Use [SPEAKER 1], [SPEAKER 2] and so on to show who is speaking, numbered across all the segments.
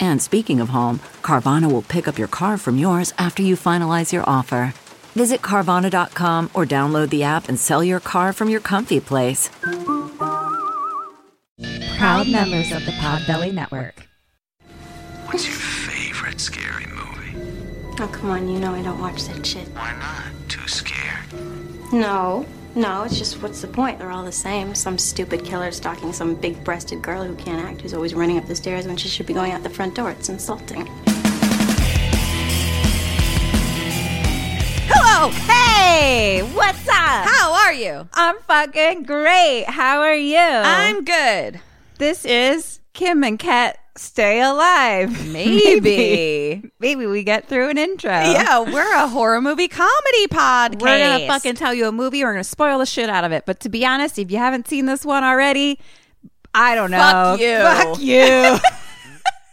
[SPEAKER 1] And speaking of home, Carvana will pick up your car from yours after you finalize your offer. Visit Carvana.com or download the app and sell your car from your comfy place.
[SPEAKER 2] Proud members of the Podbelly Network.
[SPEAKER 3] What's your favorite scary movie?
[SPEAKER 4] Oh, come on, you know I don't watch that shit.
[SPEAKER 3] Why not? Too scared.
[SPEAKER 4] No, no, it's just what's the point? They're all the same. Some stupid killer stalking some big breasted girl who can't act, who's always running up the stairs when she should be going out the front door. It's insulting.
[SPEAKER 2] Hello! Hey! What's up?
[SPEAKER 5] How are you?
[SPEAKER 2] I'm fucking great. How are you?
[SPEAKER 5] I'm good.
[SPEAKER 2] This is Kim and Kat Stay Alive.
[SPEAKER 5] Maybe.
[SPEAKER 2] Maybe we get through an intro.
[SPEAKER 5] Yeah, we're a horror movie comedy podcast. We're
[SPEAKER 2] Nice.
[SPEAKER 5] gonna fucking tell you a movie. We're gonna spoil the shit out of it. But to be honest, if you haven't seen this one already, I don't know.
[SPEAKER 2] Fuck you.
[SPEAKER 5] Fuck you.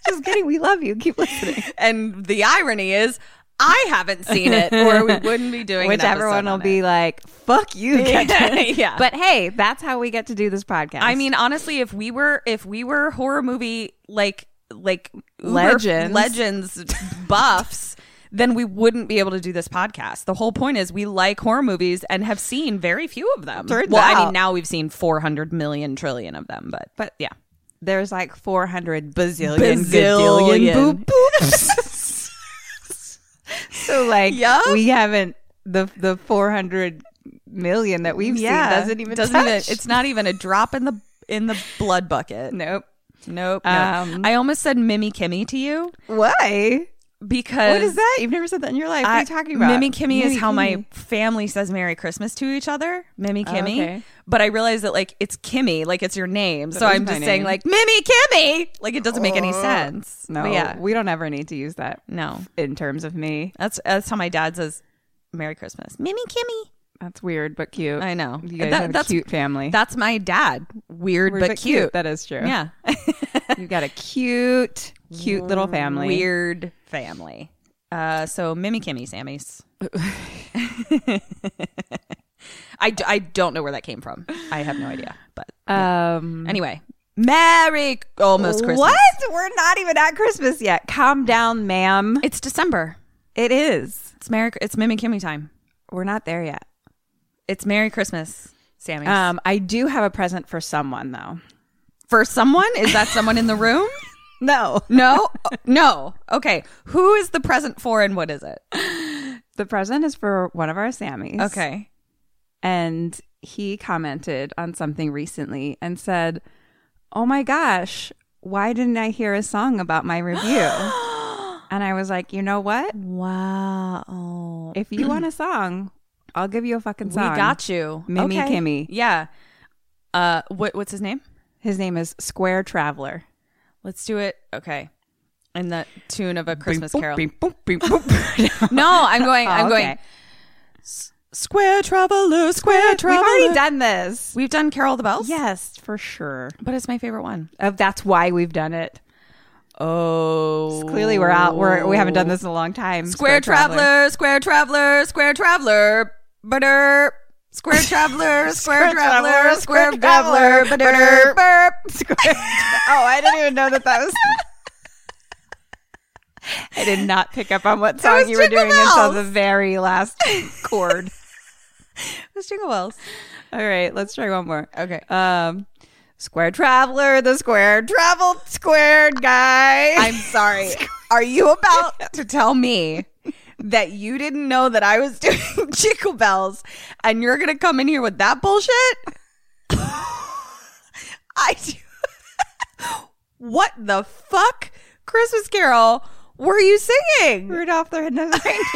[SPEAKER 2] Just kidding. We love you. Keep listening.
[SPEAKER 5] and the irony is, I haven't seen it, or we wouldn't be doing
[SPEAKER 2] Which
[SPEAKER 5] an episode
[SPEAKER 2] everyone will
[SPEAKER 5] on
[SPEAKER 2] be
[SPEAKER 5] it.
[SPEAKER 2] like, fuck you. Ketchum."
[SPEAKER 5] Yeah.
[SPEAKER 2] But hey, that's how we get to do this podcast.
[SPEAKER 5] I mean, honestly, if we were if we were horror movie like like uber
[SPEAKER 2] Legends.
[SPEAKER 5] legends buffs, then we wouldn't be able to do this podcast. The whole point is we like horror movies and have seen very few of them.
[SPEAKER 2] Turns
[SPEAKER 5] well, I
[SPEAKER 2] out.
[SPEAKER 5] mean, now we've seen four hundred million trillion of them, but but yeah,
[SPEAKER 2] there's like 400 bazillion,
[SPEAKER 5] Bazillion.
[SPEAKER 2] gazillion boop boops. so like
[SPEAKER 5] Yup.
[SPEAKER 2] we haven't the the 400 million that we've seen doesn't even
[SPEAKER 5] doesn't
[SPEAKER 2] touch.
[SPEAKER 5] even it's not even a drop in the in the blood bucket.
[SPEAKER 2] nope.
[SPEAKER 5] Nope. no.
[SPEAKER 2] Um,
[SPEAKER 5] I almost said Mimmy Kimmy to you
[SPEAKER 2] Why?
[SPEAKER 5] because
[SPEAKER 2] What is that? You've never said that in your life. what are you talking about?
[SPEAKER 5] Uh, Mimi Kimmy is how my
[SPEAKER 2] Kimmy.
[SPEAKER 5] family says Merry Christmas to each other. Mimi
[SPEAKER 2] Oh,
[SPEAKER 5] Kimmy.
[SPEAKER 2] okay.
[SPEAKER 5] But I realized that like it's Kimmy, like it's your name. so
[SPEAKER 2] is
[SPEAKER 5] I'm
[SPEAKER 2] my
[SPEAKER 5] just saying
[SPEAKER 2] name. Oh,
[SPEAKER 5] like Mimi Kimmy. Like it doesn't make any sense.
[SPEAKER 2] No,
[SPEAKER 5] But yeah.
[SPEAKER 2] we don't ever need to use that
[SPEAKER 5] No.
[SPEAKER 2] in terms of me.
[SPEAKER 5] That's that's how my dad says Merry Christmas. Mimi Kimmy.
[SPEAKER 2] That's weird but cute.
[SPEAKER 5] I know.
[SPEAKER 2] You guys
[SPEAKER 5] That-
[SPEAKER 2] have a
[SPEAKER 5] that's-
[SPEAKER 2] cute family.
[SPEAKER 5] That's my dad. Weird,
[SPEAKER 2] Weird
[SPEAKER 5] but, cute.
[SPEAKER 2] That is true.
[SPEAKER 5] Yeah.
[SPEAKER 2] You've got a cute, cute little family.
[SPEAKER 5] Weird family. Uh so Mimi Kimmy Sammy's. I, d- I don't know where that came from. I have no idea. But
[SPEAKER 2] Um
[SPEAKER 5] Anyway, Merry almost Christmas.
[SPEAKER 2] What? We're not even at Christmas yet. Calm down, ma'am.
[SPEAKER 5] It's December.
[SPEAKER 2] It is.
[SPEAKER 5] It's Merry. It's Mimi Kimmy time.
[SPEAKER 2] We're not there yet.
[SPEAKER 5] It's Merry Christmas, Sammy.
[SPEAKER 2] Um, I do have a present for someone though.
[SPEAKER 5] for someone, is that someone in the room?
[SPEAKER 2] No.
[SPEAKER 5] No, no. Okay, who is the present for, and what is it?
[SPEAKER 2] The present is for one of our Sammys.
[SPEAKER 5] Okay,
[SPEAKER 2] And he commented on something recently and said, Oh my gosh, why didn't I hear a song about my review? and I was like, You know what?
[SPEAKER 5] wow.
[SPEAKER 2] If you want a song, I'll give you a fucking
[SPEAKER 5] We
[SPEAKER 2] song.
[SPEAKER 5] got you,
[SPEAKER 2] Mimi
[SPEAKER 5] Okay.
[SPEAKER 2] Kimmy.
[SPEAKER 5] Yeah. Uh, what what's his name?
[SPEAKER 2] His name is Square Traveler.
[SPEAKER 5] Let's do it. Okay, in the tune of a Christmas
[SPEAKER 2] Beep,
[SPEAKER 5] carol.
[SPEAKER 2] beep, boop, beep, boop.
[SPEAKER 5] No, I'm going. I'm
[SPEAKER 2] Oh,
[SPEAKER 5] going.
[SPEAKER 2] okay.
[SPEAKER 5] S- Square traveler, square traveler.
[SPEAKER 2] We've already done this.
[SPEAKER 5] We've done Carol the Bells.
[SPEAKER 2] Yes, for sure.
[SPEAKER 5] but it's my favorite one.
[SPEAKER 2] Uh, that's why we've done it.
[SPEAKER 5] Oh,
[SPEAKER 2] Clearly, we're out. We're we haven't done this in a long time.
[SPEAKER 5] Square traveler, square traveler, square traveler, butter. Square traveler, square traveler, square traveler, butter.
[SPEAKER 2] burp. Square. oh, I didn't even know that that was. I did not pick up on what
[SPEAKER 5] was
[SPEAKER 2] song you were
[SPEAKER 5] Jingle
[SPEAKER 2] doing until
[SPEAKER 5] Bells.
[SPEAKER 2] the very last chord.
[SPEAKER 5] Let's jingle wells.
[SPEAKER 2] All right, let's try one more.
[SPEAKER 5] Okay.
[SPEAKER 2] Um, square traveler, the square travel squared guy.
[SPEAKER 5] I'm sorry. Are you about to tell me that you didn't know that I was doing Jingle Bells, and you're gonna come in here with that bullshit? I do. what the fuck Christmas Carol were you singing?
[SPEAKER 2] Rudolph the Red-Nosed Reindeer.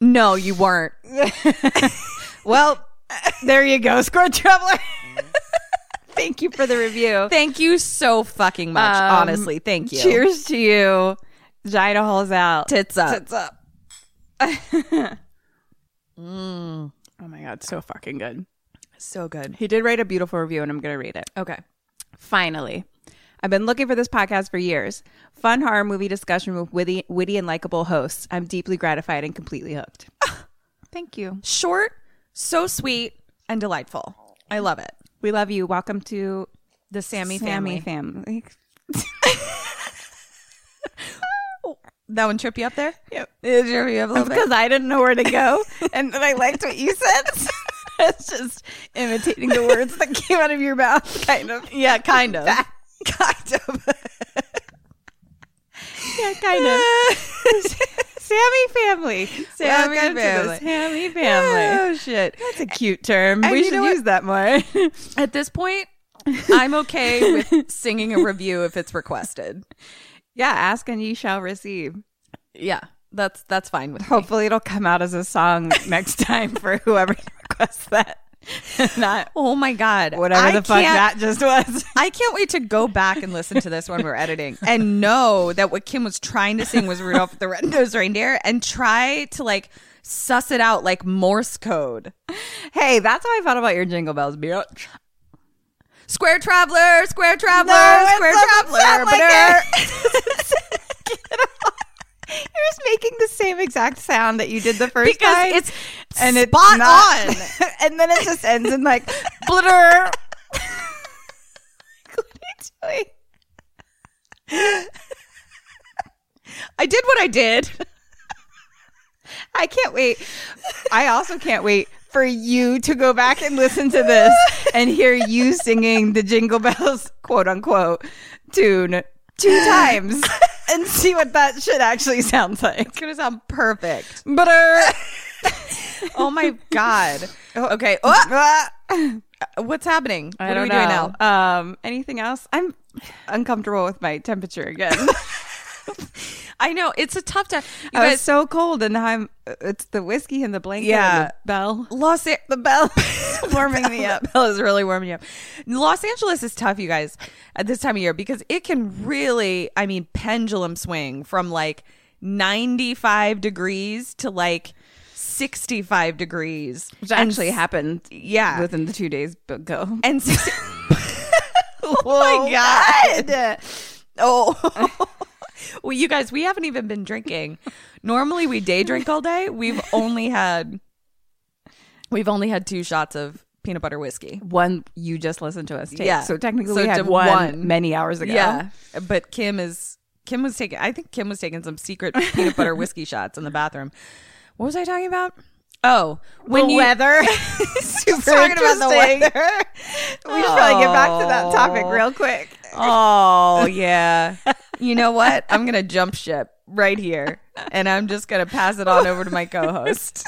[SPEAKER 5] No, you weren't. well, there you go, Squirrel Traveler.
[SPEAKER 2] Thank you for the review.
[SPEAKER 5] Thank you so fucking much.
[SPEAKER 2] Um,
[SPEAKER 5] honestly, thank you.
[SPEAKER 2] Cheers to you. Gina holes out.
[SPEAKER 5] Tits up.
[SPEAKER 2] Tits up. Oh my God, so fucking good.
[SPEAKER 5] So good.
[SPEAKER 2] He did write a beautiful review and I'm going to read it.
[SPEAKER 5] Okay.
[SPEAKER 2] Finally. I've been looking for this podcast for years. Fun horror movie discussion with witty, witty and likable hosts. I'm deeply gratified and completely hooked. Thank you.
[SPEAKER 5] Short, so sweet, and delightful. I love it.
[SPEAKER 2] We love you. Welcome to
[SPEAKER 5] The Sammy,
[SPEAKER 2] Sammy
[SPEAKER 5] family.
[SPEAKER 2] family.
[SPEAKER 5] that one trip you up there?
[SPEAKER 2] Yep.
[SPEAKER 5] It trip you up a little bit.
[SPEAKER 2] Because I didn't know where to go. And then I liked what you said. it's just imitating the words that came out of your mouth, kind of.
[SPEAKER 5] Yeah, kind of. kind of.
[SPEAKER 2] Yeah, kind of. Sammy family.
[SPEAKER 5] Sammy
[SPEAKER 2] Welcome
[SPEAKER 5] family.
[SPEAKER 2] To the Sammy family.
[SPEAKER 5] Oh shit.
[SPEAKER 2] That's a cute term.
[SPEAKER 5] And
[SPEAKER 2] we
[SPEAKER 5] you
[SPEAKER 2] should
[SPEAKER 5] know what?
[SPEAKER 2] use that more.
[SPEAKER 5] At this point, I'm okay with singing a review if it's requested.
[SPEAKER 2] yeah, ask and you shall receive.
[SPEAKER 5] Yeah. That's that's fine with me.
[SPEAKER 2] Hopefully, it'll come out as a song next time for whoever requests that. Not
[SPEAKER 5] Oh my god.
[SPEAKER 2] whatever
[SPEAKER 5] I
[SPEAKER 2] the fuck that
[SPEAKER 5] can't-
[SPEAKER 2] just was.
[SPEAKER 5] I can't wait to go back and listen to this when we're editing and know that what Kim was trying to sing was Rudolph the Red-Nosed Reindeer and try to like suss it out like Morse code.
[SPEAKER 2] hey, that's how I felt about your jingle bells, bitch.
[SPEAKER 5] Square traveler, square traveler,
[SPEAKER 2] No, it
[SPEAKER 5] square
[SPEAKER 2] doesn't
[SPEAKER 5] traveler.
[SPEAKER 2] sound like
[SPEAKER 5] ba-der.
[SPEAKER 2] You're just making the same exact sound that you did the first
[SPEAKER 5] Because
[SPEAKER 2] time.
[SPEAKER 5] it's
[SPEAKER 2] it's
[SPEAKER 5] spot
[SPEAKER 2] not-
[SPEAKER 5] on.
[SPEAKER 2] and then it just ends in like blitter. what are you doing?
[SPEAKER 5] I did what I did.
[SPEAKER 2] I can't wait. I also can't wait for you to go back and listen to this and hear you singing the Jingle Bells quote unquote tune two times and see what that shit actually sounds like.
[SPEAKER 5] It's gonna sound perfect.
[SPEAKER 2] Butter.
[SPEAKER 5] Oh my god. Okay. Oh. What's happening? What are we doing now?
[SPEAKER 2] Um, anything else? I'm uncomfortable with my temperature again.
[SPEAKER 5] I know it's a tough time. You
[SPEAKER 2] I was
[SPEAKER 5] guys,
[SPEAKER 2] so cold, and now I'm. It's the whiskey and the blanket.
[SPEAKER 5] Yeah.
[SPEAKER 2] and the bell.
[SPEAKER 5] Los An- the bell warming me up. Bell is really warming you up. Los Angeles is tough, you guys, at this time of year because it can really, I mean, pendulum swing from like 95 degrees to like 65 degrees,
[SPEAKER 2] Which actually
[SPEAKER 5] and,
[SPEAKER 2] happened.
[SPEAKER 5] Yeah.
[SPEAKER 2] within the two days ago.
[SPEAKER 5] And 60 oh my god. Oh. well, you guys, we haven't even been drinking. Normally we day drink all day. We've only had we've only had two shots of peanut butter whiskey.
[SPEAKER 2] One you just listened to us take.
[SPEAKER 5] Yeah.
[SPEAKER 2] So technically,
[SPEAKER 5] So
[SPEAKER 2] we
[SPEAKER 5] to
[SPEAKER 2] had one,
[SPEAKER 5] one.
[SPEAKER 2] many hours ago.
[SPEAKER 5] "Oh." But Kim is Kim was taking I think Kim was taking some secret peanut butter whiskey shots in the bathroom. What was I talking about? Oh, when
[SPEAKER 2] The
[SPEAKER 5] you-
[SPEAKER 2] weather.
[SPEAKER 5] Super
[SPEAKER 2] talking about the
[SPEAKER 5] interesting.
[SPEAKER 2] weather. We should probably get back to that topic
[SPEAKER 5] Oh.
[SPEAKER 2] real quick.
[SPEAKER 5] Oh, yeah. You know what? I'm going to jump ship right here and I'm just going to pass it on over to my co host.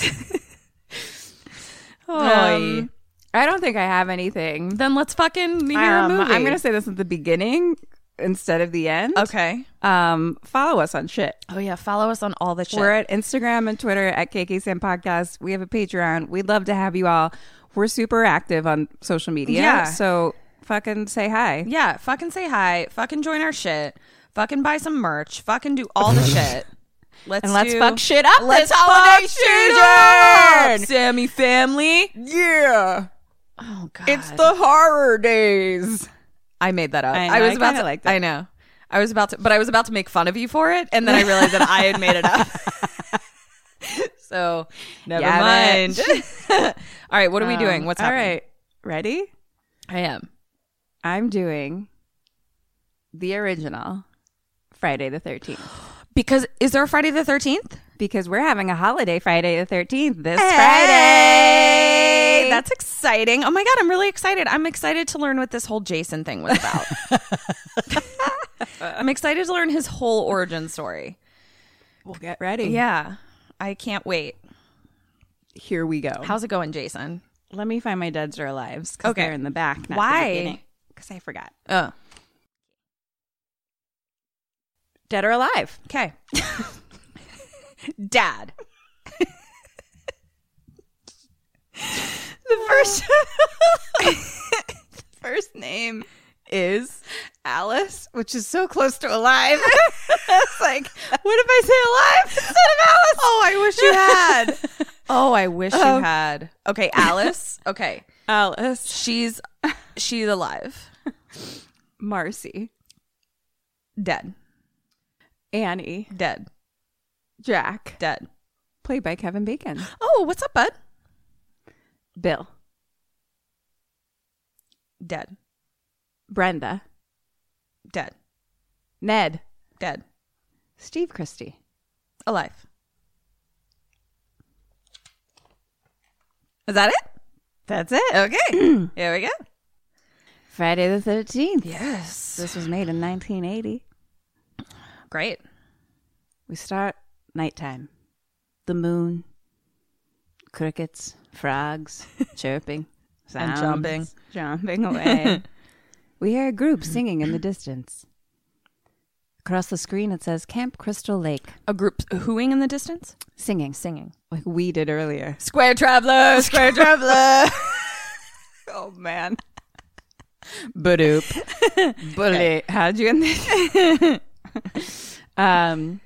[SPEAKER 2] Um, I don't think I have anything.
[SPEAKER 5] then let's fucking hear
[SPEAKER 2] Um,
[SPEAKER 5] a movie.
[SPEAKER 2] I'm going to say this at the beginning instead of the end.
[SPEAKER 5] Okay.
[SPEAKER 2] Um, follow us on shit.
[SPEAKER 5] Oh, yeah. Follow us on all the shit.
[SPEAKER 2] We're at Instagram and Twitter at KKSAM Podcast. We have a Patreon. We'd love to have you all. We're super active on social media.
[SPEAKER 5] Yeah.
[SPEAKER 2] So fucking say hi.
[SPEAKER 5] yeah. Fucking say hi. Fucking join our shit. Fucking buy some merch. Fucking do all the shit. Let's
[SPEAKER 2] And let's
[SPEAKER 5] do-
[SPEAKER 2] fuck shit up
[SPEAKER 5] Let's
[SPEAKER 2] this
[SPEAKER 5] holiday
[SPEAKER 2] fuck
[SPEAKER 5] shit
[SPEAKER 2] shit up.
[SPEAKER 5] up, Sammy family.
[SPEAKER 2] Yeah.
[SPEAKER 5] Oh God.
[SPEAKER 2] It's the horror days.
[SPEAKER 5] I made that up.
[SPEAKER 2] I
[SPEAKER 5] I,
[SPEAKER 2] know, I
[SPEAKER 5] was about
[SPEAKER 2] kinda
[SPEAKER 5] to
[SPEAKER 2] liked it.
[SPEAKER 5] I know. I was about to, but I was about to make fun of you for it, and then I realized that I had made it up. so never
[SPEAKER 2] Yeah,
[SPEAKER 5] mind.
[SPEAKER 2] bitch.
[SPEAKER 5] all right, what are we doing?
[SPEAKER 2] Um,
[SPEAKER 5] What's
[SPEAKER 2] all
[SPEAKER 5] happening?
[SPEAKER 2] right. Ready?
[SPEAKER 5] I am.
[SPEAKER 2] I'm doing the original Friday the 13th
[SPEAKER 5] Because is there a Friday the thirteenth?
[SPEAKER 2] because we're having a holiday Friday the 13th this
[SPEAKER 5] Friday.
[SPEAKER 2] Friday.
[SPEAKER 5] That's exciting. Oh my god, I'm really excited. I'm excited to learn what this whole Jason thing was about. I'm excited to learn his whole origin story.
[SPEAKER 2] We'll get ready.
[SPEAKER 5] Yeah. I can't wait.
[SPEAKER 2] Here we go.
[SPEAKER 5] How's it going, Jason?
[SPEAKER 2] Let me find my deads or alives because
[SPEAKER 5] Okay.
[SPEAKER 2] they're in the back. Not
[SPEAKER 5] Why?
[SPEAKER 2] Because I forgot.
[SPEAKER 5] Oh,
[SPEAKER 2] Dead or alive.
[SPEAKER 5] okay. Dad. the first
[SPEAKER 2] First name
[SPEAKER 5] is
[SPEAKER 2] Alice, which is so close to alive. it's like, what if I say alive instead of Alice? Oh, I wish
[SPEAKER 5] you had. Oh, I wish
[SPEAKER 2] Um,
[SPEAKER 5] you had. Okay, Alice. Okay.
[SPEAKER 2] Alice.
[SPEAKER 5] She's she's alive.
[SPEAKER 2] Marcy.
[SPEAKER 5] Dead.
[SPEAKER 2] Annie.
[SPEAKER 5] Dead.
[SPEAKER 2] Jack.
[SPEAKER 5] Dead.
[SPEAKER 2] Played by Kevin Bacon.
[SPEAKER 5] Oh, what's up, bud?
[SPEAKER 2] Bill.
[SPEAKER 5] Dead.
[SPEAKER 2] Brenda.
[SPEAKER 5] Dead.
[SPEAKER 2] Ned.
[SPEAKER 5] Dead.
[SPEAKER 2] Steve Christie.
[SPEAKER 5] Alive. Is that it?
[SPEAKER 2] That's it.
[SPEAKER 5] Okay. Here we go.
[SPEAKER 2] Friday the 13th.
[SPEAKER 5] Yes.
[SPEAKER 2] This was made in 1980.
[SPEAKER 5] Great.
[SPEAKER 2] We start nighttime. The moon, crickets, frogs, chirping,
[SPEAKER 5] And
[SPEAKER 2] sounds,
[SPEAKER 5] jumping.
[SPEAKER 2] jumping away. we hear a group singing in the distance. Across the screen, it says Camp Crystal Lake.
[SPEAKER 5] A group whoing in the distance?
[SPEAKER 2] Singing, singing, like we did earlier.
[SPEAKER 5] Square traveler. Square traveler.
[SPEAKER 2] Oh man. Badoop. Bully. How'd you end this? um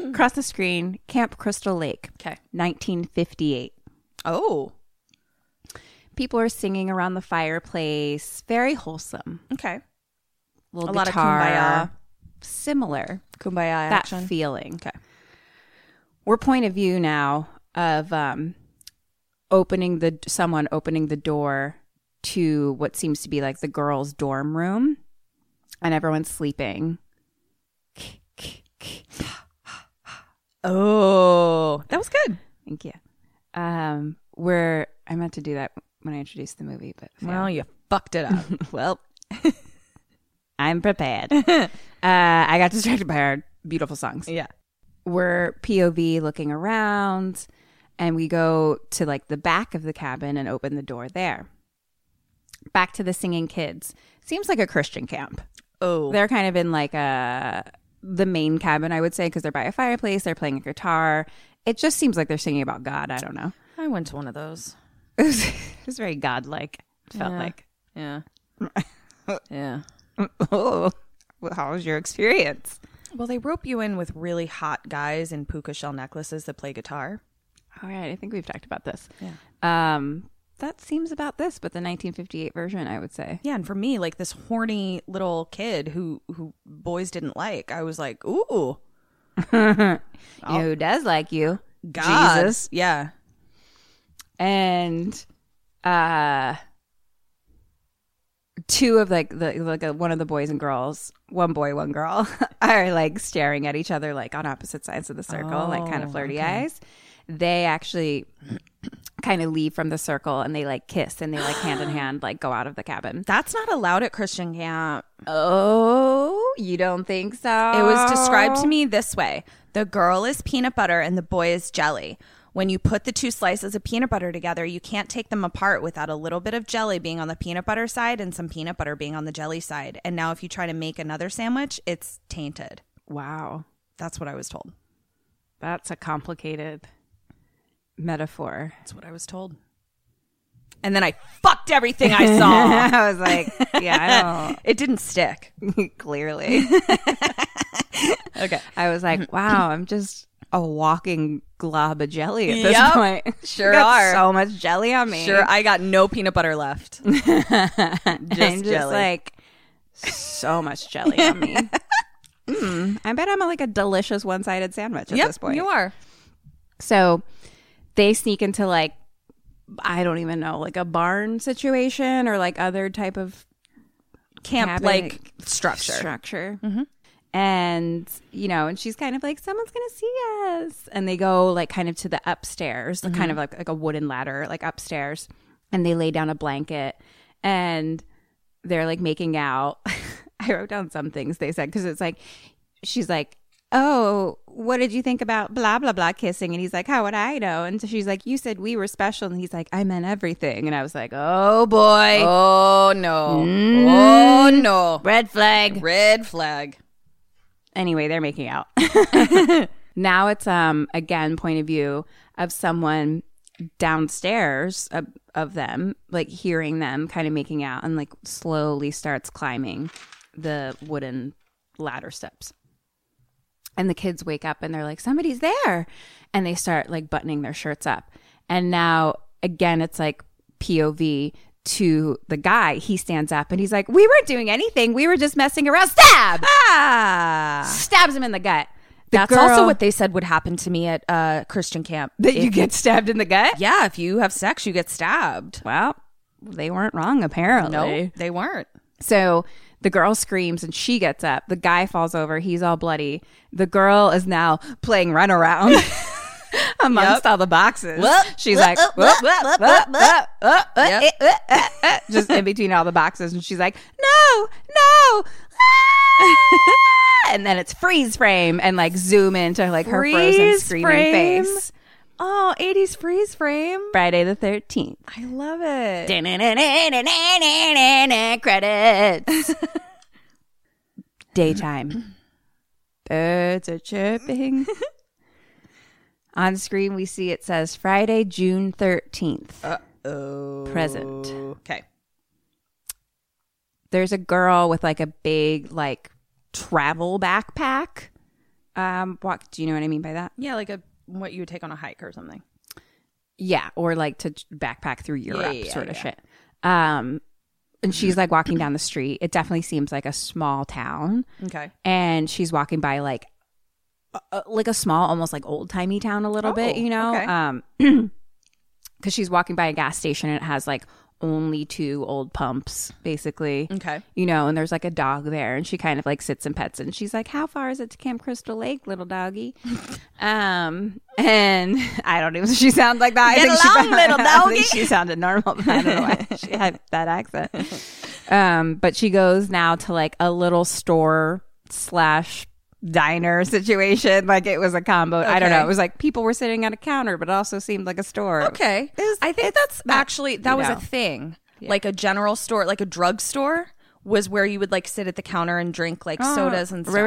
[SPEAKER 2] across the screen, Camp Crystal Lake.
[SPEAKER 5] Okay.
[SPEAKER 2] Nineteen fifty eight.
[SPEAKER 5] oh.
[SPEAKER 2] People are singing around the fireplace. Very wholesome.
[SPEAKER 5] Okay.
[SPEAKER 2] Little
[SPEAKER 5] A lot of
[SPEAKER 2] guitar,
[SPEAKER 5] kumbaya.
[SPEAKER 2] Similar.
[SPEAKER 5] Kumbaya
[SPEAKER 2] that
[SPEAKER 5] action.
[SPEAKER 2] feeling.
[SPEAKER 5] Okay.
[SPEAKER 2] We're point of view now of um, opening the someone opening the door to what seems to be like the girls' dorm room, and everyone's sleeping.
[SPEAKER 5] oh. That was good.
[SPEAKER 2] Thank you. Um, we're I meant to do that when I introduced the movie, but
[SPEAKER 5] Well, you fucked it up.
[SPEAKER 2] well, I'm prepared. uh, I got distracted by our beautiful songs.
[SPEAKER 5] yeah.
[SPEAKER 2] we're POV looking around and we go to like the back of the cabin and open the door there. Back to the singing kids. Seems like a Christian camp.
[SPEAKER 5] Oh.
[SPEAKER 2] They're kind of in like a the main cabin, I would say, because they're by a fireplace, they're playing a guitar. It just seems like they're singing about God. I don't know.
[SPEAKER 5] I went to one of those.
[SPEAKER 2] It was, it was very godlike. It felt
[SPEAKER 5] Yeah.
[SPEAKER 2] like.
[SPEAKER 5] Yeah. yeah.
[SPEAKER 2] Oh, well, how was your experience?
[SPEAKER 5] Well, they rope you in with really hot guys in puka shell necklaces that play guitar.
[SPEAKER 2] All right, I think we've talked about this. Yeah. Um, that seems about this, but the 1958 version, I would say.
[SPEAKER 5] Yeah, and for me, like this horny little kid who who boys didn't like, I was like, ooh,
[SPEAKER 2] You know who does like you?
[SPEAKER 5] God.
[SPEAKER 2] Jesus.
[SPEAKER 5] Yeah.
[SPEAKER 2] And uh two of like the like uh, one of the boys and girls, one boy, one girl, are like staring at each other like on opposite sides of the circle, like kind of flirty eyes. They actually kind of leave from the circle and they like kiss and they like hand in hand like go out of the cabin.
[SPEAKER 5] That's not allowed at Christian camp.
[SPEAKER 2] Oh, you don't think so?
[SPEAKER 5] It was described to me this way The girl is peanut butter and the boy is jelly. When you put the two slices of peanut butter together, you can't take them apart without a little bit of jelly being on the peanut butter side and some peanut butter being on the jelly side. And now, if you try to make another sandwich, it's tainted.
[SPEAKER 2] Wow.
[SPEAKER 5] That's what I was told.
[SPEAKER 2] That's a complicated metaphor.
[SPEAKER 5] That's what I was told. And then I fucked everything I saw.
[SPEAKER 2] I was like, yeah,
[SPEAKER 5] it didn't stick.
[SPEAKER 2] I don't. Clearly.
[SPEAKER 5] Okay.
[SPEAKER 2] I was like, wow, I'm just a walking glob of jelly at this
[SPEAKER 5] Yep,
[SPEAKER 2] point.
[SPEAKER 5] sure
[SPEAKER 2] Got
[SPEAKER 5] are.
[SPEAKER 2] So much jelly on me.
[SPEAKER 5] Sure, I got no peanut butter left. just
[SPEAKER 2] I'm just like, so much jelly on me. Mm, I bet I'm like a delicious one sided sandwich at
[SPEAKER 5] yep,
[SPEAKER 2] this point.
[SPEAKER 5] you are.
[SPEAKER 2] So they sneak into like, I don't even know, like a barn situation or like other type of
[SPEAKER 5] Camp like structure.
[SPEAKER 2] structure. And, you know, and she's kind of like, someone's going to see us. And they go like kind of to the upstairs, kind of like, like a wooden ladder, like upstairs. And they lay down a blanket and they're like making out. I wrote down some things they said because it's like, she's like, oh, what did you think about blah, blah, blah kissing? And he's like, how would I know? And so she's like, you said we were special. And he's like, I meant everything. And I was like, oh boy. Mm.
[SPEAKER 5] Oh no. Oh no.
[SPEAKER 2] Red flag.
[SPEAKER 5] Red flag.
[SPEAKER 2] anyway, they're making out. now it's um again point of view of someone downstairs of, of them, like hearing them kind of making out and like slowly starts climbing the wooden ladder steps. And the kids wake up and they're like, somebody's there. And they start like buttoning their shirts up. And now, again, it's like POV to the guy. He stands up and he's like, we weren't doing anything. We were just messing around. Stab! Ah! Stabs him in the gut. The
[SPEAKER 5] That's
[SPEAKER 2] girl-
[SPEAKER 5] also what they said would happen to me at uh, Christian camp.
[SPEAKER 2] That you get stabbed in the gut?
[SPEAKER 5] Yeah, if you have sex, you get stabbed.
[SPEAKER 2] Well, they weren't wrong, apparently.
[SPEAKER 5] No, they weren't.
[SPEAKER 2] So the girl screams and she gets up. The guy falls over. He's all bloody. The girl is now playing runaround amongst all the boxes. She's like, "Whoop, whoop, whoop, whoop, whoop, eh, eh, eh, eh," just in between all the boxes. And she's like, no, no. ah!" and then it's freeze frame and like zoom into like her frozen
[SPEAKER 5] Freeze
[SPEAKER 2] screaming
[SPEAKER 5] frame?
[SPEAKER 2] face.
[SPEAKER 5] Oh, 80s freeze frame.
[SPEAKER 2] Friday the 13th.
[SPEAKER 5] I love it.
[SPEAKER 2] Credits. Daytime. Birds are chirping. On screen, we see it says Friday, June 13th.
[SPEAKER 5] Oh.
[SPEAKER 2] Present.
[SPEAKER 5] Okay.
[SPEAKER 2] There's a girl with like a big, like, travel backpack. Um, walk, do you know what I mean by that?
[SPEAKER 5] Yeah, like a what you would take on a hike or something.
[SPEAKER 2] Yeah, or like to backpack through Europe,
[SPEAKER 5] yeah,
[SPEAKER 2] sort of shit. Um, and she's like walking down the street. It definitely seems like a small town.
[SPEAKER 5] Okay.
[SPEAKER 2] and she's walking by like uh, uh, like a small almost like old-timey town a little bit
[SPEAKER 5] Oh,
[SPEAKER 2] you know
[SPEAKER 5] okay.
[SPEAKER 2] um because she's walking by a gas station and it has like only two old pumps basically
[SPEAKER 5] Okay.
[SPEAKER 2] you know and there's like a dog there and she kind of like sits and pets it, and she's like how far is it to camp crystal lake little doggy um and i don't even she sounds like that i
[SPEAKER 5] Get
[SPEAKER 2] think she
[SPEAKER 5] along,
[SPEAKER 2] probably-
[SPEAKER 5] little
[SPEAKER 2] I think
[SPEAKER 5] doggy.
[SPEAKER 2] she sounded normal but i don't know why she had that accent um, but she goes now to like a little store slash diner situation. Like it was a combo. I don't know.
[SPEAKER 5] Okay.
[SPEAKER 2] It was like people were sitting at a counter, but it also seemed like a store.
[SPEAKER 5] Okay.
[SPEAKER 2] It's-
[SPEAKER 5] I think
[SPEAKER 2] it's
[SPEAKER 5] that's
[SPEAKER 2] not-
[SPEAKER 5] actually that
[SPEAKER 2] you
[SPEAKER 5] was
[SPEAKER 2] know.
[SPEAKER 5] a thing. Like a general store, like a drugstore was where you would like sit at the counter and drink like sodas and
[SPEAKER 2] Oh. right,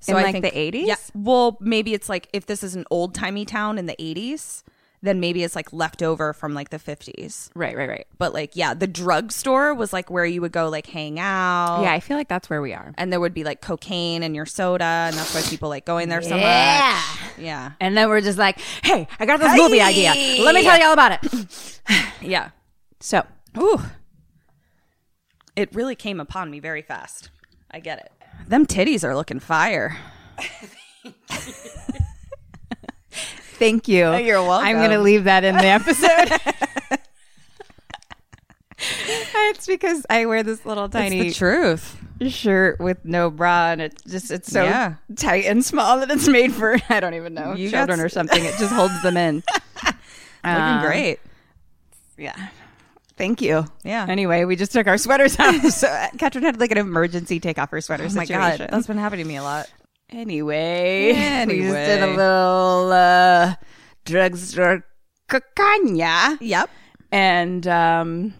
[SPEAKER 5] stuff.
[SPEAKER 2] right, right. In, like, the 80s?
[SPEAKER 5] Yeah. Well, maybe it's like if this is an old timey town in the 80s, then maybe it's like left over from like the 50s.
[SPEAKER 2] Right, right, right.
[SPEAKER 5] But like, yeah, the drugstore was like where you would go like hang out.
[SPEAKER 2] Yeah, I feel like that's where we are.
[SPEAKER 5] And there would be like cocaine in your soda, and that's why people like going there so much. Yeah.
[SPEAKER 2] And then we're just like, hey, I got this movie idea. Let me tell you all about it.
[SPEAKER 5] Yeah.
[SPEAKER 2] So
[SPEAKER 5] Ooh. It really came upon me very fast. I get it. Them titties are looking fire.
[SPEAKER 2] thank you.
[SPEAKER 5] you're welcome.
[SPEAKER 2] I'm going to leave that in the episode. it's because I wear this little tiny
[SPEAKER 5] truth.
[SPEAKER 2] shirt with no bra and it's just it's so
[SPEAKER 5] Yeah.
[SPEAKER 2] tight and small that it's made for I don't even know
[SPEAKER 5] You got
[SPEAKER 2] children
[SPEAKER 5] s-
[SPEAKER 2] or something. It just holds them in.
[SPEAKER 5] Looking
[SPEAKER 2] Um,
[SPEAKER 5] great.
[SPEAKER 2] Yeah. Thank you.
[SPEAKER 5] Yeah.
[SPEAKER 2] Anyway, we just took our sweaters off. So uh, Catherine had like an emergency take off her sweater
[SPEAKER 5] Oh my god, that's been happening to me a lot.
[SPEAKER 2] anyway, we just did a
[SPEAKER 5] Anyway.
[SPEAKER 2] little uh, drugstore cocaine.
[SPEAKER 5] Yep.
[SPEAKER 2] and um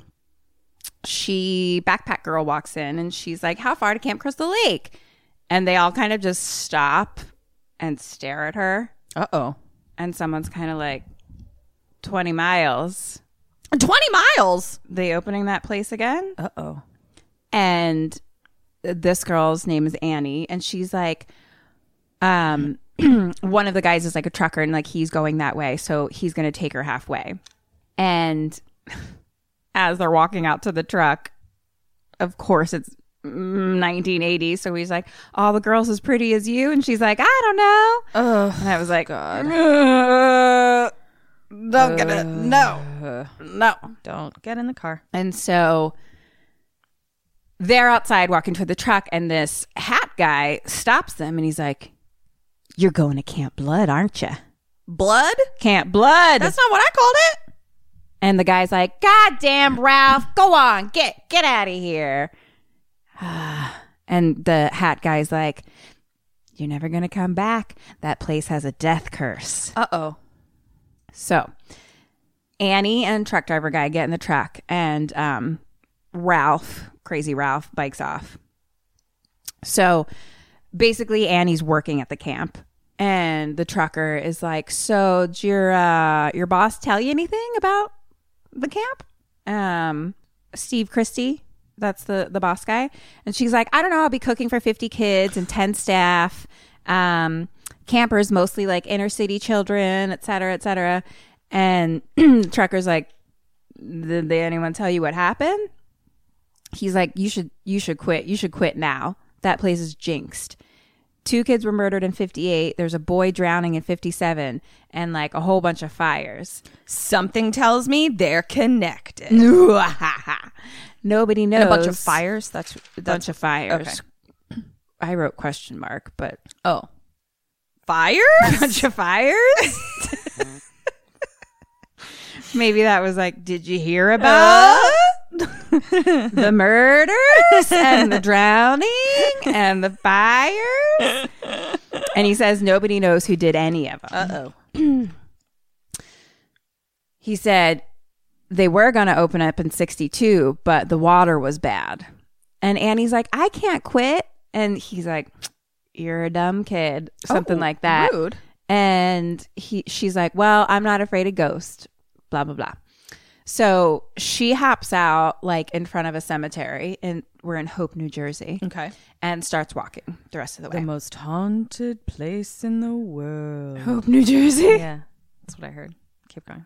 [SPEAKER 2] she backpack girl walks in and she's like how far to camp crystal lake and they all kind of just stop and stare at her
[SPEAKER 5] Uh oh.
[SPEAKER 2] and someone's kind of like 20 miles
[SPEAKER 5] Twenty miles.
[SPEAKER 2] they opening that place again
[SPEAKER 5] Uh oh.
[SPEAKER 2] and this girl's name is Annie, and she's like, um, one of the guys is like a trucker, and like he's going that way, so he's gonna take her halfway. And as they're walking out to the truck, of course it's mm, 1980, so he's like, "All the girls as pretty as you," and she's like, "I don't know." and I was like, "Ugh, don't get it, no, no."
[SPEAKER 5] Uh, Don't get in the car.
[SPEAKER 2] And so they're outside walking toward the truck, and this hat guy stops them and he's like, You're going to Camp Blood, aren't you?
[SPEAKER 5] Blood?
[SPEAKER 2] Camp Blood.
[SPEAKER 5] That's not what I called it.
[SPEAKER 2] and the guy's like, God damn, Ralph, go on, get get out of here. And the hat guy's like, You're never going to come back. That place has a death curse.
[SPEAKER 5] Uh oh.
[SPEAKER 2] So Annie and truck driver guy get in the truck, and um, Ralph, crazy Ralph, bikes off. So basically, Annie's working at the camp, and the trucker is like, "So did your uh, your boss tell you anything about the camp?" Um, Steve Christie, that's the the boss guy, and she's like, "I don't know. I'll be cooking for fifty kids and ten staff." Um, campers mostly like inner city children et cetera et cetera and trucker's like did they anyone tell you what happened he's like you should you should quit you should quit now that place is jinxed two kids were murdered in 58 there's a boy drowning in 57 and like a whole bunch of fires
[SPEAKER 5] Something tells me they're connected.
[SPEAKER 2] nobody knows
[SPEAKER 5] And a bunch of fires. That's that's
[SPEAKER 2] bunch of fires
[SPEAKER 5] Okay.
[SPEAKER 2] i wrote question mark but
[SPEAKER 5] Oh. Fires?
[SPEAKER 2] bunch of fires. Maybe that was like, did you hear about
[SPEAKER 5] Uh-huh.
[SPEAKER 2] the murders and the drowning and the fires? And he says nobody knows who did any of them.
[SPEAKER 5] Uh-oh.
[SPEAKER 2] He said they were going to open up in 62, but the water was bad. And Annie's like, I can't quit. And he's like, you're a dumb kid, something
[SPEAKER 5] Oh,
[SPEAKER 2] like that
[SPEAKER 5] rude.
[SPEAKER 2] and he she's like, "Well, I'm not afraid of ghosts." Blah blah blah. So she hops out like in front of a cemetery, and we're in Hope, New Jersey,
[SPEAKER 5] Okay.
[SPEAKER 2] and starts walking the rest of the way.
[SPEAKER 5] most haunted place in the world.
[SPEAKER 2] Hope, New Jersey.
[SPEAKER 5] yeah. That's what I heard. Keep going.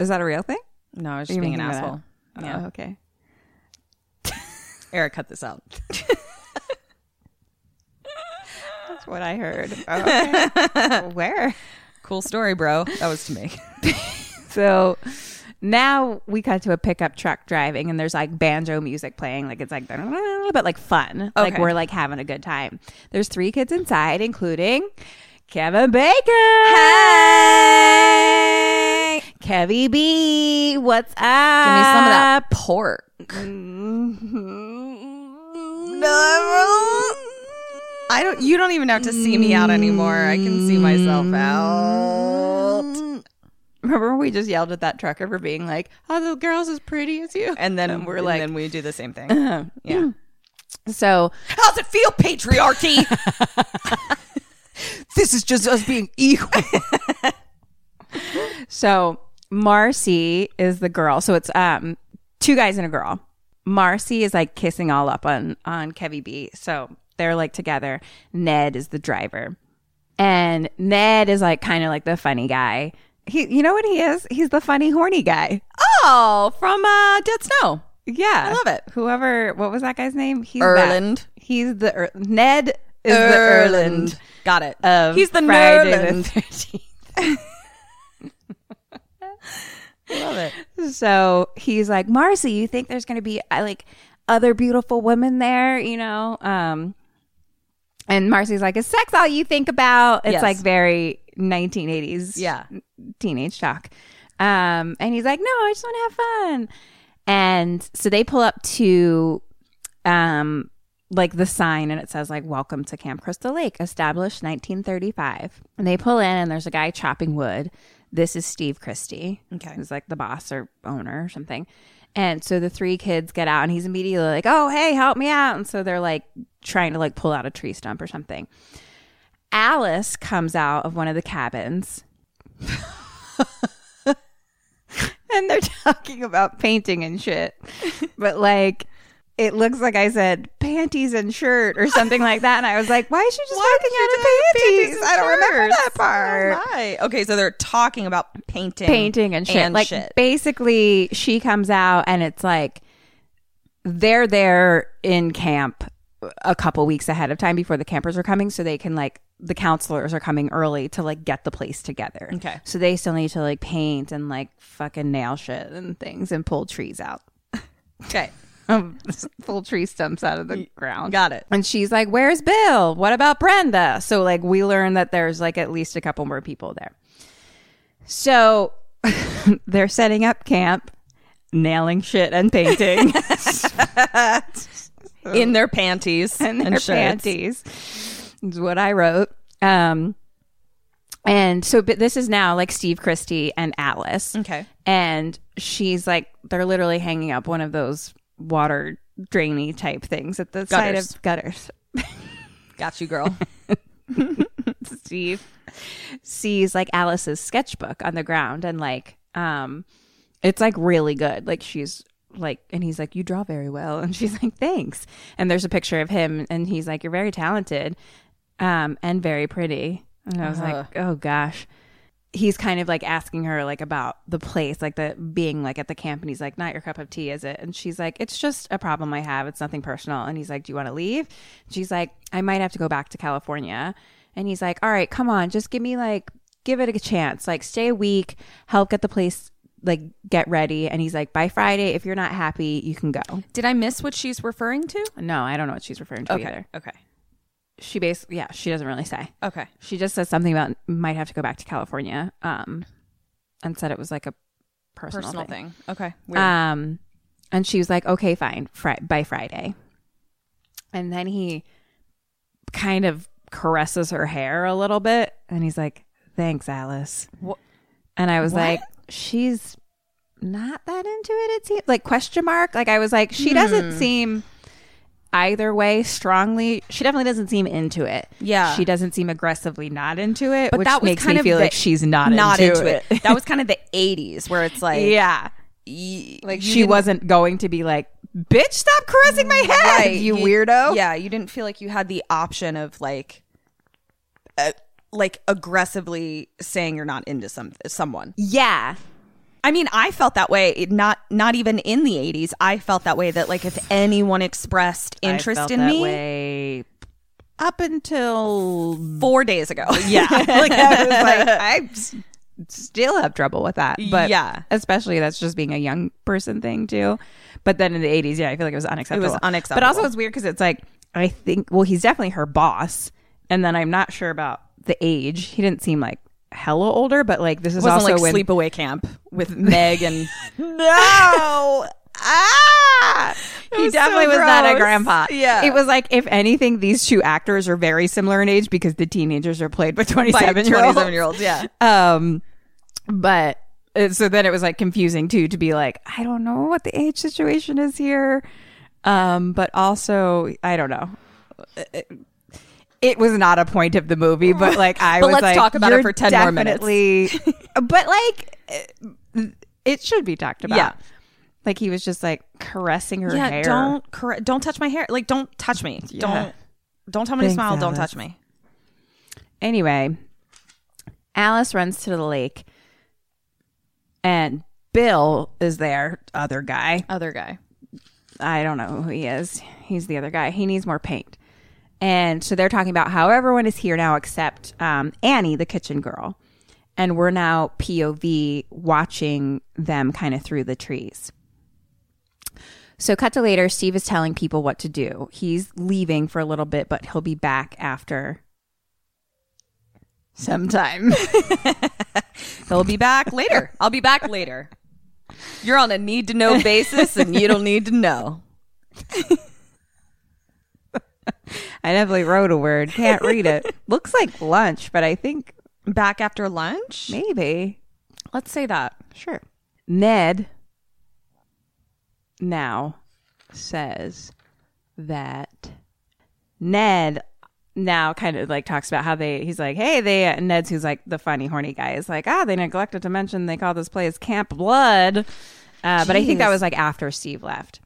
[SPEAKER 2] Is that a real thing?
[SPEAKER 5] No, I was
[SPEAKER 2] Are
[SPEAKER 5] just
[SPEAKER 2] you
[SPEAKER 5] being an
[SPEAKER 2] making that
[SPEAKER 5] asshole.
[SPEAKER 2] up? Oh, okay.
[SPEAKER 5] Eric, cut this out.
[SPEAKER 2] That's what I heard. Oh, okay. Where?
[SPEAKER 5] cool story, bro. That was to me.
[SPEAKER 2] So now we cut to a pickup truck driving, and there's like banjo music playing. Like it's like, but like fun. Like
[SPEAKER 5] Okay.
[SPEAKER 2] we're like having a good time. There's three kids inside, including Kevin Baker. Hey! Kevy B. What's up? Give me
[SPEAKER 5] Give me some of that pork. I don't. You don't even have to see me out anymore. I can see myself out.
[SPEAKER 2] Remember when we just yelled at that trucker for being like, oh, the girl's as pretty as you?
[SPEAKER 5] And then we're like, and then we do the same thing. yeah.
[SPEAKER 2] So
[SPEAKER 5] How's it feel, patriarchy? this is just us being equal.
[SPEAKER 2] So Marcy is the girl. So it's um two guys and a girl. Marcy is like kissing all up on on Kevy B. So they're like together. Ned is the driver. And Ned is like kind of like the funny guy. He you know what he is? He's the funny horny guy.
[SPEAKER 5] Oh, from uh, Dead Snow.
[SPEAKER 2] Yeah.
[SPEAKER 5] I love it.
[SPEAKER 2] Whoever what was that guy's name? He's
[SPEAKER 5] Erland.
[SPEAKER 2] That. He's the er- Ned is the Erland
[SPEAKER 5] Erland. Got it.
[SPEAKER 2] of
[SPEAKER 5] He's the
[SPEAKER 2] Friday the
[SPEAKER 5] Nerland.
[SPEAKER 2] 13th.
[SPEAKER 5] Love it.
[SPEAKER 2] So he's like, Marcy, you think there's going to be uh, like other beautiful women there, you know? Um, and Marcy's like, is sex all you think about? It's
[SPEAKER 5] Yes.
[SPEAKER 2] like very 1980s
[SPEAKER 5] Yeah.
[SPEAKER 2] teenage talk. Um, and he's like, no, I just want to have fun. And so they pull up to um, like the sign and it says like welcome to camp crystal lake established 1935 and they pull in and there's a guy chopping wood this is steve christie
[SPEAKER 5] Okay.
[SPEAKER 2] who's like the boss or owner or something and so the three kids get out and he's immediately like oh hey help me out and so they're like trying to like pull out a tree stump or something alice comes out of one of the cabins and they're talking about painting and shit but like it looks like I said panties and shirt or something like that. And I was like, why is she just walking out of panties? Oh I don't remember that part.
[SPEAKER 5] Okay, so they're talking about painting,
[SPEAKER 2] Painting and shit. like
[SPEAKER 5] shit.
[SPEAKER 2] basically she comes out and it's like they're there in camp a couple weeks ahead of time before the campers are coming so they can like the counselors are coming early to like get the place together.
[SPEAKER 5] Okay.
[SPEAKER 2] So they still need to like paint and like fucking nail shit and things and pull trees out.
[SPEAKER 5] okay,
[SPEAKER 2] pull tree stumps out of the ground.
[SPEAKER 5] got it.
[SPEAKER 2] And she's like, Where's Bill? What about Brenda? So, like, we learn that there's like at least a couple more people there. So they're setting up camp, nailing shit and painting.
[SPEAKER 5] in their panties
[SPEAKER 2] and their
[SPEAKER 5] shirts.
[SPEAKER 2] panties. Is what I wrote. Um, and so, but this is now like Steve Christie and Atlas.
[SPEAKER 5] Okay.
[SPEAKER 2] and she's like, they're literally hanging up one of those water drainy type things at the side
[SPEAKER 5] Gutters.
[SPEAKER 2] of gutters.
[SPEAKER 5] Got you, girl.
[SPEAKER 2] Steve sees like Alice's sketchbook on the ground and like um it's like really good. Like she's like and he's like you draw very well and she's like thanks. And there's a picture of him and he's like you're very talented um and very pretty. And I was like oh gosh. He's kind of like asking her like about the place, like the being like at the camp and he's like not your cup of tea is it? And she's like it's just a problem I have. It's nothing personal. And he's like do you want to leave? And she's like I might have to go back to California. And he's like, all right, come on, just give me like, give it a chance. Like, stay a week, help get the place, like, get ready. And he's like, by Friday, if you're not happy, you can go.
[SPEAKER 5] Did I miss what she's referring to?
[SPEAKER 2] No, I don't know what she's referring to either.
[SPEAKER 5] Okay.
[SPEAKER 2] She basically, yeah, she doesn't really say.
[SPEAKER 5] Okay.
[SPEAKER 2] She just says something about might have to go back to California. Um, and said it was like a personal,
[SPEAKER 5] Personal
[SPEAKER 2] thing.
[SPEAKER 5] thing. Okay. Weird.
[SPEAKER 2] Um, and she was like, okay, fine, fri- by Friday. And then he kind of caresses her hair a little bit and he's like, thanks, Alice.
[SPEAKER 5] Wha-
[SPEAKER 2] And I was like, she's not that into it, it seems like question mark. Like I was like, she
[SPEAKER 5] Hmm.
[SPEAKER 2] doesn't seem either way strongly. She definitely doesn't seem into it.
[SPEAKER 5] Yeah.
[SPEAKER 2] She doesn't seem aggressively not into it,
[SPEAKER 5] but
[SPEAKER 2] which
[SPEAKER 5] that was
[SPEAKER 2] makes
[SPEAKER 5] kind
[SPEAKER 2] me
[SPEAKER 5] of
[SPEAKER 2] feel
[SPEAKER 5] the-
[SPEAKER 2] like she's not, into, it.
[SPEAKER 5] that was kind of the '80s where it's like,
[SPEAKER 2] yeah
[SPEAKER 5] like
[SPEAKER 2] she wasn't going to be like, bitch, stop caressing my head, you, weirdo.
[SPEAKER 5] Yeah, you didn't feel like you had the option of like, uh, like aggressively saying you're not into some someone.
[SPEAKER 2] Yeah.
[SPEAKER 5] I mean, I felt that way. it- Not not even in the '80s. I felt that way. That like if anyone expressed interest in me,
[SPEAKER 2] up until
[SPEAKER 5] four days ago.
[SPEAKER 2] yeah, like I was like, I s- still have trouble with that. But
[SPEAKER 5] Yeah.
[SPEAKER 2] especially that's just being a young person thing too. But then in the eighties, yeah, I feel like it was unacceptable.
[SPEAKER 5] unacceptable.
[SPEAKER 2] But also, it's weird because it's like I think, well, he's definitely her boss, and then I'm not sure about the age. He didn't seem like hella older, but like this is
[SPEAKER 5] It wasn't
[SPEAKER 2] also
[SPEAKER 5] like
[SPEAKER 2] when
[SPEAKER 5] sleepaway camp with Meg and
[SPEAKER 2] no. Ah! He
[SPEAKER 5] was
[SPEAKER 2] definitely
[SPEAKER 5] so
[SPEAKER 2] was not a
[SPEAKER 5] gross.
[SPEAKER 2] grandpa.
[SPEAKER 5] Yeah.
[SPEAKER 2] It was like, if anything, these two actors are very similar in age because the teenagers are played by 27 year olds.
[SPEAKER 5] 27 year olds. Yeah.
[SPEAKER 2] Um, but uh, so then it was like confusing too to be like, I don't know what the age situation is here. Um, but also, I don't know. Uh, It was not a point of the movie, but like I
[SPEAKER 5] But
[SPEAKER 2] was
[SPEAKER 5] let's
[SPEAKER 2] like,
[SPEAKER 5] talk about it
[SPEAKER 2] "You're
[SPEAKER 5] for 10 more minutes."
[SPEAKER 2] definitely-" but like, it should be talked about.
[SPEAKER 5] Yeah.
[SPEAKER 2] Like he was just like caressing her
[SPEAKER 5] yeah.
[SPEAKER 2] hair.
[SPEAKER 5] Don't correct. Don't touch my hair. Like don't touch me. Don't don't tell me
[SPEAKER 2] Thanks,
[SPEAKER 5] to smile. Don't
[SPEAKER 2] Alice.
[SPEAKER 5] touch me.
[SPEAKER 2] Anyway, Alice runs to the lake, and Bill is there. Other guy.
[SPEAKER 5] Other guy.
[SPEAKER 2] I don't know who he is. He's the other guy. He needs more paint. And so they're talking about how everyone is here now except um, Annie, the kitchen girl. And we're now POV watching them kind of through the trees. So, cut to later, Steve is telling people what to do. He's leaving for a little bit, but he'll be back after sometime.
[SPEAKER 5] They'll be back later. I'll be back later. You're on a need to know basis, and you don't need to know.
[SPEAKER 2] I definitely wrote a word. Can't read it. Looks like lunch, but I think
[SPEAKER 5] Back after lunch.
[SPEAKER 2] maybe
[SPEAKER 5] Let's say that.
[SPEAKER 2] Sure. Ned now says that Ned now kind of like talks about how they he's like hey they uh, Ned's who's like the funny horny guy is like ah they neglected to mention they call this place Camp Blood uh, but I think that was like after Steve left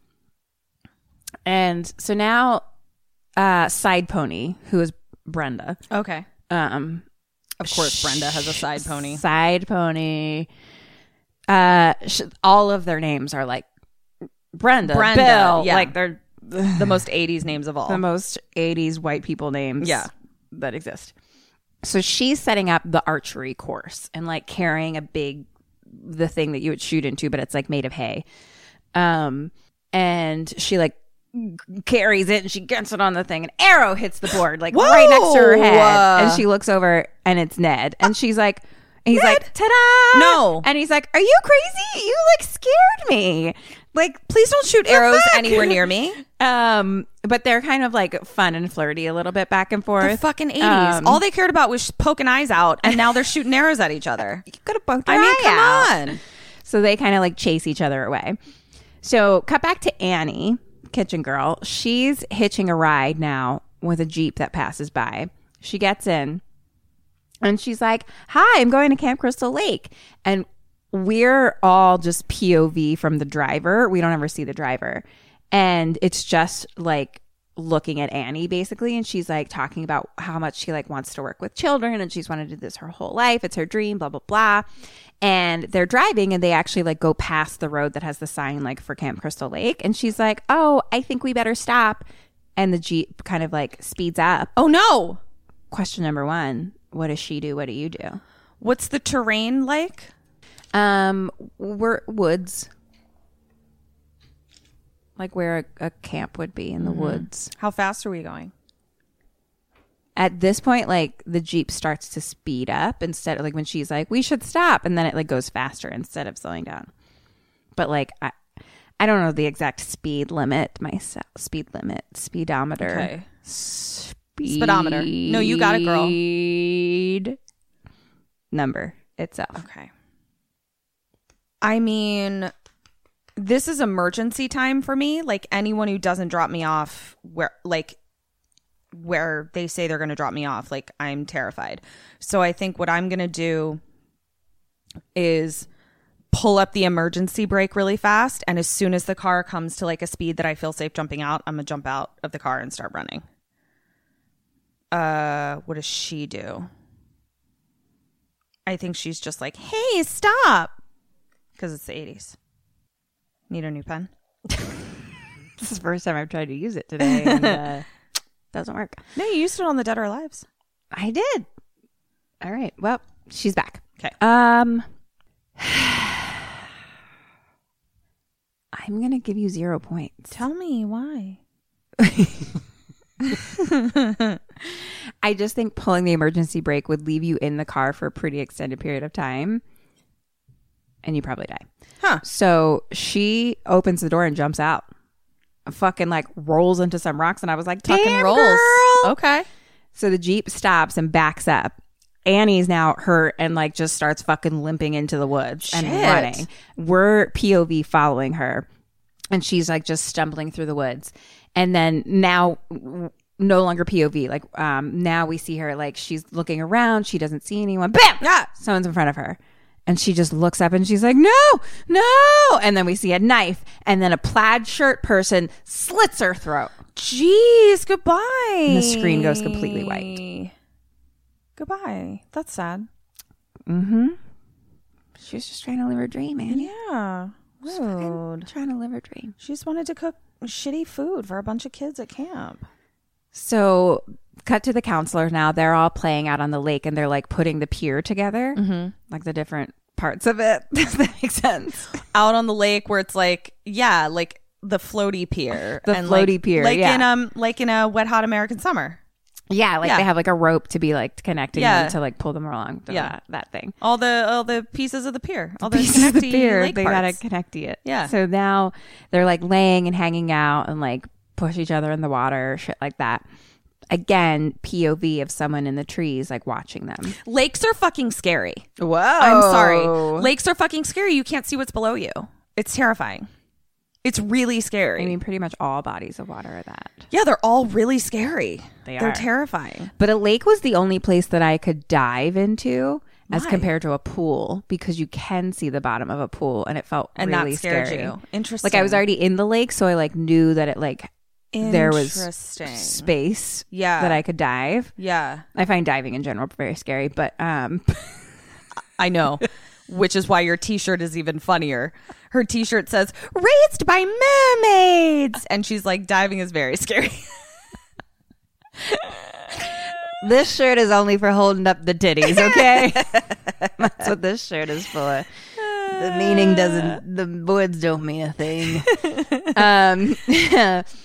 [SPEAKER 2] and so now uh side pony who is Brenda
[SPEAKER 5] Okay.
[SPEAKER 2] um
[SPEAKER 5] Of course, Brenda has a side pony.
[SPEAKER 2] Side pony. Uh, sh- all of their names are like Brenda,
[SPEAKER 5] Brenda,
[SPEAKER 2] Bill.
[SPEAKER 5] yeah.
[SPEAKER 2] Like they're
[SPEAKER 5] The most 80s names of all.
[SPEAKER 2] the most '80s white people names.
[SPEAKER 5] Yeah.
[SPEAKER 2] that exist. So she's setting up the archery course and like carrying a big the thing that you would shoot into, but it's like made of hay. Um, and she like carries it and she gets it on the thing. An arrow hits the board, like right next to her head. And she looks over and it's Ned. And she's like, and he's like, ta da!
[SPEAKER 5] No.
[SPEAKER 2] And he's like, are you crazy? You like scared me. Like,
[SPEAKER 5] Please don't shoot arrows anywhere near me.
[SPEAKER 2] um, but they're kind of like fun and flirty a little bit back and forth.
[SPEAKER 5] The fucking 80s.
[SPEAKER 2] Um,
[SPEAKER 5] All they cared about was poking eyes out, and now they're shooting arrows at each other.
[SPEAKER 2] you could have poked
[SPEAKER 5] I
[SPEAKER 2] your
[SPEAKER 5] mean,
[SPEAKER 2] eye
[SPEAKER 5] come
[SPEAKER 2] out.
[SPEAKER 5] on.
[SPEAKER 2] So they kind of like chase each other away. So cut back to Annie, kitchen girl. She's hitching a ride now with a Jeep that passes by. She gets in and she's like, Hi, I'm going to Camp Crystal Lake. And we're all just POV from the driver. We don't ever see the driver. And it's just like looking at Annie basically. And she's like talking about how much she like wants to work with children and she's wanted to do this her whole life. It's her dream, blah, blah, blah. And they're driving and they actually like go past the road that has the sign like for Camp Crystal Lake. And she's like, Oh, I think we better stop. And the Jeep kind of like speeds up.
[SPEAKER 5] Oh, no.
[SPEAKER 2] Question number one What does she do? What do you do?
[SPEAKER 5] What's the terrain like?
[SPEAKER 2] Um, we're woods. Like where a, a camp would be in the woods.
[SPEAKER 5] How fast are we going?
[SPEAKER 2] At this point, like the jeep starts to speed up instead. Like when she's like, "We should stop," and then it like goes faster instead of slowing down. But like I, I don't know the exact speed limit myself. Speed limit, speedometer, speed
[SPEAKER 5] Speedometer. No, you got it, girl.
[SPEAKER 2] girl. Number itself.
[SPEAKER 5] Okay. I mean, this is emergency time for me. Like anyone who doesn't drop me off where like where they say they're going to drop me off, like I'm terrified. So I think what I'm going to do is pull up the emergency brake really fast and as soon as the car comes to like a speed that I feel safe jumping out, I'm going to jump out of the car and start running. Uh, what does she do? I think she's just like, "Hey, stop," because it's the '80s. Need a new pen?
[SPEAKER 2] This is the first time I've tried to use it today. And, uh, doesn't work.
[SPEAKER 5] No, you used it on the Dead or Alive's.
[SPEAKER 2] I did. All right. Well, she's back.
[SPEAKER 5] 'Kay.
[SPEAKER 2] Um, I'm gonna give you zero points.
[SPEAKER 5] Tell me why.
[SPEAKER 2] I just think pulling the emergency brake would leave you in the car for a pretty extended period of time, and you probably die.
[SPEAKER 5] Huh.
[SPEAKER 2] So she opens the door and jumps out. Fucking like rolls into some rocks, and I was like,
[SPEAKER 5] Fucking
[SPEAKER 2] "Damn,
[SPEAKER 5] rolls.
[SPEAKER 2] girl!"
[SPEAKER 5] Okay.
[SPEAKER 2] So the Jeep stops and backs up. Annie's now hurt and like just starts fucking limping into the woods and
[SPEAKER 5] Shit.
[SPEAKER 2] running. We're POV following her and she's like just stumbling through the woods. And then now w- no longer POV. Like um now we see her like she's looking around, she doesn't see anyone. Bam! Ah!
[SPEAKER 5] Yeah.
[SPEAKER 2] Someone's in front of her. And she just looks up and she's like, "No! No!" And then we see a knife and then a plaid shirt person slits her throat.
[SPEAKER 5] Jeez. Goodbye.
[SPEAKER 2] And the screen goes completely white.
[SPEAKER 5] Goodbye. That's sad.
[SPEAKER 2] She was just trying to live her dream, Annie.
[SPEAKER 5] Yeah. Rude.
[SPEAKER 2] trying to live her dream.
[SPEAKER 5] She just wanted to cook shitty food for a bunch of kids at camp.
[SPEAKER 2] So, cut to the counselors now. They're all playing out on the lake and they're like putting the pier together, mm-hmm. like the different parts of it. Does that make sense?
[SPEAKER 5] Out on the lake where it's like, yeah, like the floaty pier,
[SPEAKER 2] The
[SPEAKER 5] like-
[SPEAKER 2] floaty pier,
[SPEAKER 5] like
[SPEAKER 2] yeah.
[SPEAKER 5] in um, like in a wet hot American summer.
[SPEAKER 2] Yeah, like
[SPEAKER 5] Yeah.
[SPEAKER 2] they have like a rope to be like connecting
[SPEAKER 5] Yeah.
[SPEAKER 2] them to like pull them along.
[SPEAKER 5] Yeah.
[SPEAKER 2] Yeah, that, that thing.
[SPEAKER 5] All the all the pieces of the pier, all the
[SPEAKER 2] Pieces of
[SPEAKER 5] connecty
[SPEAKER 2] the pier,
[SPEAKER 5] lake
[SPEAKER 2] they
[SPEAKER 5] parts.
[SPEAKER 2] gotta connect it.
[SPEAKER 5] Yeah.
[SPEAKER 2] So now they're like laying and hanging out and like push each other in the water, shit like that. Again, POV of someone in the trees, like watching them.
[SPEAKER 5] Lakes are fucking scary.
[SPEAKER 2] Whoa!
[SPEAKER 5] I'm sorry. Lakes are fucking scary. You can't see what's below you. It's terrifying. It's really scary.
[SPEAKER 2] I mean, pretty much all bodies of water are that.
[SPEAKER 5] yeah, they're all really scary.
[SPEAKER 2] They
[SPEAKER 5] They're
[SPEAKER 2] are.
[SPEAKER 5] terrifying.
[SPEAKER 2] But a lake was the only place that I could dive into as
[SPEAKER 5] Why?
[SPEAKER 2] compared to a pool because you can see the bottom of a pool and it felt
[SPEAKER 5] And that
[SPEAKER 2] really
[SPEAKER 5] scared
[SPEAKER 2] scary.
[SPEAKER 5] you. Interesting.
[SPEAKER 2] Like I was already in the lake, so I like knew that it like there was
[SPEAKER 5] Interesting.
[SPEAKER 2] space
[SPEAKER 5] Yeah.
[SPEAKER 2] that I could dive.
[SPEAKER 5] Yeah,
[SPEAKER 2] I find diving in general very scary, but um
[SPEAKER 5] I know. Which is why your T-shirt is even funnier. Her T-shirt says "Raised by mermaids," and she's like, "Diving is very scary."
[SPEAKER 2] this shirt is only for holding up the titties, okay? That's what this shirt is for. The meaning doesn't the words don't mean a thing. um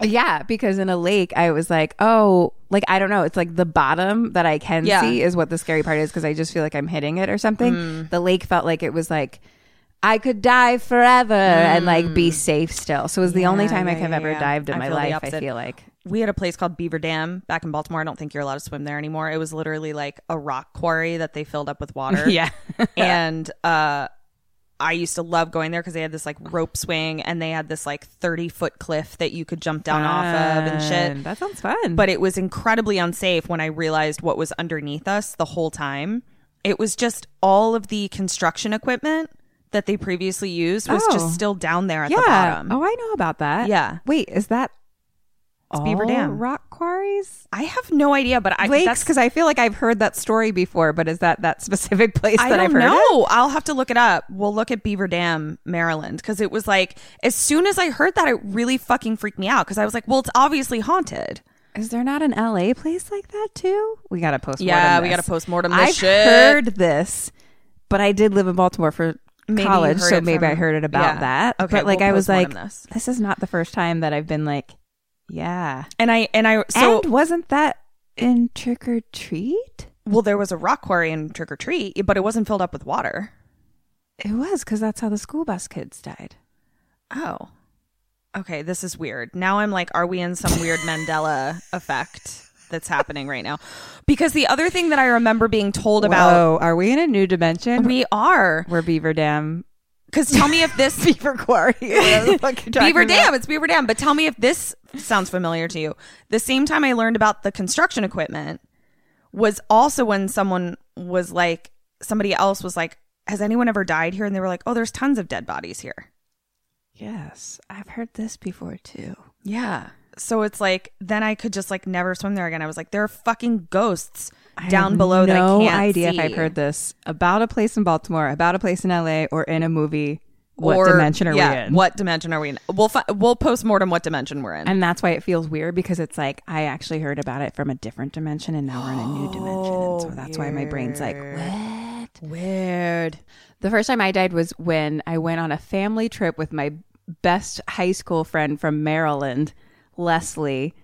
[SPEAKER 2] Yeah, because in a lake I was like, oh, like I don't know, it's like the bottom that I can
[SPEAKER 5] Yeah. Mm.
[SPEAKER 2] see is what the scary part is because I just feel like I'm hitting it or something. The lake felt like it was like I could dive forever and like
[SPEAKER 5] Mm.
[SPEAKER 2] be safe still. So it was the only time I could have ever dived in
[SPEAKER 5] I
[SPEAKER 2] my
[SPEAKER 5] feel the
[SPEAKER 2] life, I
[SPEAKER 5] opposite.
[SPEAKER 2] feel like.
[SPEAKER 5] we had a place called Beaver Dam back in Baltimore. I don't think you're allowed to swim there anymore. It was literally like a rock quarry that they filled up with water.
[SPEAKER 2] Yeah.
[SPEAKER 5] and uh, I used to love going there because they had this like rope swing and they had this like 30 foot cliff that you could jump down off of and shit.
[SPEAKER 2] That sounds fun.
[SPEAKER 5] But it was incredibly unsafe when I realized what was underneath us the whole time. It was just all of the construction equipment that they previously used was
[SPEAKER 2] Oh.
[SPEAKER 5] just still down there at
[SPEAKER 2] yeah.
[SPEAKER 5] the bottom.
[SPEAKER 2] Oh, I know about that.
[SPEAKER 5] Yeah.
[SPEAKER 2] Wait, is that
[SPEAKER 5] It's Beaver
[SPEAKER 2] all
[SPEAKER 5] Dam.
[SPEAKER 2] rock quarries?
[SPEAKER 5] I have no idea, but I
[SPEAKER 2] Lakes?
[SPEAKER 5] that's-
[SPEAKER 2] Because I feel like I've heard that story before, but is that that specific place
[SPEAKER 5] I
[SPEAKER 2] that
[SPEAKER 5] don't
[SPEAKER 2] I've heard it?
[SPEAKER 5] know. I'll have to look it up. We'll look at Beaver Dam, Maryland, because it was like as soon as I heard that, it really fucking freaked me out because I was like, well, it's obviously haunted.
[SPEAKER 2] Is there not an LA place like that too? We gotta post.
[SPEAKER 5] Yeah, we gotta postmortem this
[SPEAKER 2] I've
[SPEAKER 5] shit.
[SPEAKER 2] heard this, but
[SPEAKER 5] did
[SPEAKER 2] live in Baltimore for
[SPEAKER 5] Maybe you
[SPEAKER 2] college,
[SPEAKER 5] heard
[SPEAKER 2] so
[SPEAKER 5] it
[SPEAKER 2] maybe I
[SPEAKER 5] from-
[SPEAKER 2] heard it about
[SPEAKER 5] yeah.
[SPEAKER 2] that.
[SPEAKER 5] Okay,
[SPEAKER 2] but like
[SPEAKER 5] we'll
[SPEAKER 2] I was like,
[SPEAKER 5] postmortem
[SPEAKER 2] this.
[SPEAKER 5] this.
[SPEAKER 2] is not the first time that I've been like, yeah.
[SPEAKER 5] and I and I so
[SPEAKER 2] and wasn't that in Trick or Treat?
[SPEAKER 5] well, there was a rock quarry in Trick or Treat, but it wasn't filled up with water.
[SPEAKER 2] It was because that's how the school bus kids died.
[SPEAKER 5] Oh, okay, this is weird. Now I'm like, are we in some weird Mandela effect? That's happening right now. Because the other thing that I remember being told about,
[SPEAKER 2] Whoa, are we in a new dimension?
[SPEAKER 5] we are.
[SPEAKER 2] we're Beaver Dam.
[SPEAKER 5] Because tell me if this
[SPEAKER 2] Beaver Quarry. whatever the fuck you're talking
[SPEAKER 5] Beaver
[SPEAKER 2] about.
[SPEAKER 5] Dam. It's Beaver Dam. But tell me if this sounds familiar to you. The same time I learned about the construction equipment was also when someone was like, somebody else was like, has anyone ever died here? And they were like, oh, there's tons of dead bodies here.
[SPEAKER 2] Yes, I've heard this before too.
[SPEAKER 5] Yeah. So it's like, then I could just like never swim there again. I was like, there are fucking ghosts
[SPEAKER 2] I
[SPEAKER 5] down
[SPEAKER 2] have
[SPEAKER 5] below that I
[SPEAKER 2] no
[SPEAKER 5] can't
[SPEAKER 2] idea
[SPEAKER 5] see.
[SPEAKER 2] if I've heard this about a place in Baltimore, about a place in LA, or in a movie. What
[SPEAKER 5] Or-
[SPEAKER 2] dimension are
[SPEAKER 5] yeah,
[SPEAKER 2] we in?
[SPEAKER 5] What dimension are we in? We'll fi- we'll post mortem what dimension we're in.
[SPEAKER 2] And that's why it feels weird because it's like I actually heard about it from a different dimension, and now we're in a new dimension. And
[SPEAKER 5] Oh,
[SPEAKER 2] so that's why my brain's like, what?
[SPEAKER 5] weird.
[SPEAKER 2] The first time I died was when I went on a family trip with my best high school friend from Maryland, Leslie,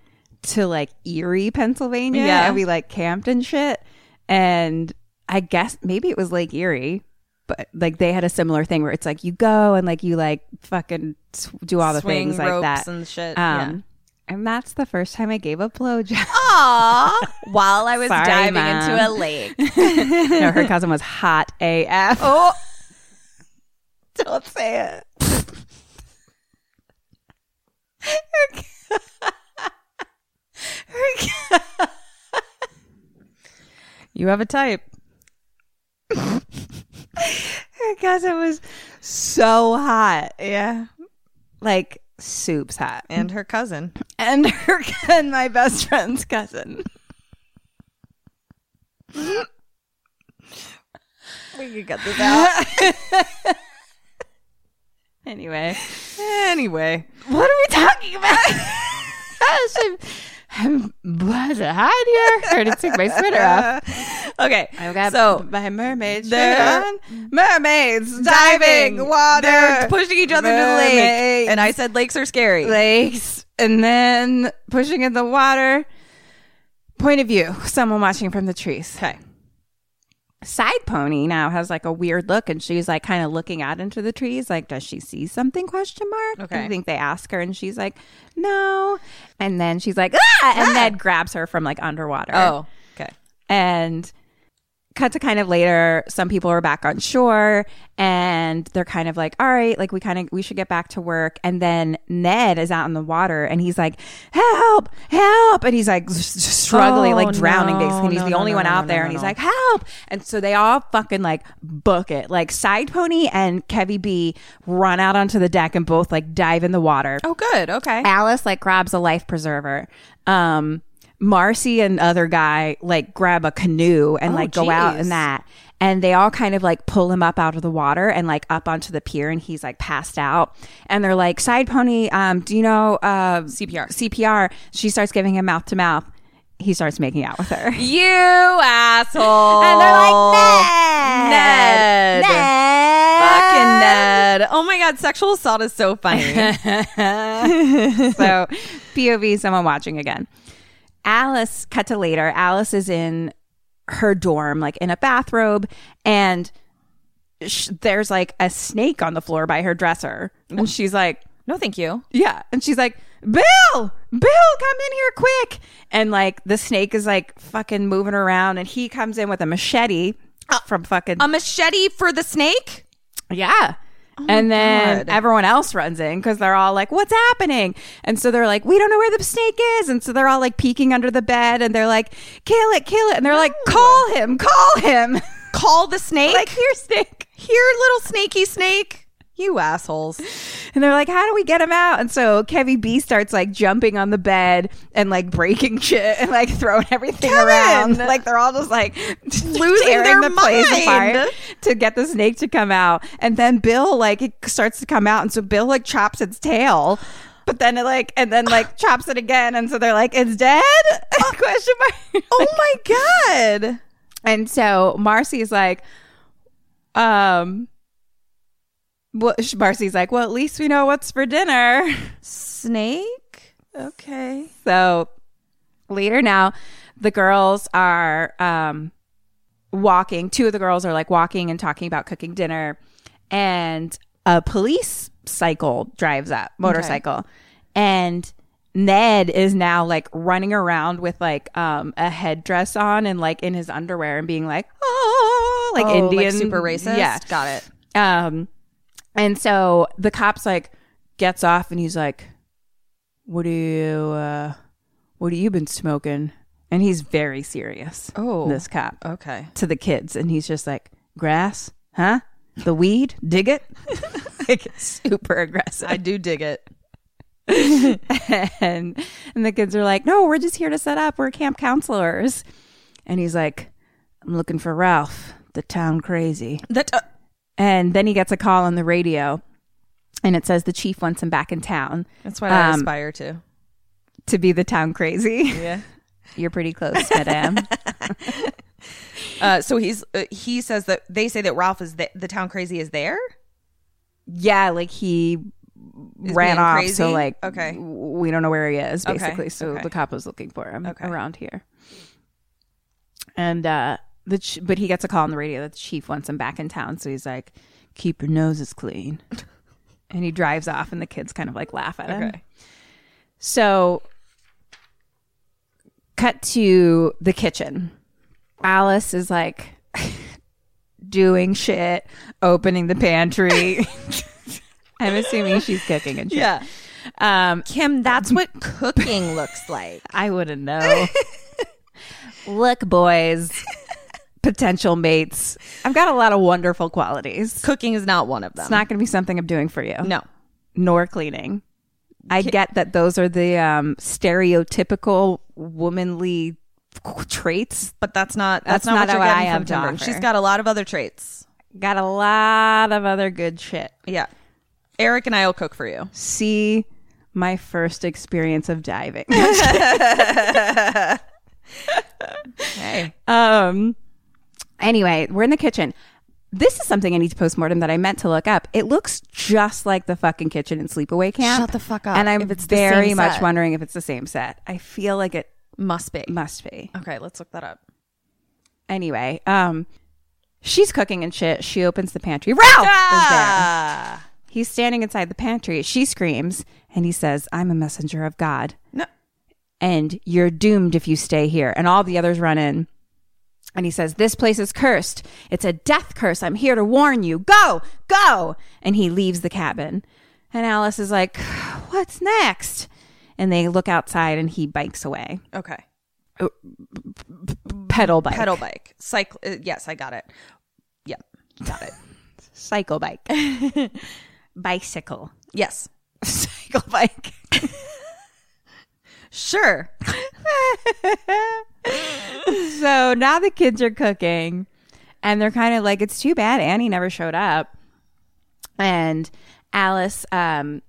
[SPEAKER 2] to like Erie, Pennsylvania.
[SPEAKER 5] Yeah.
[SPEAKER 2] And we like camped and shit. And I guess maybe it was Lake Erie, but like they had a similar thing where it's like you go and like you like fucking s- do all the
[SPEAKER 5] Swing
[SPEAKER 2] things like
[SPEAKER 5] ropes
[SPEAKER 2] that.
[SPEAKER 5] and shit,
[SPEAKER 2] Um, And that's the first time I gave a blowjob.
[SPEAKER 5] while I was
[SPEAKER 2] Sorry,
[SPEAKER 5] diving
[SPEAKER 2] Mom.
[SPEAKER 5] into a lake.
[SPEAKER 2] no, her cousin was hot AF.
[SPEAKER 5] Oh,
[SPEAKER 2] Don't say it.
[SPEAKER 5] you have a type.
[SPEAKER 2] Her cousin was so hot. Yeah. Like soup's hot.
[SPEAKER 5] And her cousin.
[SPEAKER 2] And her and my best friend's cousin.
[SPEAKER 5] We could cut this out.
[SPEAKER 2] Anyway.
[SPEAKER 5] anyway.
[SPEAKER 2] What are we talking about? I'm, I'm blood hot here. I had to take my sweater off.
[SPEAKER 5] Okay.
[SPEAKER 2] I've got
[SPEAKER 5] so
[SPEAKER 2] my mermaid shirt
[SPEAKER 5] they're-
[SPEAKER 2] on. Mermaids
[SPEAKER 5] diving, water. They're pushing each other into the lake.
[SPEAKER 2] Mermaids.
[SPEAKER 5] And I said lakes are scary.
[SPEAKER 2] lakes and then pushing in the water. Point of view, someone watching from the trees.
[SPEAKER 5] Okay.
[SPEAKER 2] Side pony now has like a weird look and she's like kind of looking out into the trees like does she see something question mark
[SPEAKER 5] Okay.
[SPEAKER 2] i think they ask her and she's like no and then she's like ah! and then grabs her from like underwater
[SPEAKER 5] Oh. Okay.
[SPEAKER 2] and cut to kind of later some people are back on shore and they're kind of like all right like we kind of we should get back to work and then ned is out in the water and he's like help help and he's like s- s- struggling
[SPEAKER 5] Oh,
[SPEAKER 2] like drowning
[SPEAKER 5] no,
[SPEAKER 2] basically and he's
[SPEAKER 5] no,
[SPEAKER 2] the
[SPEAKER 5] no,
[SPEAKER 2] only
[SPEAKER 5] no,
[SPEAKER 2] one
[SPEAKER 5] no,
[SPEAKER 2] out
[SPEAKER 5] no,
[SPEAKER 2] there
[SPEAKER 5] no,
[SPEAKER 2] and he's
[SPEAKER 5] no.
[SPEAKER 2] like help and so they all fucking like book it like side pony and kevy b run out onto the deck and both like dive in the water
[SPEAKER 5] Oh, good. Okay.
[SPEAKER 2] Alice like grabs a life preserver. Um, Marcy and other guy like grab a canoe
[SPEAKER 5] Oh,
[SPEAKER 2] and like go out in
[SPEAKER 5] geez.
[SPEAKER 2] that. And they all kind of like pull him up out of the water and like up onto the pier and he's like passed out. And they're like, Side Pony, um, do you know uh,
[SPEAKER 5] CPR.
[SPEAKER 2] CPR? She starts giving him mouth to mouth. He starts making out with her.
[SPEAKER 5] You asshole.
[SPEAKER 2] And they're like, Ned!
[SPEAKER 5] Ned.
[SPEAKER 2] Ned!
[SPEAKER 5] Fucking Ned. Oh my God. Sexual assault is so funny.
[SPEAKER 2] so POV, someone watching again. Alice, cut to later. Alice is in her dorm, like in a bathrobe, and sh- there's like a snake on the floor by her dresser. And she's like,
[SPEAKER 5] No, thank you.
[SPEAKER 2] yeah. And she's like, Bill, Bill, come in here quick. And like the snake is like fucking moving around and he comes in with a machete from fucking
[SPEAKER 5] A machete for the snake? Oh
[SPEAKER 2] yeah. and then
[SPEAKER 5] God.
[SPEAKER 2] everyone else runs in because they're all like, what's happening? And so they're like, we don't know where the snake is. And so they're all like peeking under the bed and they're like, kill it, kill it. And they're like, call him, call him.
[SPEAKER 5] Call the snake?
[SPEAKER 2] like, here, snake.
[SPEAKER 5] Here, little snaky snake. You assholes.
[SPEAKER 2] And they're like, how do we get him out? And so Kevy B starts like jumping on the bed and like breaking shit and like throwing everything around. Like they're all just like losing
[SPEAKER 5] their
[SPEAKER 2] the place
[SPEAKER 5] mind.
[SPEAKER 2] apart to get the snake to come out. And then Bill like it starts to come out. And so Bill like chops its tail. But then it like and then like chops it again. And so they're like, it's dead? Question mark.
[SPEAKER 5] Oh my God.
[SPEAKER 2] And so Marcy's like, um, well, sh- Marcy's like, well, at least we know what's for dinner.
[SPEAKER 5] Snake? Okay.
[SPEAKER 2] So later now, the girls are um, walking. Two of the girls are like walking and talking about cooking dinner, and a police cycle drives up, motorcycle, and Ned is now like running around with like um, a headdress on and like in his underwear and being like, oh, like
[SPEAKER 5] Oh, like
[SPEAKER 2] Indian,
[SPEAKER 5] super racist?
[SPEAKER 2] Yeah,
[SPEAKER 5] Got it.
[SPEAKER 2] um, and so the cops like gets off and he's like, "What do you, uh, what have you been smoking?" And he's very serious.
[SPEAKER 5] Oh.
[SPEAKER 2] this cop
[SPEAKER 5] Okay.
[SPEAKER 2] to the kids, and he's just like, "Grass, huh? The weed, dig it." like super aggressive
[SPEAKER 5] I do dig it.
[SPEAKER 2] and and the kids are like, "No, we're just here to set up. We're camp counselors." And he's like, "I'm looking for Ralph, the town crazy."
[SPEAKER 5] That uh,
[SPEAKER 2] And then he gets a call on the radio, and it says the chief wants him back in town
[SPEAKER 5] That's what I
[SPEAKER 2] Um,
[SPEAKER 5] aspire to.
[SPEAKER 2] to be the town crazy.
[SPEAKER 5] Yeah.
[SPEAKER 2] You're pretty close, madame.
[SPEAKER 5] Uh, so he's uh, he says that they say that Ralph is the, the town crazy is there.
[SPEAKER 2] yeah, like he ran
[SPEAKER 5] being
[SPEAKER 2] off,
[SPEAKER 5] crazy?
[SPEAKER 2] so like,
[SPEAKER 5] Okay.
[SPEAKER 2] w- we don't know where he is,
[SPEAKER 5] Okay,
[SPEAKER 2] basically. So
[SPEAKER 5] okay.
[SPEAKER 2] the cop was looking for him
[SPEAKER 5] Okay.
[SPEAKER 2] around here, and uh, the ch- but he gets a call on the radio that the chief wants him back in town. So he's like, "Keep your noses clean," and he drives off, and the kids kind of like laugh at him. So, cut to the kitchen. Alice is like doing shit, opening the pantry. I'm assuming she's cooking and shit.
[SPEAKER 5] Yeah.
[SPEAKER 2] Um,
[SPEAKER 5] Kim, uh, that's what cooking looks like.
[SPEAKER 2] I wouldn't know. Look, boys, potential mates, I've got a lot of wonderful qualities.
[SPEAKER 5] Cooking is not one of them.
[SPEAKER 2] It's not going to be something I'm doing for you,
[SPEAKER 5] no.
[SPEAKER 2] nor cleaning. I get that those are the um, stereotypical womanly traits
[SPEAKER 5] But that's not
[SPEAKER 2] That's
[SPEAKER 5] that's, not,
[SPEAKER 2] not
[SPEAKER 5] what, you're
[SPEAKER 2] what
[SPEAKER 5] getting
[SPEAKER 2] I
[SPEAKER 5] from
[SPEAKER 2] have to
[SPEAKER 5] Timber.
[SPEAKER 2] offer.
[SPEAKER 5] She's got a lot of other traits.
[SPEAKER 2] got a lot of other good shit.
[SPEAKER 5] Yeah. Eric and I will cook for you.
[SPEAKER 2] See my first experience of diving.
[SPEAKER 5] Hey.
[SPEAKER 2] um anyway, we're in the kitchen. This is something I need to postmortem that I meant to look up. It looks just like the fucking kitchen in Sleepaway Camp.
[SPEAKER 5] Shut the fuck up.
[SPEAKER 2] And I'm
[SPEAKER 5] If it's the
[SPEAKER 2] very
[SPEAKER 5] same
[SPEAKER 2] much
[SPEAKER 5] set.
[SPEAKER 2] wondering if it's the same set. I feel like it
[SPEAKER 5] Must be.
[SPEAKER 2] must be.
[SPEAKER 5] Okay, let's look that up.
[SPEAKER 2] Anyway, um she's cooking and shit. She opens the pantry.
[SPEAKER 5] Ah!
[SPEAKER 2] Ralph is there. He's standing inside the pantry. She screams and he says, I'm a messenger of God.
[SPEAKER 5] No.
[SPEAKER 2] And you're doomed if you stay here. And all the others run in. And he says, This place is cursed. It's a death curse. I'm here to warn you. Go, go. And he leaves the cabin. And Alice is like, What's next? And they look outside and he bikes away.
[SPEAKER 5] Okay.
[SPEAKER 2] Pedal bike.
[SPEAKER 5] Pedal bike. Cycle uh, yes, I got it. Yeah. Got it.
[SPEAKER 2] Cycle bike. Bicycle.
[SPEAKER 5] yes.
[SPEAKER 2] Cycle bike.
[SPEAKER 5] Sure.
[SPEAKER 2] So now the kids are cooking and they're kind of like, it's too bad Annie never showed up. And Alice, um,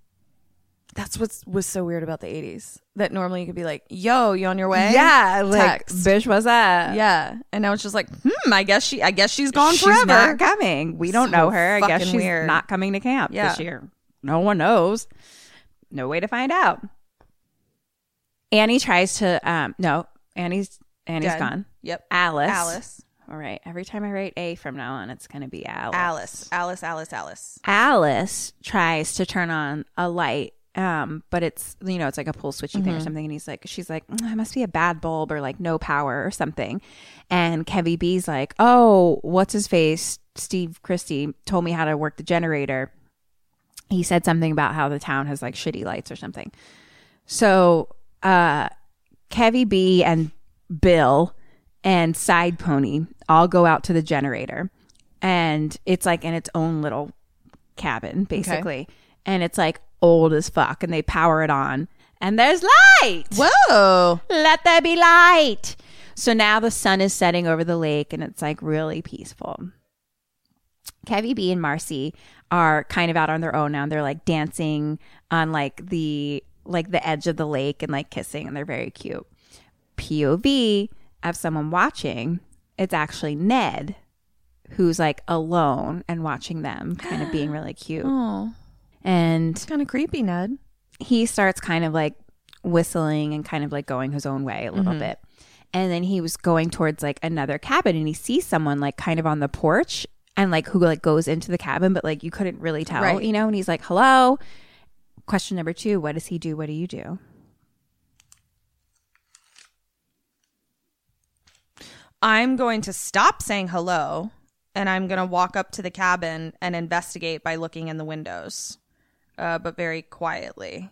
[SPEAKER 5] That's what was so weird about the 80s. That normally you could be like, "Yo, you on your way?"
[SPEAKER 2] yeah, like,
[SPEAKER 5] Text.
[SPEAKER 2] Bish was up.
[SPEAKER 5] Yeah, and now it's just like, hmm. I guess she. I guess she's gone
[SPEAKER 2] she's
[SPEAKER 5] forever.
[SPEAKER 2] not coming. We don't
[SPEAKER 5] So
[SPEAKER 2] know her. I guess
[SPEAKER 5] fucking
[SPEAKER 2] she's
[SPEAKER 5] weird.
[SPEAKER 2] not coming to camp this
[SPEAKER 5] Yeah.
[SPEAKER 2] year. No one knows. No way to find out. Annie tries to, um, no, Annie's, Annie's
[SPEAKER 5] Dead.
[SPEAKER 2] gone.
[SPEAKER 5] Yep.
[SPEAKER 2] Alice,
[SPEAKER 5] Alice.
[SPEAKER 2] All right. Every time I write A from now on, it's going to be Alice.
[SPEAKER 5] Alice, Alice, Alice, Alice.
[SPEAKER 2] Alice tries to turn on a light, um, but it's you know it's like a pull switchy thing or something, and he's like, she's like, "Mm, it must be a bad bulb or like no power or something, and Kevy B's like, oh, what's his face? Steve Christie told me how to work the generator. He said something about how the town has like shitty lights or something. So, uh, Kevy B and Bill and Side Pony all go out to the generator, and it's like in its own little cabin basically and it's like old as fuck and they power it on and there's light
[SPEAKER 5] Whoa.
[SPEAKER 2] let there be light so now the sun is setting over the lake and it's like really peaceful Kevy B and Marcy are kind of out on their own now. They're like dancing on like the like the edge of the lake and like kissing and they're very cute. POV of someone watching, it's actually Ned who's like alone and watching them kind of being really cute. And
[SPEAKER 5] Kind of creepy, Ned.
[SPEAKER 2] he starts kind of like whistling and kind of like going his own way a little bit. And then he was going towards like another cabin and he sees someone like kind of on the porch and like who like goes into the cabin, but like you couldn't really tell,
[SPEAKER 5] Right.
[SPEAKER 2] you know? And he's like, hello. Question number two What does he do? What do you do?
[SPEAKER 5] I'm going to stop saying hello and I'm going to walk up to the cabin and investigate by looking in the windows, uh, but very quietly.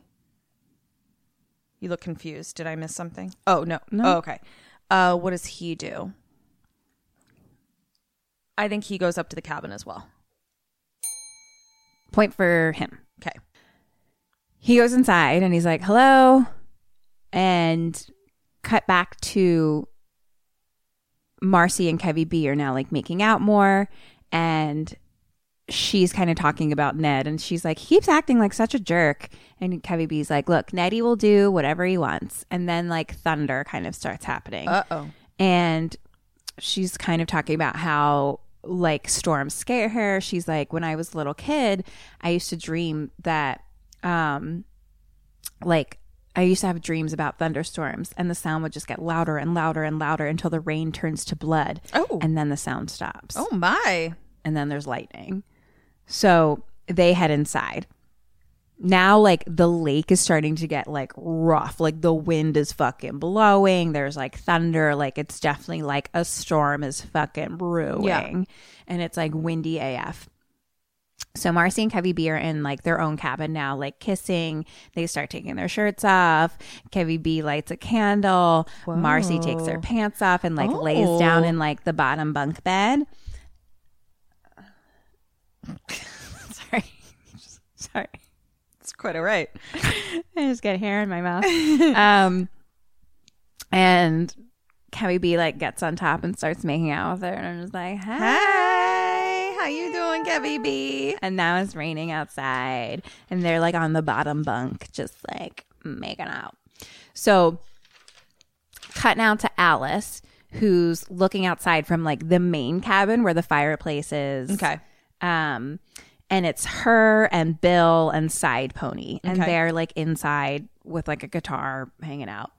[SPEAKER 5] You look confused. Did I miss something? Oh, no. Oh, okay. Uh, what does he do? I think he goes up to the cabin as well.
[SPEAKER 2] Point for him.
[SPEAKER 5] Okay.
[SPEAKER 2] he goes inside and he's like, hello. And cut back to Marcy and Kevy B are now like making out more. And she's kind of talking about Ned and she's like, he keeps acting like such a jerk. And Kevy B's like, look, Neddy will do whatever he wants. And then like thunder kind of starts happening
[SPEAKER 5] oh.
[SPEAKER 2] and she's kind of talking about how like storms scare her. She's like, when I was a little kid, I used to dream that, um, like I used to have dreams about thunderstorms, and the sound would just get louder and louder and louder until the rain turns to blood.
[SPEAKER 5] Oh.
[SPEAKER 2] and then the sound stops
[SPEAKER 5] Oh, my.
[SPEAKER 2] and then there's lightning. So they head inside. Now, like the lake is starting to get like rough. Like the wind is fucking blowing. There's like thunder. Like it's definitely like a storm is fucking brewing. And it's like windy AF. So Marcy and Kevy B are in like their own cabin now, like kissing. They start taking their shirts off. Kevy B lights a candle. Marcy takes her pants off and like lays down in like the bottom bunk bed. sorry. sorry.
[SPEAKER 5] It's quite all right.
[SPEAKER 2] I just got hair in my mouth. um, and Kelly B like gets on top and starts making out with her, and I'm just like, hi, how you doing, Kevy B? And now it's raining outside, and they're like on the bottom bunk, just like making out. So, cut now to Alice, who's looking outside from like the main cabin where the fireplace is.
[SPEAKER 5] Okay.
[SPEAKER 2] Um, and it's her and Bill and Side Pony, and they're like inside with like a guitar hanging out.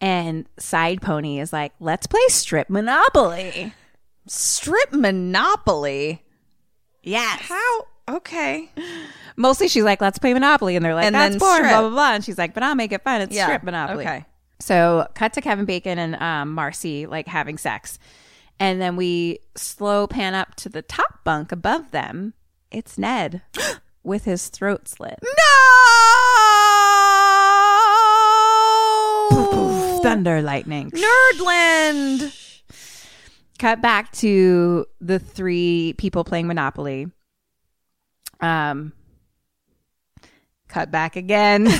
[SPEAKER 2] And Side Pony is like, "Let's play Strip Monopoly."
[SPEAKER 5] Strip Monopoly.
[SPEAKER 2] Yes.
[SPEAKER 5] How? Okay.
[SPEAKER 2] Mostly, she's like, "Let's play Monopoly," and they're like,
[SPEAKER 5] And
[SPEAKER 2] "That's
[SPEAKER 5] then
[SPEAKER 2] boring," blah
[SPEAKER 5] strip.
[SPEAKER 2] blah blah. And she's like, "But I'll make it fun. It's
[SPEAKER 5] Yeah.
[SPEAKER 2] Strip Monopoly."
[SPEAKER 5] Okay.
[SPEAKER 2] So cut to Kevin Bacon and um, Marcy like having sex, and then we slow pan up to the top bunk above them. It's Ned with his throat slit.
[SPEAKER 5] No!
[SPEAKER 2] Thunder lightning.
[SPEAKER 5] Nerdland!
[SPEAKER 2] cut back to the three people playing Monopoly. Um, cut back again. I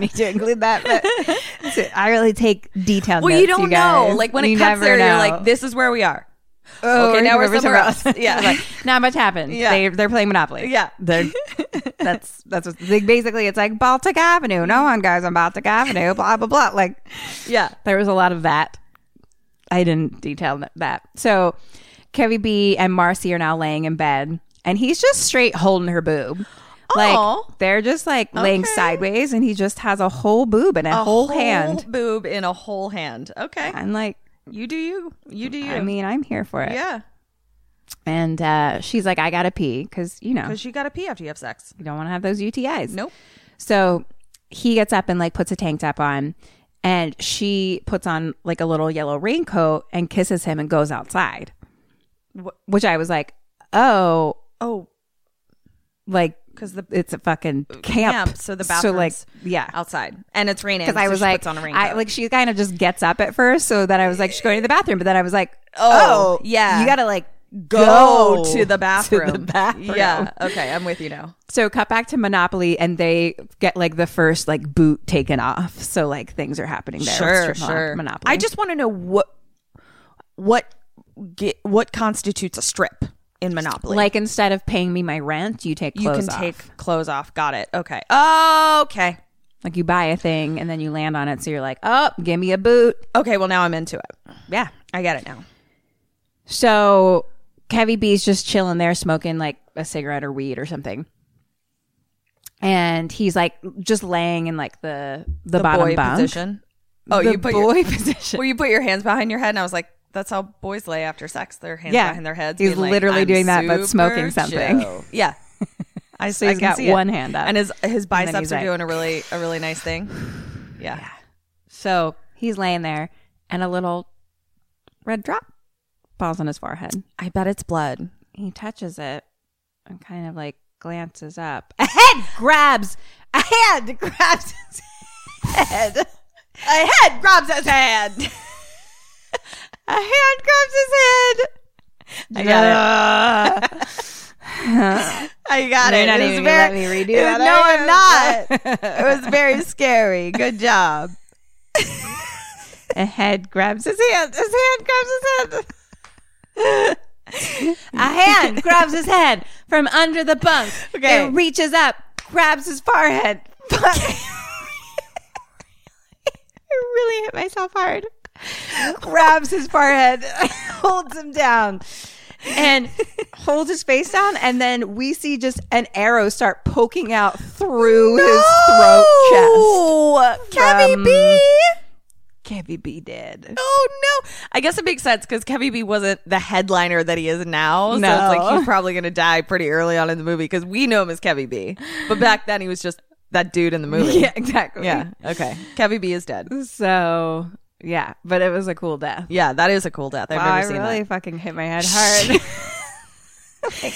[SPEAKER 2] didn't need to include that, but so I really take detail.
[SPEAKER 5] Well,
[SPEAKER 2] notes,
[SPEAKER 5] you don't
[SPEAKER 2] guys.
[SPEAKER 5] know. Like when
[SPEAKER 2] You
[SPEAKER 5] it cuts
[SPEAKER 2] never
[SPEAKER 5] there, you're
[SPEAKER 2] know.
[SPEAKER 5] like, this is where we are.
[SPEAKER 2] Oh,
[SPEAKER 5] okay,
[SPEAKER 2] we're
[SPEAKER 5] now we're
[SPEAKER 2] over
[SPEAKER 5] somewhere else. Yeah.
[SPEAKER 2] It's like, not much happened.
[SPEAKER 5] Yeah.
[SPEAKER 2] They they're playing Monopoly.
[SPEAKER 5] Yeah.
[SPEAKER 2] They're that's that's what, like, basically it's like Baltic Avenue. No one goes on Baltic Avenue. Blah blah blah. Like
[SPEAKER 5] Yeah.
[SPEAKER 2] there was a lot of that. I didn't detail th- that. So Kevy B and Marcy are now laying in bed, and he's just straight holding her boob.
[SPEAKER 5] Oh.
[SPEAKER 2] Like they're just like laying
[SPEAKER 5] Okay.
[SPEAKER 2] sideways, and he just has a whole boob and a, whole, hand.
[SPEAKER 5] boob in a whole hand. Okay.
[SPEAKER 2] I'm like,
[SPEAKER 5] You do you. You do you.
[SPEAKER 2] I mean, I'm here for it.
[SPEAKER 5] yeah.
[SPEAKER 2] And uh, she's like, I gotta pee because you know
[SPEAKER 5] Because you got to pee after you have sex.
[SPEAKER 2] you don't want to have those UTIs.
[SPEAKER 5] Nope.
[SPEAKER 2] So he gets up and like puts a tank top on, and she puts on like a little yellow raincoat and kisses him and goes outside. Wh- Which I was like, oh,
[SPEAKER 5] Oh,
[SPEAKER 2] like
[SPEAKER 5] 'Cause the-
[SPEAKER 2] it's a fucking camp.
[SPEAKER 5] camp, so the
[SPEAKER 2] so like
[SPEAKER 5] bathroom's
[SPEAKER 2] yeah.
[SPEAKER 5] outside. And it's raining.
[SPEAKER 2] Because I
[SPEAKER 5] so
[SPEAKER 2] was
[SPEAKER 5] she
[SPEAKER 2] like,
[SPEAKER 5] puts on a raincoat.
[SPEAKER 2] I like she kind of just gets up at first, so that I was like, she's going to the bathroom, but then I was like,
[SPEAKER 5] Oh,
[SPEAKER 2] oh,
[SPEAKER 5] yeah.
[SPEAKER 2] you gotta like
[SPEAKER 5] go,
[SPEAKER 2] go
[SPEAKER 5] to the bathroom.
[SPEAKER 2] bathroom.
[SPEAKER 5] Yeah. Okay. I'm with you now.
[SPEAKER 2] So cut back to Monopoly, and they get like the first like boot taken off. So like things are happening there. with strip mon- Monopoly.
[SPEAKER 5] I just want to know what what ge- what constitutes a strip in Monopoly.
[SPEAKER 2] like instead of paying me my rent, you take
[SPEAKER 5] you
[SPEAKER 2] clothes
[SPEAKER 5] can
[SPEAKER 2] off.
[SPEAKER 5] take clothes off. Got it. Okay. Okay.
[SPEAKER 2] like you buy a thing and then you land on it. So you're like, oh, give me a boot.
[SPEAKER 5] Okay. Well, now I'm into it.
[SPEAKER 2] Yeah.
[SPEAKER 5] Oh, I get it now.
[SPEAKER 2] So Kevy B's just chilling there, smoking like a cigarette or weed or something. And he's like just laying in like the the, bottom
[SPEAKER 5] boy
[SPEAKER 2] bunk.
[SPEAKER 5] position. Oh,
[SPEAKER 2] The
[SPEAKER 5] you put
[SPEAKER 2] boy
[SPEAKER 5] your,
[SPEAKER 2] position.
[SPEAKER 5] Well, you put your hands behind your head, and I was like, "That's how boys lay after sex. Their hands
[SPEAKER 2] Yeah.
[SPEAKER 5] behind their heads."
[SPEAKER 2] He's
[SPEAKER 5] being like,
[SPEAKER 2] literally
[SPEAKER 5] "I'm
[SPEAKER 2] doing that, but
[SPEAKER 5] super
[SPEAKER 2] smoking something."
[SPEAKER 5] chill." Yeah. I
[SPEAKER 2] So
[SPEAKER 5] I
[SPEAKER 2] he's
[SPEAKER 5] can
[SPEAKER 2] got
[SPEAKER 5] see it.
[SPEAKER 2] one hand up.
[SPEAKER 5] and his his
[SPEAKER 2] then
[SPEAKER 5] biceps
[SPEAKER 2] he's
[SPEAKER 5] are
[SPEAKER 2] like-
[SPEAKER 5] doing a really a really nice thing. Yeah.
[SPEAKER 2] So he's laying there, and a little red drop falls on his forehead.
[SPEAKER 5] I bet it's blood.
[SPEAKER 2] He touches it and kind of like glances up. A head grabs. A hand grabs his head. A head grabs his hand. a hand grabs his head. I got it.
[SPEAKER 5] I got
[SPEAKER 2] You're
[SPEAKER 5] it.
[SPEAKER 2] not
[SPEAKER 5] It was
[SPEAKER 2] even gonna let
[SPEAKER 5] very-
[SPEAKER 2] me redo
[SPEAKER 5] it
[SPEAKER 2] that,
[SPEAKER 5] was- No,
[SPEAKER 2] are you?
[SPEAKER 5] I'm not. it was very scary. Good job.
[SPEAKER 2] A head grabs his hand. His hand grabs his head. a hand grabs his head from under the bunk.
[SPEAKER 5] Okay.
[SPEAKER 2] It reaches up, grabs his forehead. I really hit myself hard. Grabs his forehead, holds him down, and holds his face down. And then we see just an arrow start poking out through his throat chest.
[SPEAKER 5] Oh, Kevy
[SPEAKER 2] From-
[SPEAKER 5] B.
[SPEAKER 2] Kevy B did.
[SPEAKER 5] Oh no! I guess it makes sense because Kevin B wasn't the headliner that he is now. So it's like
[SPEAKER 2] No.
[SPEAKER 5] he's probably going to die pretty early on in the movie because we know him as Kevin B. But back then he was just that dude in the movie.
[SPEAKER 2] Yeah, exactly.
[SPEAKER 5] Yeah. Okay. Kevin B is dead.
[SPEAKER 2] So yeah, but it was a cool death.
[SPEAKER 5] Yeah, that is a cool death. I've
[SPEAKER 2] Wow,
[SPEAKER 5] never
[SPEAKER 2] I
[SPEAKER 5] seen
[SPEAKER 2] really fucking hit my head hard.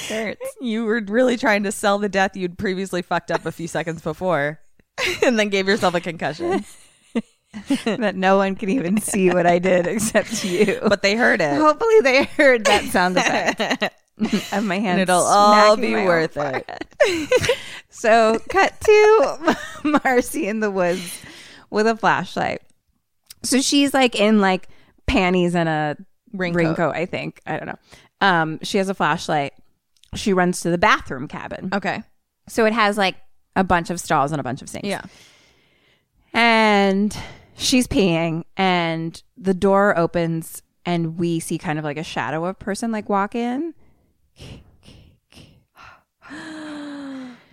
[SPEAKER 5] that. You were really trying to sell the death you'd previously fucked up a few seconds before, and then gave yourself a concussion.
[SPEAKER 2] that no one can even see what I did except you.
[SPEAKER 5] But they heard it.
[SPEAKER 2] hopefully they heard that sound effect of my hand.
[SPEAKER 5] And it'll all
[SPEAKER 2] smacking
[SPEAKER 5] be
[SPEAKER 2] my own
[SPEAKER 5] worth
[SPEAKER 2] forehead.
[SPEAKER 5] it.
[SPEAKER 2] So cut to Marcy in the woods with a flashlight. So she's like in like panties and a
[SPEAKER 5] Raincoat.
[SPEAKER 2] I think. I don't know. Um, she has a flashlight. She runs to the bathroom cabin.
[SPEAKER 5] Okay.
[SPEAKER 2] So it has like a bunch of stalls and a bunch of sinks.
[SPEAKER 5] Yeah.
[SPEAKER 2] And she's peeing and the door opens and we see kind of like a shadow of a person like walk in.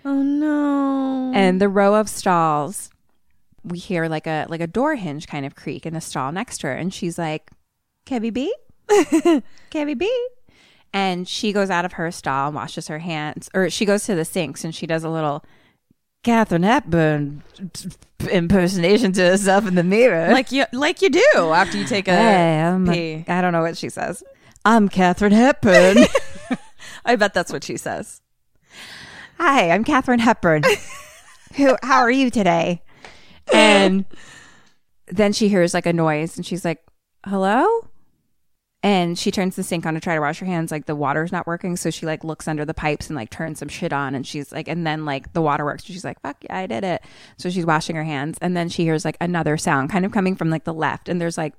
[SPEAKER 5] Oh no.
[SPEAKER 2] And the row of stalls, we hear like a like a door hinge kind of creak in the stall next to her. And she's like, Kevy B? Kevy B? And she goes out of her stall and washes her hands. Or she goes to the sinks and she does a little Catherine Hepburn impersonation to herself in the mirror.
[SPEAKER 5] Like you, like you do after you take a
[SPEAKER 2] Hey, I'm,
[SPEAKER 5] pee.
[SPEAKER 2] I don't know what she says. I'm Catherine Hepburn.
[SPEAKER 5] I bet that's what she says.
[SPEAKER 2] Hi, I'm Catherine Hepburn. Who? How are you today? And then she hears like a noise, and she's like, "Hello." And she turns the sink on to try to wash her hands. Like the water's not working, so she like looks under the pipes and like turns some shit on. And she's like, and then like the water works. She's like, "Fuck yeah, I did it." So she's washing her hands, and then she hears like another sound, kind of coming from like the left. And there's like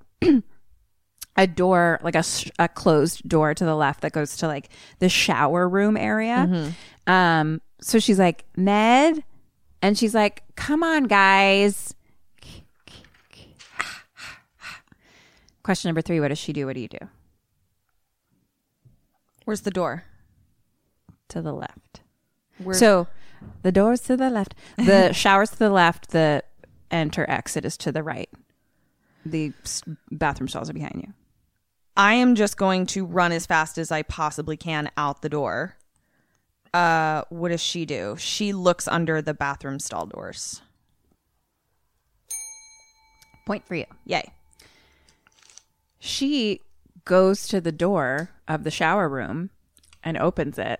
[SPEAKER 2] a door, like a, s- a closed door to the left that goes to like the shower room area. Um, so she's like, Ned, and she's like, come on, guys. Question number three: What does she do? What do you do?
[SPEAKER 5] Where's the door?
[SPEAKER 2] To the left. so the door's to the left. The shower's to the left. The enter exit is to the right. The s- bathroom stalls are behind you.
[SPEAKER 5] I am just going to run as fast as I possibly can out the door. Uh, what does she do? She looks under the bathroom stall doors.
[SPEAKER 2] Point for you.
[SPEAKER 5] Yay.
[SPEAKER 2] She goes to the door of the shower room and opens it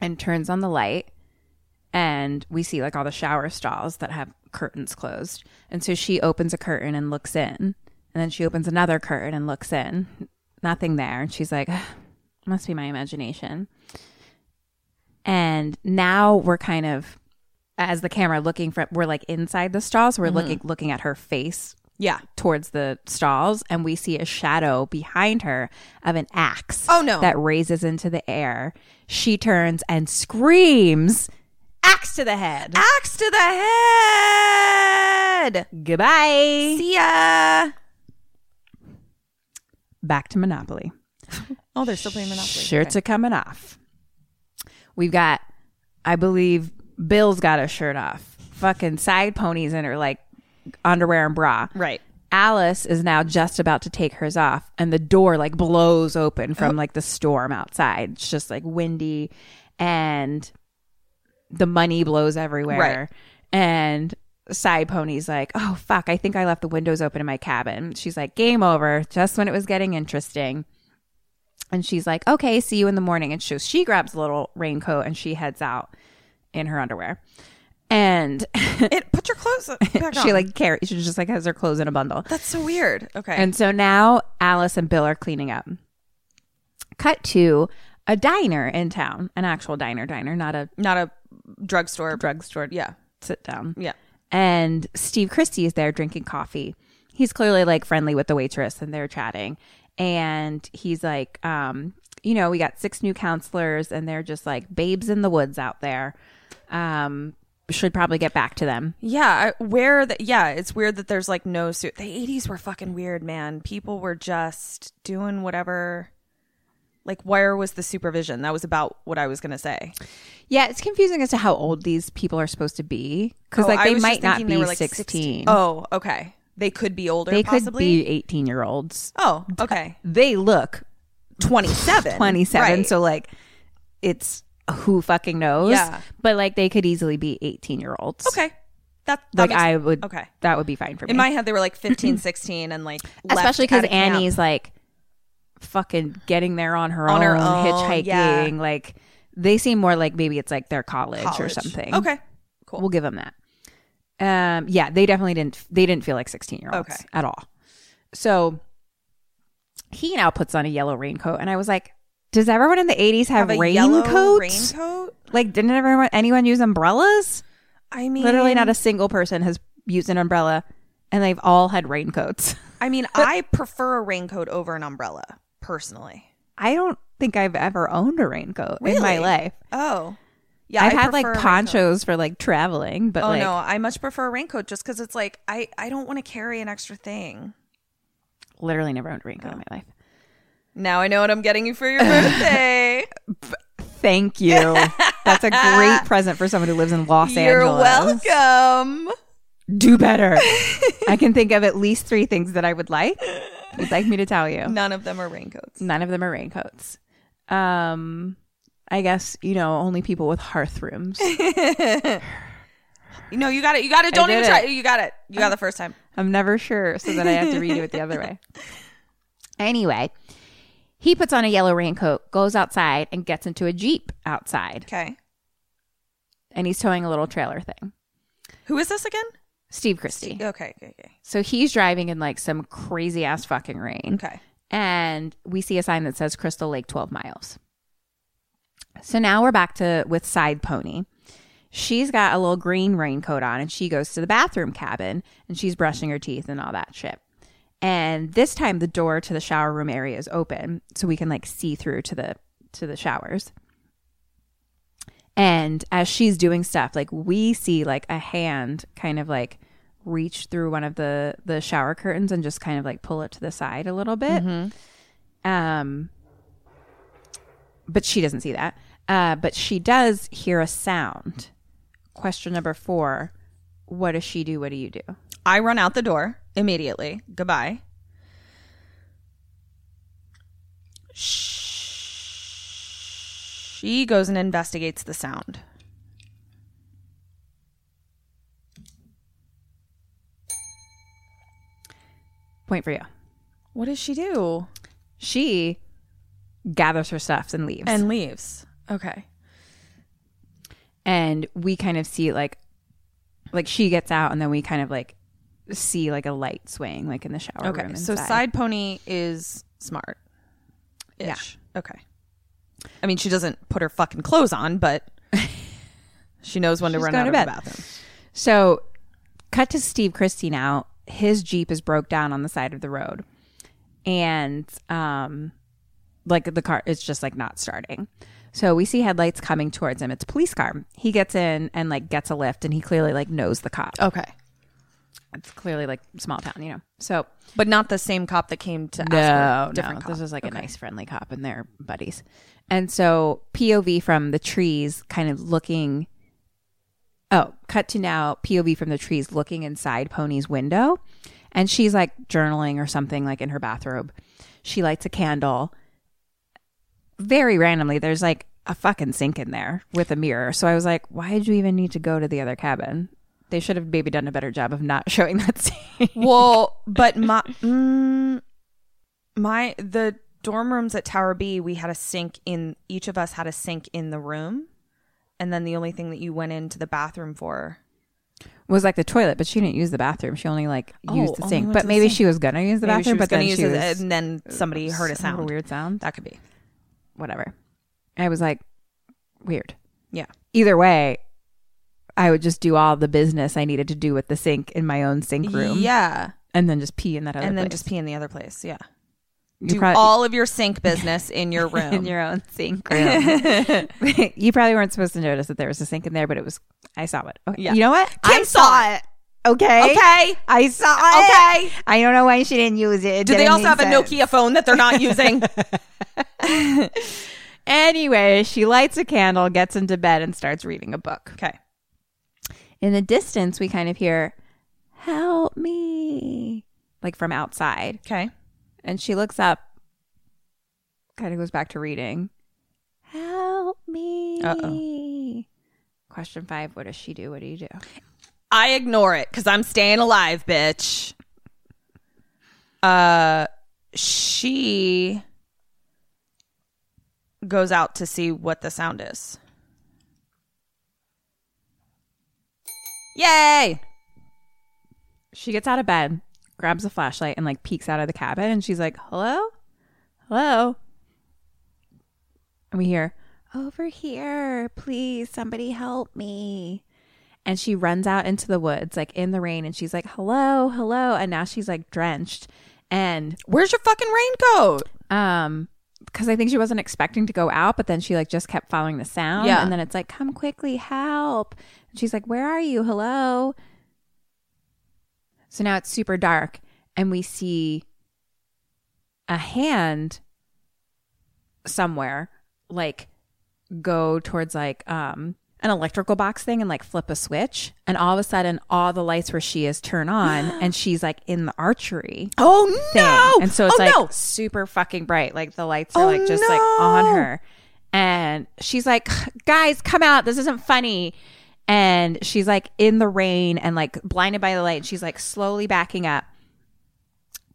[SPEAKER 2] and turns on the light. And we see like all the shower stalls that have curtains closed. And so she opens a curtain and looks in. And then she opens another curtain and looks in. Nothing there. And she's like, "Ugh, must be my imagination. And now we're kind of, as the camera looking for, we're like inside the stalls. we're looking looking at her face
[SPEAKER 5] Yeah.
[SPEAKER 2] towards the stalls and we see a shadow behind her of an axe
[SPEAKER 5] Oh, no.
[SPEAKER 2] that raises into the air she turns and screams axe to the head
[SPEAKER 5] Axe to the head.
[SPEAKER 2] goodbye
[SPEAKER 5] See ya.
[SPEAKER 2] back to monopoly
[SPEAKER 5] Oh, they're still playing Monopoly.
[SPEAKER 2] shirts are coming off we've got i believe bill's got a shirt off fucking side ponies in her like underwear and bra
[SPEAKER 5] Right.
[SPEAKER 2] Alice is now just about to take hers off, and the door like blows open from
[SPEAKER 5] Oh.
[SPEAKER 2] like the storm outside. It's just like windy, and the money blows everywhere. And Side Pony's like, oh fuck, I think I left the windows open in my cabin. She's like, game over, just when it was getting interesting. And she's like, okay, see you in the morning. And so she grabs a little raincoat and she heads out in her underwear. And
[SPEAKER 5] It, put your clothes back on.
[SPEAKER 2] she like carries, she just like has her clothes in a bundle.
[SPEAKER 5] That's so weird. Okay.
[SPEAKER 2] And so now Alice and Bill are cleaning up. Cut to a diner in town, an actual diner, diner, not a
[SPEAKER 5] not a drugstore.
[SPEAKER 2] drugstore
[SPEAKER 5] yeah.
[SPEAKER 2] sit down.
[SPEAKER 5] Yeah.
[SPEAKER 2] And Steve Christie is there drinking coffee. He's clearly like friendly with the waitress and they're chatting. And he's like, um, you know, we got six new counselors and they're just like babes in the woods out there. Um, should probably get back to them.
[SPEAKER 5] Yeah, I, where the yeah, it's weird that there's like no suit. The eighties were fucking weird, man. People were just doing whatever. Like, where was the supervision? That was about what I was gonna say.
[SPEAKER 2] Yeah, it's confusing as to how old these people are supposed to be because
[SPEAKER 5] Oh,
[SPEAKER 2] like
[SPEAKER 5] I
[SPEAKER 2] they
[SPEAKER 5] was just
[SPEAKER 2] might not be
[SPEAKER 5] thinking they were, like,
[SPEAKER 2] 16.
[SPEAKER 5] 16. Oh, okay. They could be older.
[SPEAKER 2] they
[SPEAKER 5] possibly.
[SPEAKER 2] could be 18 year olds.
[SPEAKER 5] Oh, okay.
[SPEAKER 2] They look
[SPEAKER 5] Twenty-seven.
[SPEAKER 2] 27.
[SPEAKER 5] Right.
[SPEAKER 2] So, like, it's who fucking knows?
[SPEAKER 5] Yeah.
[SPEAKER 2] But, like, they could easily be 18 year olds.
[SPEAKER 5] okay, that, that
[SPEAKER 2] Like,
[SPEAKER 5] makes-
[SPEAKER 2] I would,
[SPEAKER 5] Okay.
[SPEAKER 2] that would be fine for me.
[SPEAKER 5] In my head, they were like 15, 16 and like left
[SPEAKER 2] Especially
[SPEAKER 5] at
[SPEAKER 2] because
[SPEAKER 5] a camp.
[SPEAKER 2] Annie's like fucking getting there on her
[SPEAKER 5] On
[SPEAKER 2] own,
[SPEAKER 5] her own,
[SPEAKER 2] hitchhiking.
[SPEAKER 5] yeah.
[SPEAKER 2] Like, they seem more like maybe it's like their college, or
[SPEAKER 5] College.
[SPEAKER 2] something.
[SPEAKER 5] Okay, cool.
[SPEAKER 2] We'll give them that. Um, yeah, they definitely didn't. They didn't feel like sixteen year olds
[SPEAKER 5] Okay.
[SPEAKER 2] at all. So he now puts on a yellow raincoat, and I was like, "Does everyone in the eighties have,
[SPEAKER 5] Have a yellow
[SPEAKER 2] raincoats?
[SPEAKER 5] Raincoat.
[SPEAKER 2] Like, didn't everyone anyone use umbrellas?
[SPEAKER 5] I mean,
[SPEAKER 2] Literally, not a single person has used an umbrella, and they've all had raincoats.
[SPEAKER 5] I mean, I prefer a raincoat over an umbrella personally.
[SPEAKER 2] I don't think I've ever owned a raincoat in my
[SPEAKER 5] Really?
[SPEAKER 2] life.
[SPEAKER 5] Oh, yeah.
[SPEAKER 2] I've
[SPEAKER 5] I
[SPEAKER 2] had like
[SPEAKER 5] prefer a raincoat.
[SPEAKER 2] ponchos for like traveling, but
[SPEAKER 5] Oh
[SPEAKER 2] like
[SPEAKER 5] no, I much prefer a raincoat just because it's like I I don't want to carry an extra thing.
[SPEAKER 2] literally never owned a raincoat
[SPEAKER 5] Oh.
[SPEAKER 2] in my life.
[SPEAKER 5] Now I know what I'm getting you for your birthday.
[SPEAKER 2] Thank you. That's a great present for someone who lives in Los
[SPEAKER 5] You're
[SPEAKER 2] Angeles.
[SPEAKER 5] welcome.
[SPEAKER 2] Do better. I can think of at least three things that I would like. You'd like me to tell you.
[SPEAKER 5] None of them are raincoats.
[SPEAKER 2] None of them are raincoats. Um, I guess you know only people with hearth rooms.
[SPEAKER 5] No, you got it. You got it. Don't
[SPEAKER 2] did
[SPEAKER 5] even try.
[SPEAKER 2] it.
[SPEAKER 5] You got it. You got the first time.
[SPEAKER 2] I'm never sure, so that I have to redo it the other way. Anyway, he puts on a yellow raincoat, goes outside, and gets into a jeep outside,
[SPEAKER 5] Okay.
[SPEAKER 2] and he's towing a little trailer thing.
[SPEAKER 5] Who is this again?
[SPEAKER 2] Steve Christie.
[SPEAKER 5] Okay. Okay. Okay.
[SPEAKER 2] So he's driving in like some crazy ass fucking rain.
[SPEAKER 5] Okay.
[SPEAKER 2] and we see a sign that says Crystal Lake 12 miles. So now we're back to with Side Pony. She's got a little green raincoat on and she goes to the bathroom cabin and she's brushing her teeth and all that shit. And this time the door to the shower room area is open so we can like see through to the to the showers. And as she's doing stuff, like we see like a hand kind of like reach through one of the the shower curtains and just kind of like pull it to the side a little bit. Um, but she doesn't see that. Uh, but she does hear a sound. Question number four: What does she do? What do you do?
[SPEAKER 5] I run out the door immediately. Goodbye. She goes and investigates the sound.
[SPEAKER 2] Point for you.
[SPEAKER 5] What does she do?
[SPEAKER 2] She gathers her stuff and leaves.
[SPEAKER 5] And leaves. Okay.
[SPEAKER 2] and we kind of see like like she gets out and then we kind of like see like a light swaying like in the shower
[SPEAKER 5] Okay.
[SPEAKER 2] room
[SPEAKER 5] So
[SPEAKER 2] inside.
[SPEAKER 5] side pony is smart. Ish. Okay. I mean, she doesn't put her fucking clothes on, but she knows when to
[SPEAKER 2] She's
[SPEAKER 5] run out
[SPEAKER 2] going
[SPEAKER 5] of
[SPEAKER 2] to
[SPEAKER 5] the
[SPEAKER 2] bed.
[SPEAKER 5] bathroom.
[SPEAKER 2] so cut to steve christie now his jeep is broke down on the side of the road and um like the car is just like not starting so we see headlights coming towards him it's a police car he gets in and like gets a lift and he clearly like knows the cop
[SPEAKER 5] Okay.
[SPEAKER 2] it's clearly like small town you know so
[SPEAKER 5] But not the same cop that came to ask
[SPEAKER 2] no,
[SPEAKER 5] her. Different
[SPEAKER 2] no.
[SPEAKER 5] cop.
[SPEAKER 2] This was like a nice friendly cop and they're buddies. And so POV from the trees kind of looking Oh, cut to now POV from the trees looking inside Pony's window and she's like journaling or something like in her bathrobe. She lights a candle. Very randomly there's like a fucking sink in there with a mirror. So I was like, why did you even need to go to the other cabin? They should have maybe done a better job of not showing that scene.
[SPEAKER 5] well, but my mm, my the dorm rooms at Tower B, we had a sink in each of us had a sink in the room, and then the only thing that you went into the bathroom for.
[SPEAKER 2] was like the toilet, but she didn't use the bathroom. She only like
[SPEAKER 5] Oh,
[SPEAKER 2] used the
[SPEAKER 5] only
[SPEAKER 2] sink.
[SPEAKER 5] went to
[SPEAKER 2] But
[SPEAKER 5] the
[SPEAKER 2] maybe
[SPEAKER 5] sink.
[SPEAKER 2] she was gonna use the
[SPEAKER 5] Maybe she
[SPEAKER 2] bathroom,
[SPEAKER 5] was
[SPEAKER 2] but then
[SPEAKER 5] gonna
[SPEAKER 2] she
[SPEAKER 5] use
[SPEAKER 2] was
[SPEAKER 5] it, and then somebody heard a
[SPEAKER 2] some
[SPEAKER 5] sound.
[SPEAKER 2] weird sound,
[SPEAKER 5] That could be.
[SPEAKER 2] whatever. I was like, weird.
[SPEAKER 5] Yeah.
[SPEAKER 2] Either way, I would just do all the business I needed to do with the sink in my own sink room,
[SPEAKER 5] Yeah.
[SPEAKER 2] and then just pee in that other
[SPEAKER 5] and then
[SPEAKER 2] place.
[SPEAKER 5] just pee in the other place. Yeah.
[SPEAKER 2] You
[SPEAKER 5] Do
[SPEAKER 2] probably-
[SPEAKER 5] all of your sink business in your room.
[SPEAKER 2] in your own sink room. you probably weren't supposed to notice that there was a sink in there, but it was. I saw it. Okay.
[SPEAKER 5] Yeah.
[SPEAKER 2] You know what?
[SPEAKER 5] Kim
[SPEAKER 2] I
[SPEAKER 5] saw, it.
[SPEAKER 2] Okay.
[SPEAKER 5] Okay.
[SPEAKER 2] I saw it.
[SPEAKER 5] Okay.
[SPEAKER 2] I don't know why she didn't use it. it
[SPEAKER 5] Do they
[SPEAKER 2] didn't
[SPEAKER 5] also
[SPEAKER 2] make
[SPEAKER 5] have a
[SPEAKER 2] sense.
[SPEAKER 5] Nokia phone that they're not using?
[SPEAKER 2] Anyway, she lights a candle, gets into bed, and starts reading a book.
[SPEAKER 5] okay.
[SPEAKER 2] In the distance, we kind of hear, Help me, like from outside.
[SPEAKER 5] Okay.
[SPEAKER 2] And she looks up, kind of goes back to reading, Help me. Question five What does she do? What do you do?
[SPEAKER 5] I ignore it because I'm staying alive, bitch. Uh, she goes out to see what the sound is. Yay!
[SPEAKER 2] She gets out of bed, grabs a flashlight, and like peeks out of the cabin. And she's like, Hello? Hello? And we hear, Over here, please, somebody help me. And she runs out into the woods, like in the rain, and she's like, Hello, hello. And now she's like drenched. And
[SPEAKER 5] Where's your fucking raincoat?
[SPEAKER 2] um because i think she wasn't expecting to go out but then she like just kept following the sound
[SPEAKER 5] Yeah.
[SPEAKER 2] and then it's like come quickly help and she's like where are you hello so now it's super dark and we see a hand somewhere like go towards like um an electrical box thing and like flip a switch and all of a sudden all the lights where she is turn on and she's like in the archery
[SPEAKER 5] Oh
[SPEAKER 2] thing.
[SPEAKER 5] no!
[SPEAKER 2] And so it's
[SPEAKER 5] oh,
[SPEAKER 2] like
[SPEAKER 5] no.
[SPEAKER 2] super fucking bright. Like the lights are
[SPEAKER 5] Oh,
[SPEAKER 2] like just like on
[SPEAKER 5] no.
[SPEAKER 2] her. And she's like, guys, come out. This isn't funny. And she's like in the rain and like blinded by the light. She's like slowly backing up.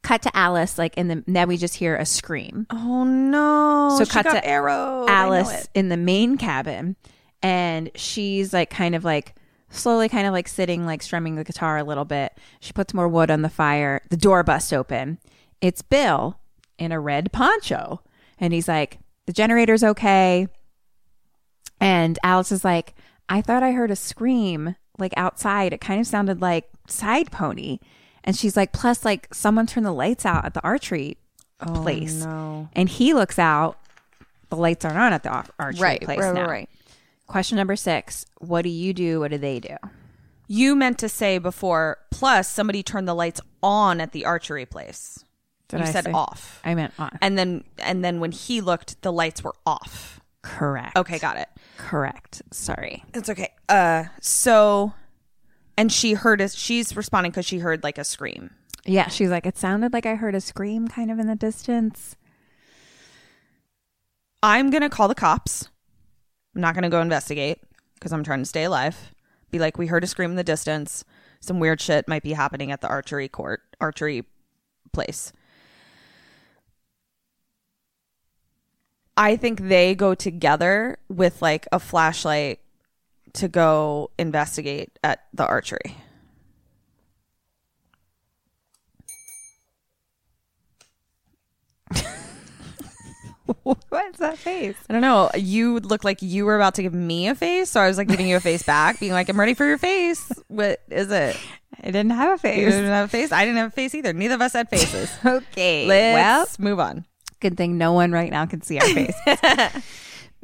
[SPEAKER 2] Cut to Alice, like in the now we just hear a scream.
[SPEAKER 5] oh no!
[SPEAKER 2] So
[SPEAKER 5] she
[SPEAKER 2] cut
[SPEAKER 5] got
[SPEAKER 2] to
[SPEAKER 5] arrow.
[SPEAKER 2] Alice in the main cabin, and she's like kind of like slowly kind of like sitting like strumming the guitar a little bit. She puts more wood on the fire. The door busts open. It's Bill in a red poncho, and he's like, "The generator's okay." And Alice is like, "I thought I heard a scream like outside. It kind of sounded like side pony." And she's like, "Plus, like someone turned the lights out at the archery."
[SPEAKER 5] Oh,
[SPEAKER 2] place and he looks out the lights aren't on at the ar- archery
[SPEAKER 5] Right,
[SPEAKER 2] place
[SPEAKER 5] right, right,
[SPEAKER 2] now.
[SPEAKER 5] right.
[SPEAKER 2] Question number six: What do you do? What do they do?
[SPEAKER 5] You meant to say before. Plus, somebody turned the lights on at the archery place.
[SPEAKER 2] Did
[SPEAKER 5] you
[SPEAKER 2] I
[SPEAKER 5] said
[SPEAKER 2] say-
[SPEAKER 5] off.
[SPEAKER 2] I meant on.
[SPEAKER 5] and then and then when he looked the lights were off
[SPEAKER 2] correct.
[SPEAKER 5] okay got it
[SPEAKER 2] correct. Sorry.
[SPEAKER 5] it's okay uh so and she heard us she's responding because she heard like a scream
[SPEAKER 2] Yeah, she's like, it sounded like I heard a scream, kind of in the distance.
[SPEAKER 5] I'm going to call the cops. I'm not going to go investigate because I'm trying to stay alive. Be like, we heard a scream in the distance. Some weird shit might be happening at the archery court, archery place. I think they go together with like a flashlight to go investigate at the archery.
[SPEAKER 2] What's that face?
[SPEAKER 5] I don't know. You looked like you were about to give me a face, so I was like giving you a face back, being like, "I'm ready for your face. What is it?
[SPEAKER 2] I didn't have a
[SPEAKER 5] You didn't
[SPEAKER 2] face.
[SPEAKER 5] have a face. I didn't have a face either. Neither of us had faces.
[SPEAKER 2] Okay. well,
[SPEAKER 5] Let's move on.
[SPEAKER 2] good thing no one right now can see our face.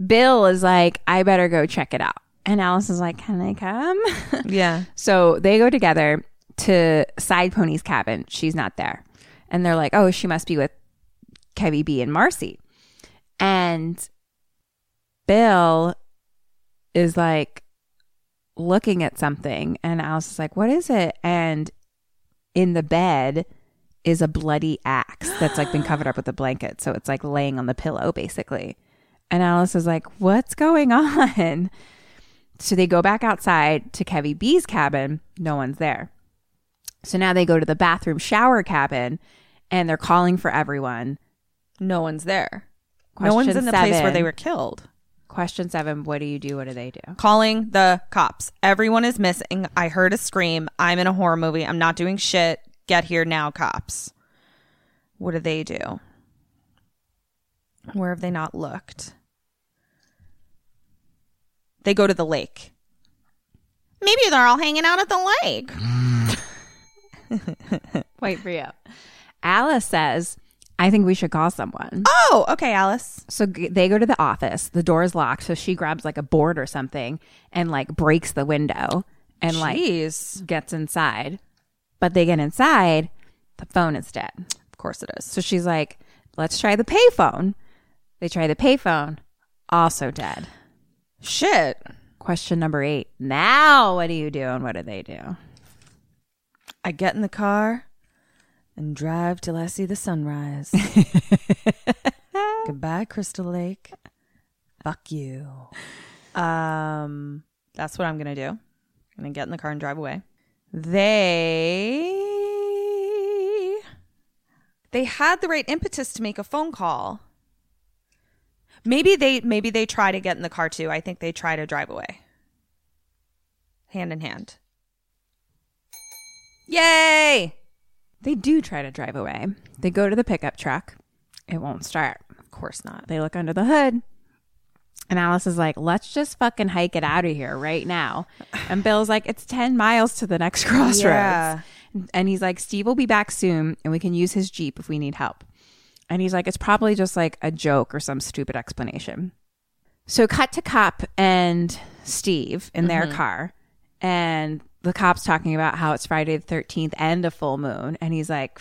[SPEAKER 2] Bill is like, I better go check it out. And Alice is like, Can I come?
[SPEAKER 5] Yeah,
[SPEAKER 2] so they go together to Side Pony's cabin. She's not there. And they're like, Oh, she must be with Kevy B and Marcy. And Bill is like looking at something. And Alice is like, What is it? And in the bed is a bloody axe that's like been covered up with a blanket. So it's like laying on the pillow, basically. And Alice is like, What's going on? So they go back outside to Kevy B's cabin. No one's there. So now they go to the bathroom shower cabin and they're calling for everyone.
[SPEAKER 5] no one's there. no
[SPEAKER 2] Question
[SPEAKER 5] one's in the place where
[SPEAKER 2] seven.
[SPEAKER 5] they were killed.
[SPEAKER 2] Question seven What do you do? What do they do?
[SPEAKER 5] Calling the cops. Everyone is missing. I heard a scream. I'm in a horror movie. I'm not doing shit. Get here now, cops. What do they do? Where have they not looked? They go to the lake. Maybe they're all hanging out at the lake.
[SPEAKER 2] Wait for you. Alice says, I think we should call someone.
[SPEAKER 5] Oh, okay, Alice.
[SPEAKER 2] So g- they go to the office. The door is locked. So she grabs like a board or something and like breaks the window and like
[SPEAKER 5] Jeez.
[SPEAKER 2] gets inside. But they get inside, the phone is dead.
[SPEAKER 5] Of course it is.
[SPEAKER 2] So she's like, let's try the payphone. They try the payphone, also dead.
[SPEAKER 5] Shit.
[SPEAKER 2] Question number eight. Now, what do you do and what do they do?
[SPEAKER 5] I get in the car and drive till I see the sunrise. Goodbye, Crystal Lake. Fuck you. Um, that's what I'm gonna do. I'm gonna get in the car and drive away. They they had the right impetus to make a phone call. Maybe they maybe they try to get in the car too. I think they try to drive away. Hand in hand. Yay!
[SPEAKER 2] They do try to drive away. They go to the pickup truck. It won't start.
[SPEAKER 5] Of course not.
[SPEAKER 2] They look under the hood. And Alice is like, let's just fucking hike it out of here right now. And Bill's like, it's 10 miles to the next crossroads.
[SPEAKER 5] Yeah.
[SPEAKER 2] And he's like, Steve will be back soon and we can use his Jeep if we need help. And he's like, it's probably just like a joke or some stupid explanation. So cut to cop and Steve in
[SPEAKER 5] Mm-hmm.
[SPEAKER 2] their car. And the cop's talking about how it's Friday the 13th and a full moon. And he's like,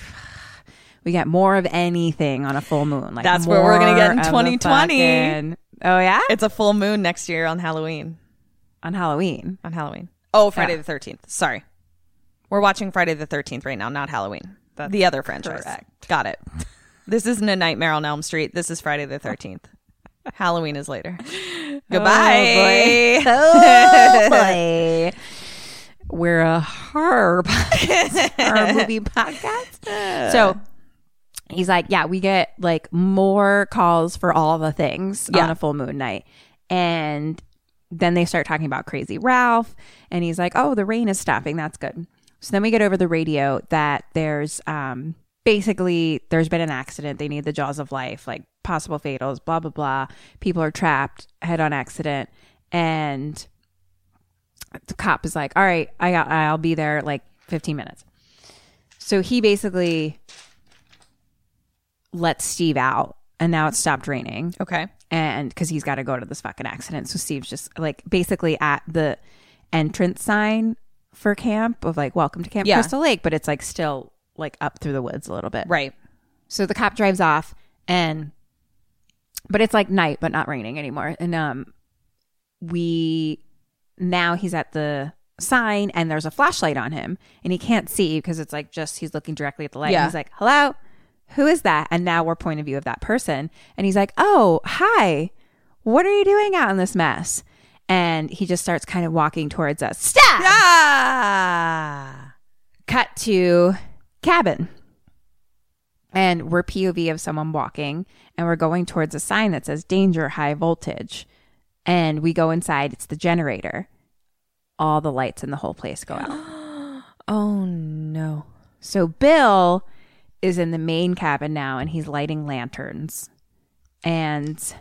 [SPEAKER 2] we get more of anything on a full moon. Like
[SPEAKER 5] That's what we're gonna get in
[SPEAKER 2] more of the
[SPEAKER 5] 2020.
[SPEAKER 2] fucking- Oh yeah,
[SPEAKER 5] It's a full moon next year on Halloween.
[SPEAKER 2] on Halloween.
[SPEAKER 5] On Halloween. Oh, Friday the 13th. Sorry. We're watching Friday the 13th right now, not Halloween. the other franchise. Got it. This isn't a Nightmare on Elm Street. This is Friday the 13th. Halloween is later. Goodbye.
[SPEAKER 2] Oh boy, we're a horror, podcast, horror movie podcast. So he's like, yeah, we get like more calls for all the things on
[SPEAKER 5] Yeah.
[SPEAKER 2] a full moon night, and then they start talking about Crazy Ralph, and he's like, "Oh, the rain is stopping. That's good." So then we get over the radio that there's um, basically there's been an accident. They need the jaws of life, like possible fatals, blah blah blah. People are trapped, head on accident, and the cop is like, "All right, I got, I'll be there like 15 minutes." So he basically lets Steve out, and now it's stopped raining
[SPEAKER 5] okay.
[SPEAKER 2] and because he's got to go to this fucking accident. So Steve's just like basically at the entrance sign for camp of like, welcome to Camp
[SPEAKER 5] Yeah.
[SPEAKER 2] Crystal Lake, but it's like still like up through the woods a little bit.
[SPEAKER 5] Right.
[SPEAKER 2] So the cop drives off and but it's like night but not raining anymore. And um we now he's at the sign and there's a flashlight on him and he can't see because it's like just he's looking directly at the light.
[SPEAKER 5] Yeah.
[SPEAKER 2] And he's like, "Hello?" who is that? And now we're point of view of that person. And he's like, oh, hi, what are you doing out in this mess? And he just starts kind of walking towards us. Stop!
[SPEAKER 5] Ah!
[SPEAKER 2] Cut to cabin. And we're POV of someone walking, and we're going towards a sign that says danger high voltage. And we go inside, it's the generator. All the lights in the whole place go out.
[SPEAKER 5] Oh no.
[SPEAKER 2] So Bill is in the main cabin now and he's lighting lanterns. And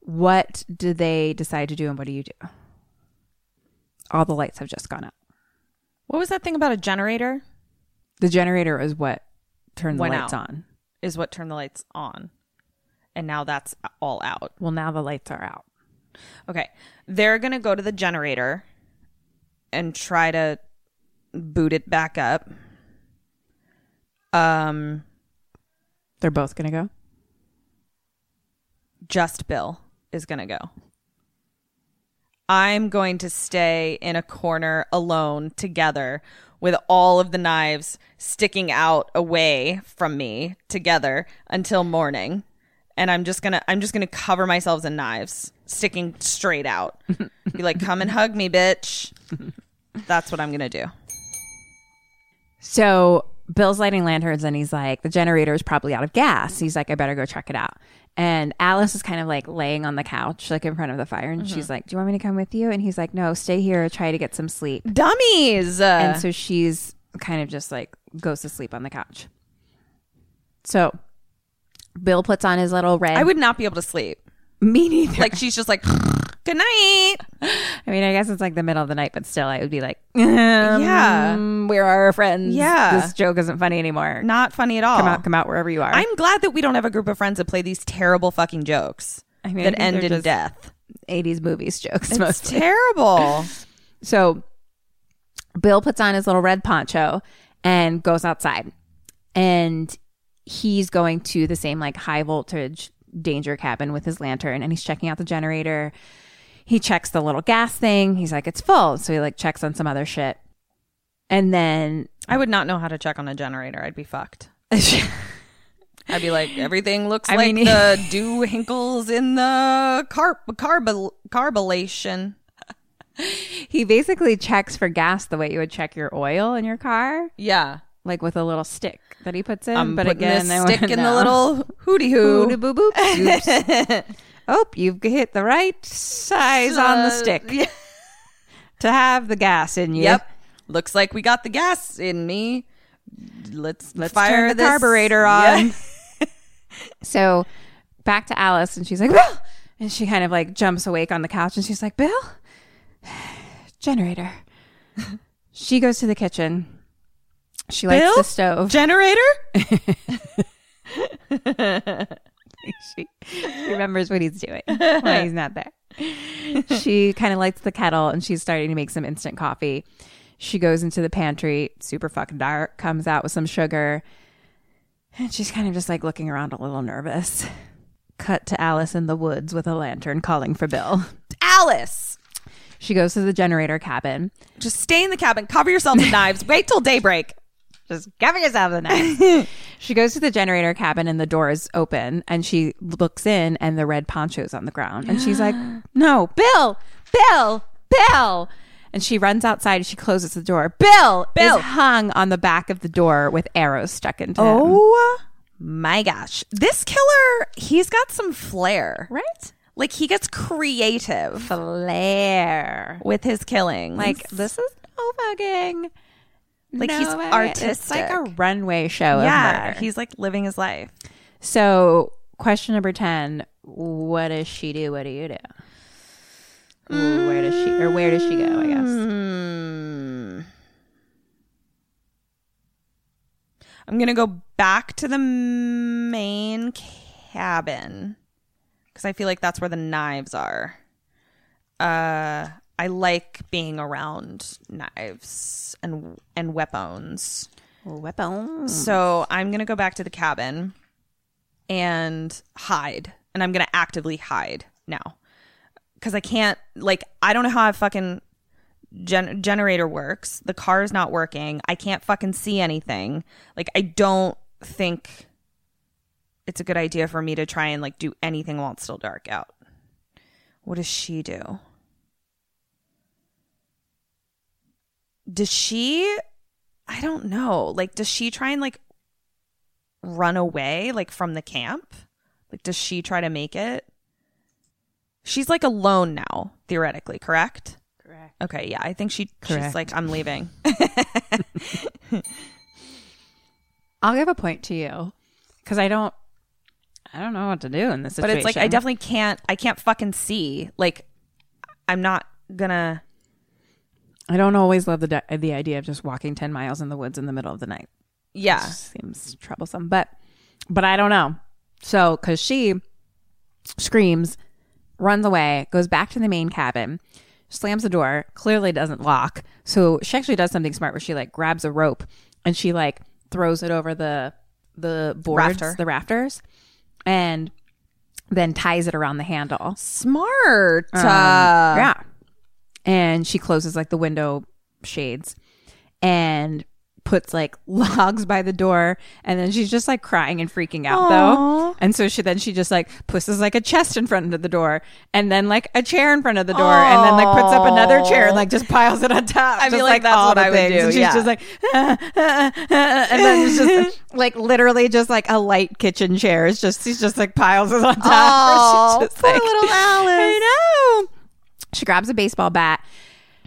[SPEAKER 2] what do they decide to do and what do you do? All the lights have just gone out.
[SPEAKER 5] What was that thing about a generator?
[SPEAKER 2] The generator is what turned the
[SPEAKER 5] Went
[SPEAKER 2] lights
[SPEAKER 5] out.
[SPEAKER 2] on.
[SPEAKER 5] Is what turned the lights on. And now that's all out.
[SPEAKER 2] Well, now the lights are out.
[SPEAKER 5] Okay. They're going to go to the generator and try to boot it back up. Um
[SPEAKER 2] They're both going to go.
[SPEAKER 5] just Bill is going to go. I'm going to stay in a corner alone together with all of the knives sticking out away from me together until morning. And I'm just going to I'm just going to cover myself in knives sticking straight out. Be like come and hug me, bitch. That's what I'm going to do.
[SPEAKER 2] So Bill's lighting lanterns and he's like, the generator is probably out of gas. He's like, I better go check it out. And Alice is kind of like laying on the couch, like in front of the fire. And she's like, Do you want me to come with you? And he's like, No, stay here, try to get some sleep.
[SPEAKER 5] Dummies.
[SPEAKER 2] and so she's kind of just like goes to sleep on the couch. So Bill puts on his little red.
[SPEAKER 5] I would not be able to sleep.
[SPEAKER 2] me neither.
[SPEAKER 5] Like she's just like good night.
[SPEAKER 2] I mean, I guess it's like the middle of the night, but still, I would be like,
[SPEAKER 5] Yeah.
[SPEAKER 2] "Um, we're our friends.
[SPEAKER 5] Yeah.
[SPEAKER 2] this joke isn't funny anymore.
[SPEAKER 5] Not funny at all.
[SPEAKER 2] come out, come out wherever you are.
[SPEAKER 5] I'm glad that we don't have a group of friends that play these terrible fucking jokes
[SPEAKER 2] I mean, I
[SPEAKER 5] that
[SPEAKER 2] think
[SPEAKER 5] end
[SPEAKER 2] they're
[SPEAKER 5] in
[SPEAKER 2] just
[SPEAKER 5] death.
[SPEAKER 2] 80s movies jokes
[SPEAKER 5] It's
[SPEAKER 2] mostly.
[SPEAKER 5] terrible.
[SPEAKER 2] so Bill puts on his little red poncho and goes outside. And he's going to the same like high voltage danger cabin with his lantern and he's checking out the generator. He checks the little gas thing. He's like, it's full. So he like checks on some other shit. And then
[SPEAKER 5] I would not know how to check on a generator. I'd be fucked. I'd be like, everything looks
[SPEAKER 2] I
[SPEAKER 5] like
[SPEAKER 2] mean-
[SPEAKER 5] the dew hinkles in the carb carb carbolation.
[SPEAKER 2] he basically checks for gas the way you would check your oil in your car,
[SPEAKER 5] Yeah,
[SPEAKER 2] like with a little stick that he puts in.
[SPEAKER 5] I'm
[SPEAKER 2] but
[SPEAKER 5] putting
[SPEAKER 2] again, I
[SPEAKER 5] this stick
[SPEAKER 2] wouldn't
[SPEAKER 5] in the
[SPEAKER 2] know.
[SPEAKER 5] little hooty
[SPEAKER 2] Boo-doo,
[SPEAKER 5] hoo.
[SPEAKER 2] boo, boop, oops. oh, you've hit the right size
[SPEAKER 5] Uh,
[SPEAKER 2] on the stick to have the gas in you.
[SPEAKER 5] Yep, looks like we got the gas in me. Let's
[SPEAKER 2] Let's
[SPEAKER 5] fire
[SPEAKER 2] turn the
[SPEAKER 5] this-
[SPEAKER 2] carburetor
[SPEAKER 5] Yeah.
[SPEAKER 2] on. So back to Alice, and she's like, Bill! And she kind of like jumps awake on the couch and she's like, Bill, generator. she goes to the kitchen. She lights
[SPEAKER 5] Bill?
[SPEAKER 2] the stove.
[SPEAKER 5] Generator?
[SPEAKER 2] she remembers what he's doing when he's not there. She kind of lights the kettle and she's starting to make some instant coffee. She goes into the pantry, super fucking dark, comes out with some sugar, and she's kind of just like looking around a little nervous. Cut to Alice in the woods with a lantern calling for Bill.
[SPEAKER 5] Alice.
[SPEAKER 2] She goes to the generator cabin.
[SPEAKER 5] Just stay in the cabin. Cover yourself with knives. Wait till daybreak.
[SPEAKER 2] Just cover yourself in that. she goes to the generator cabin and the door is open and she looks in and the red poncho's on the ground. And she's like, No, Bill, Bill, Bill. And she runs outside and she closes the door. Bill,
[SPEAKER 5] Bill.
[SPEAKER 2] is hung on the back of the door with arrows stuck into him.
[SPEAKER 5] Oh my gosh. This killer, he's got some flair.
[SPEAKER 2] Right?
[SPEAKER 5] Like he gets creative
[SPEAKER 2] Flair.
[SPEAKER 5] with his killing.
[SPEAKER 2] Like, this is no fucking.
[SPEAKER 5] Like,
[SPEAKER 2] no
[SPEAKER 5] he's
[SPEAKER 2] fucking- It's like a
[SPEAKER 5] artistic.
[SPEAKER 2] runway show. of
[SPEAKER 5] yeah,
[SPEAKER 2] murder.
[SPEAKER 5] he's like living his life.
[SPEAKER 2] So, question number 10 What does she do? What do you do? Ooh, Where does she or where does she go? I guess
[SPEAKER 5] Hmm. I'm going to go back to the main cabin because I feel like that's where the knives are. Uh, I like being around knives and and weapons.
[SPEAKER 2] weapons.
[SPEAKER 5] So I'm gonna go back to the cabin and hide, and I'm gonna actively hide now because I can't. Like I don't know how I fucking gen- generator works. The car is not working. I can't fucking see anything. Like I don't think it's a good idea for me to try and like do anything while it's still dark out. What does she do? Does she I don't know. Like does she try and like run away like from the camp? Like does she try to make it? She's like alone now, theoretically, correct? Correct. Okay, yeah. I think she she's
[SPEAKER 2] Correct.
[SPEAKER 5] like I'm leaving.
[SPEAKER 2] I'll give a point to you because I don't, I don't know what to do in this
[SPEAKER 5] but
[SPEAKER 2] situation.
[SPEAKER 5] it's like I definitely can't. I can't fucking see. Like, I'm not gonna.
[SPEAKER 2] I don't always love the di- the idea of just walking ten miles in the woods in the middle of the night.
[SPEAKER 5] Yeah,
[SPEAKER 2] Seems troublesome, but but I don't know. So because she screams, runs away, goes back to the main cabin, slams the door. Clearly doesn't lock. So she actually does something smart where she like grabs a rope and she like throws it over the the boards,
[SPEAKER 5] Rafter.
[SPEAKER 2] the rafters, and then ties it around the handle.
[SPEAKER 5] smart.
[SPEAKER 2] Um,
[SPEAKER 5] Uh,
[SPEAKER 2] Yeah. Uh, And she closes like the window shades and puts like logs by the door and then she's just like crying and freaking out though. And so she then she just like pushes like a chest in front of the door and then like a chair in front of the door and then like puts up another chair and like just piles it on top.
[SPEAKER 5] I
[SPEAKER 2] Just,
[SPEAKER 5] feel like that's
[SPEAKER 2] all
[SPEAKER 5] what
[SPEAKER 2] the
[SPEAKER 5] I would
[SPEAKER 2] things.
[SPEAKER 5] do,
[SPEAKER 2] And she's
[SPEAKER 5] yeah.
[SPEAKER 2] just like and then it's just like literally just like a light kitchen chair. It's just she's just like piles it on top.
[SPEAKER 5] Oh,
[SPEAKER 2] She's just,
[SPEAKER 5] poor little Alice.
[SPEAKER 2] I know. She grabs a baseball bat.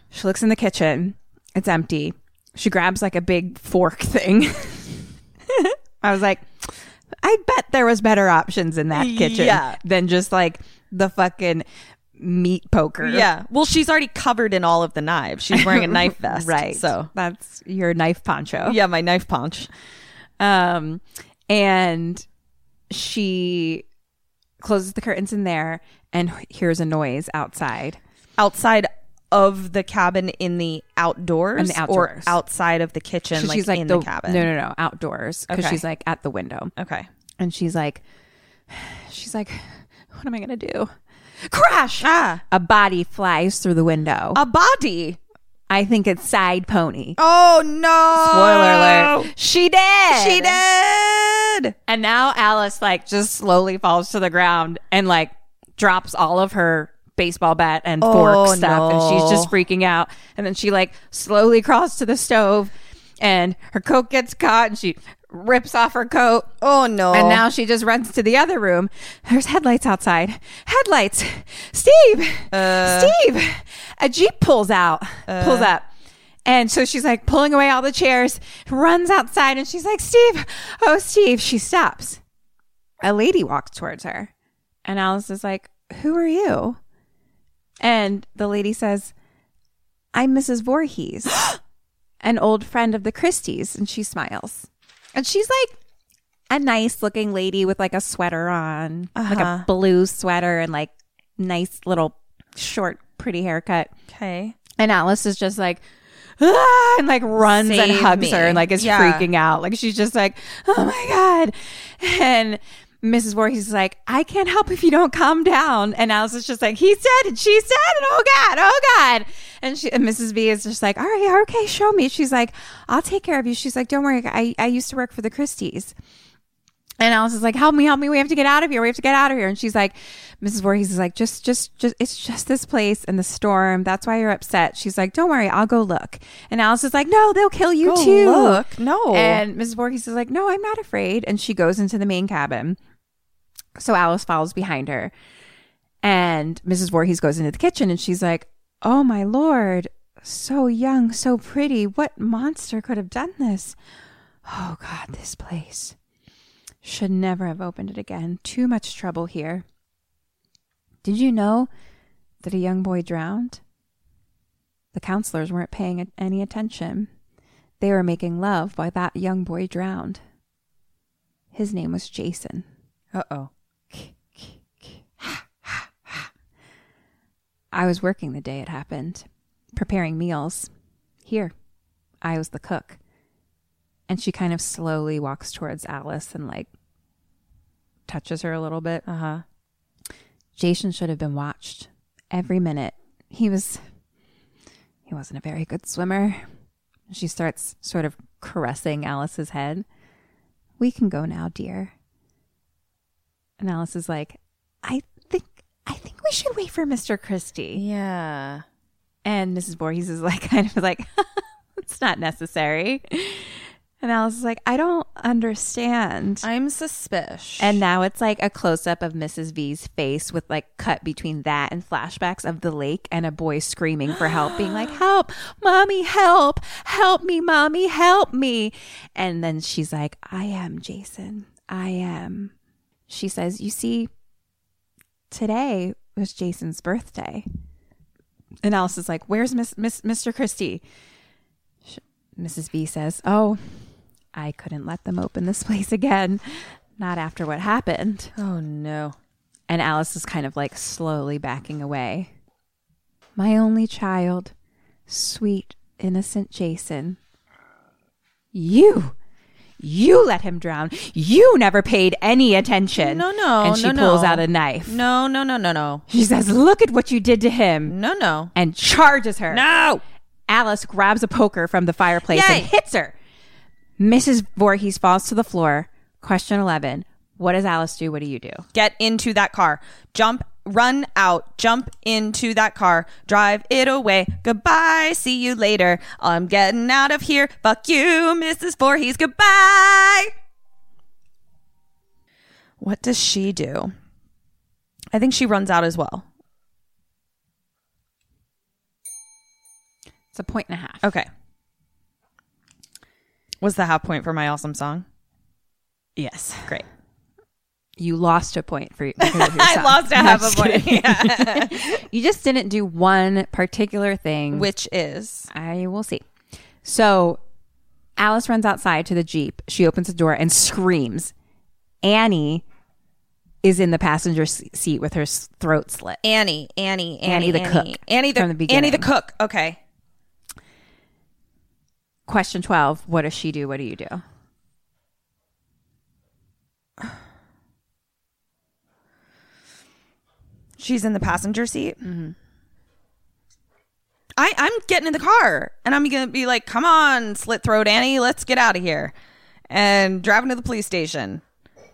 [SPEAKER 2] She looks in the kitchen. It's empty. She grabs like a big fork thing. I was like, I bet there was better options in that kitchen
[SPEAKER 5] Yeah.
[SPEAKER 2] than just like the fucking meat poker.
[SPEAKER 5] Yeah. Well, she's already covered in all of the knives. She's wearing a knife vest,
[SPEAKER 2] Right.
[SPEAKER 5] So,
[SPEAKER 2] that's your knife poncho.
[SPEAKER 5] yeah, my knife punch.
[SPEAKER 2] Um, and she closes the curtains in there and hears a noise outside.
[SPEAKER 5] outside of the cabin in the outdoors,
[SPEAKER 2] In the
[SPEAKER 5] or
[SPEAKER 2] outdoors.
[SPEAKER 5] outside of the kitchen,
[SPEAKER 2] So
[SPEAKER 5] like,
[SPEAKER 2] she's like
[SPEAKER 5] in
[SPEAKER 2] the,
[SPEAKER 5] the, cabin.
[SPEAKER 2] No, no, no, outdoors because
[SPEAKER 5] Okay.
[SPEAKER 2] she's like at the window,
[SPEAKER 5] Okay.
[SPEAKER 2] and she's like, she's like, what am I gonna do? Crash!
[SPEAKER 5] Ah.
[SPEAKER 2] A body flies through the window.
[SPEAKER 5] A body.
[SPEAKER 2] I think it's side pony.
[SPEAKER 5] Oh no!
[SPEAKER 2] Spoiler alert. She did.
[SPEAKER 5] She did.
[SPEAKER 2] And now Alice like just slowly falls to the ground and like drops all of her baseball bat and fork
[SPEAKER 5] Oh,
[SPEAKER 2] stuff and she's just
[SPEAKER 5] no.
[SPEAKER 2] freaking out. And then she like slowly crawls to the stove and her coat gets caught and she rips off her coat.
[SPEAKER 5] Oh no!
[SPEAKER 2] And now she just runs to the other room. There's headlights outside. Headlights. Steve.
[SPEAKER 5] Uh.
[SPEAKER 2] Steve. A Jeep pulls out, pulls up. And so she's like pulling away all the chairs, runs outside, and she's like, Steve. Oh, Steve. She stops. A lady walks towards her. And Alice is like, Who are you? And the lady says, I'm Mrs. Voorhees, an old friend of the Christies. And she smiles. And she's like a nice looking lady with like a sweater on, like a blue sweater and like nice little short, pretty haircut.
[SPEAKER 5] okay.
[SPEAKER 2] And Alice is just like, "Ah," and like runs and
[SPEAKER 5] Save
[SPEAKER 2] hugs
[SPEAKER 5] me.
[SPEAKER 2] her and like is
[SPEAKER 5] Yeah.
[SPEAKER 2] freaking out. Like she's just like, oh my God. And Mrs. Voorhees is like, I can't help if you don't calm down. And Alice is just like, he said it, she said it. Oh God, oh God. And she, and Mrs. B is just like, all right, okay, show me. She's like, I'll take care of you. She's like, don't worry. I, I used to work for the Christies. And Alice is like, "Help me, help me! We have to get out of here. We have to get out of here." And she's like, "Mrs. Voorhees is like, just, just, just. It's just this place and the storm. That's why you're upset." She's like, "Don't worry, I'll go look." And Alice is like, "No, they'll kill you
[SPEAKER 5] Go
[SPEAKER 2] too."
[SPEAKER 5] look. No.
[SPEAKER 2] And Mrs. Voorhees is like, "No, I'm not afraid." And she goes into the main cabin. So Alice follows behind her, and Mrs. Voorhees goes into the kitchen, and she's like, "Oh my lord, so young, so pretty. What monster could have done this? Oh God, this place." Should never have opened it again. Too much trouble here. Did you know that a young boy drowned? The counselors weren't paying a- any attention. They were making love while that young boy drowned. His name was Jason.
[SPEAKER 5] Uh oh.
[SPEAKER 2] I was working the day it happened, preparing meals. Here, I was the cook. And she kind of slowly walks towards Alice and like touches her a little bit. Uh huh. Jason should have been watched every minute. He was, he wasn't a very good swimmer. She starts sort of caressing Alice's head. We can go now, dear. And Alice is like, I think I think we should wait for Mr. Christie.
[SPEAKER 5] Yeah.
[SPEAKER 2] And Mrs. Voorhees is like kind of like, it's not necessary. And Alice is like, I don't understand.
[SPEAKER 5] I'm suspicious.
[SPEAKER 2] And now it's like a close up of Mrs. V's face with like cut between that and flashbacks of the lake and a boy screaming for help, being like, Help, mommy, help, help me, mommy, help me. And then she's like, I am Jason. I am. She says, You see, today was Jason's birthday. And Alice is like, Where's Miss, Miss, Mr. Christie? Sh- Mrs. V says, Oh, I couldn't let them open this place again. Not after what happened.
[SPEAKER 5] oh no.
[SPEAKER 2] And Alice is kind of like slowly backing away. My only child, sweet, innocent Jason. You! You let him drown. You never paid any attention.
[SPEAKER 5] No, no.
[SPEAKER 2] And she
[SPEAKER 5] no,
[SPEAKER 2] pulls
[SPEAKER 5] no.
[SPEAKER 2] out a knife.
[SPEAKER 5] No, no, no, no, no.
[SPEAKER 2] She says, Look at what you did to him.
[SPEAKER 5] No, no.
[SPEAKER 2] And charges her.
[SPEAKER 5] No.
[SPEAKER 2] Alice grabs a poker from the fireplace
[SPEAKER 5] Yay.
[SPEAKER 2] and hits her. Mrs. Voorhees falls to the floor. Question 11 What does Alice do? What do you do?
[SPEAKER 5] Get into that car. Jump, run out, jump into that car. Drive it away. Goodbye. See you later. I'm getting out of here. Fuck you, Mrs. Voorhees. Goodbye. What does she do? I think she runs out as well.
[SPEAKER 2] It's a point and a half.
[SPEAKER 5] Okay. Was the half point for my awesome song?
[SPEAKER 2] Yes.
[SPEAKER 5] Great.
[SPEAKER 2] You lost a point for because of yourself.
[SPEAKER 5] a half a point.
[SPEAKER 2] You just didn't do one particular thing,
[SPEAKER 5] Which is
[SPEAKER 2] I will see. So Alice runs outside to the Jeep. She opens the door and screams. Annie is in the passenger s- seat with her s- throat slit.
[SPEAKER 5] Annie, Annie, Annie,
[SPEAKER 2] Annie the cook
[SPEAKER 5] Annie the,
[SPEAKER 2] from the
[SPEAKER 5] Annie
[SPEAKER 2] beginning.
[SPEAKER 5] the cook. Okay.
[SPEAKER 2] Question 12 What does she do? What do you do?
[SPEAKER 5] She's in the passenger seat.
[SPEAKER 2] Mm-hmm.
[SPEAKER 5] I, I'm getting in the car and I'm going to be like, come on, slit throat Annie, let's get out of here. And driving to the police station,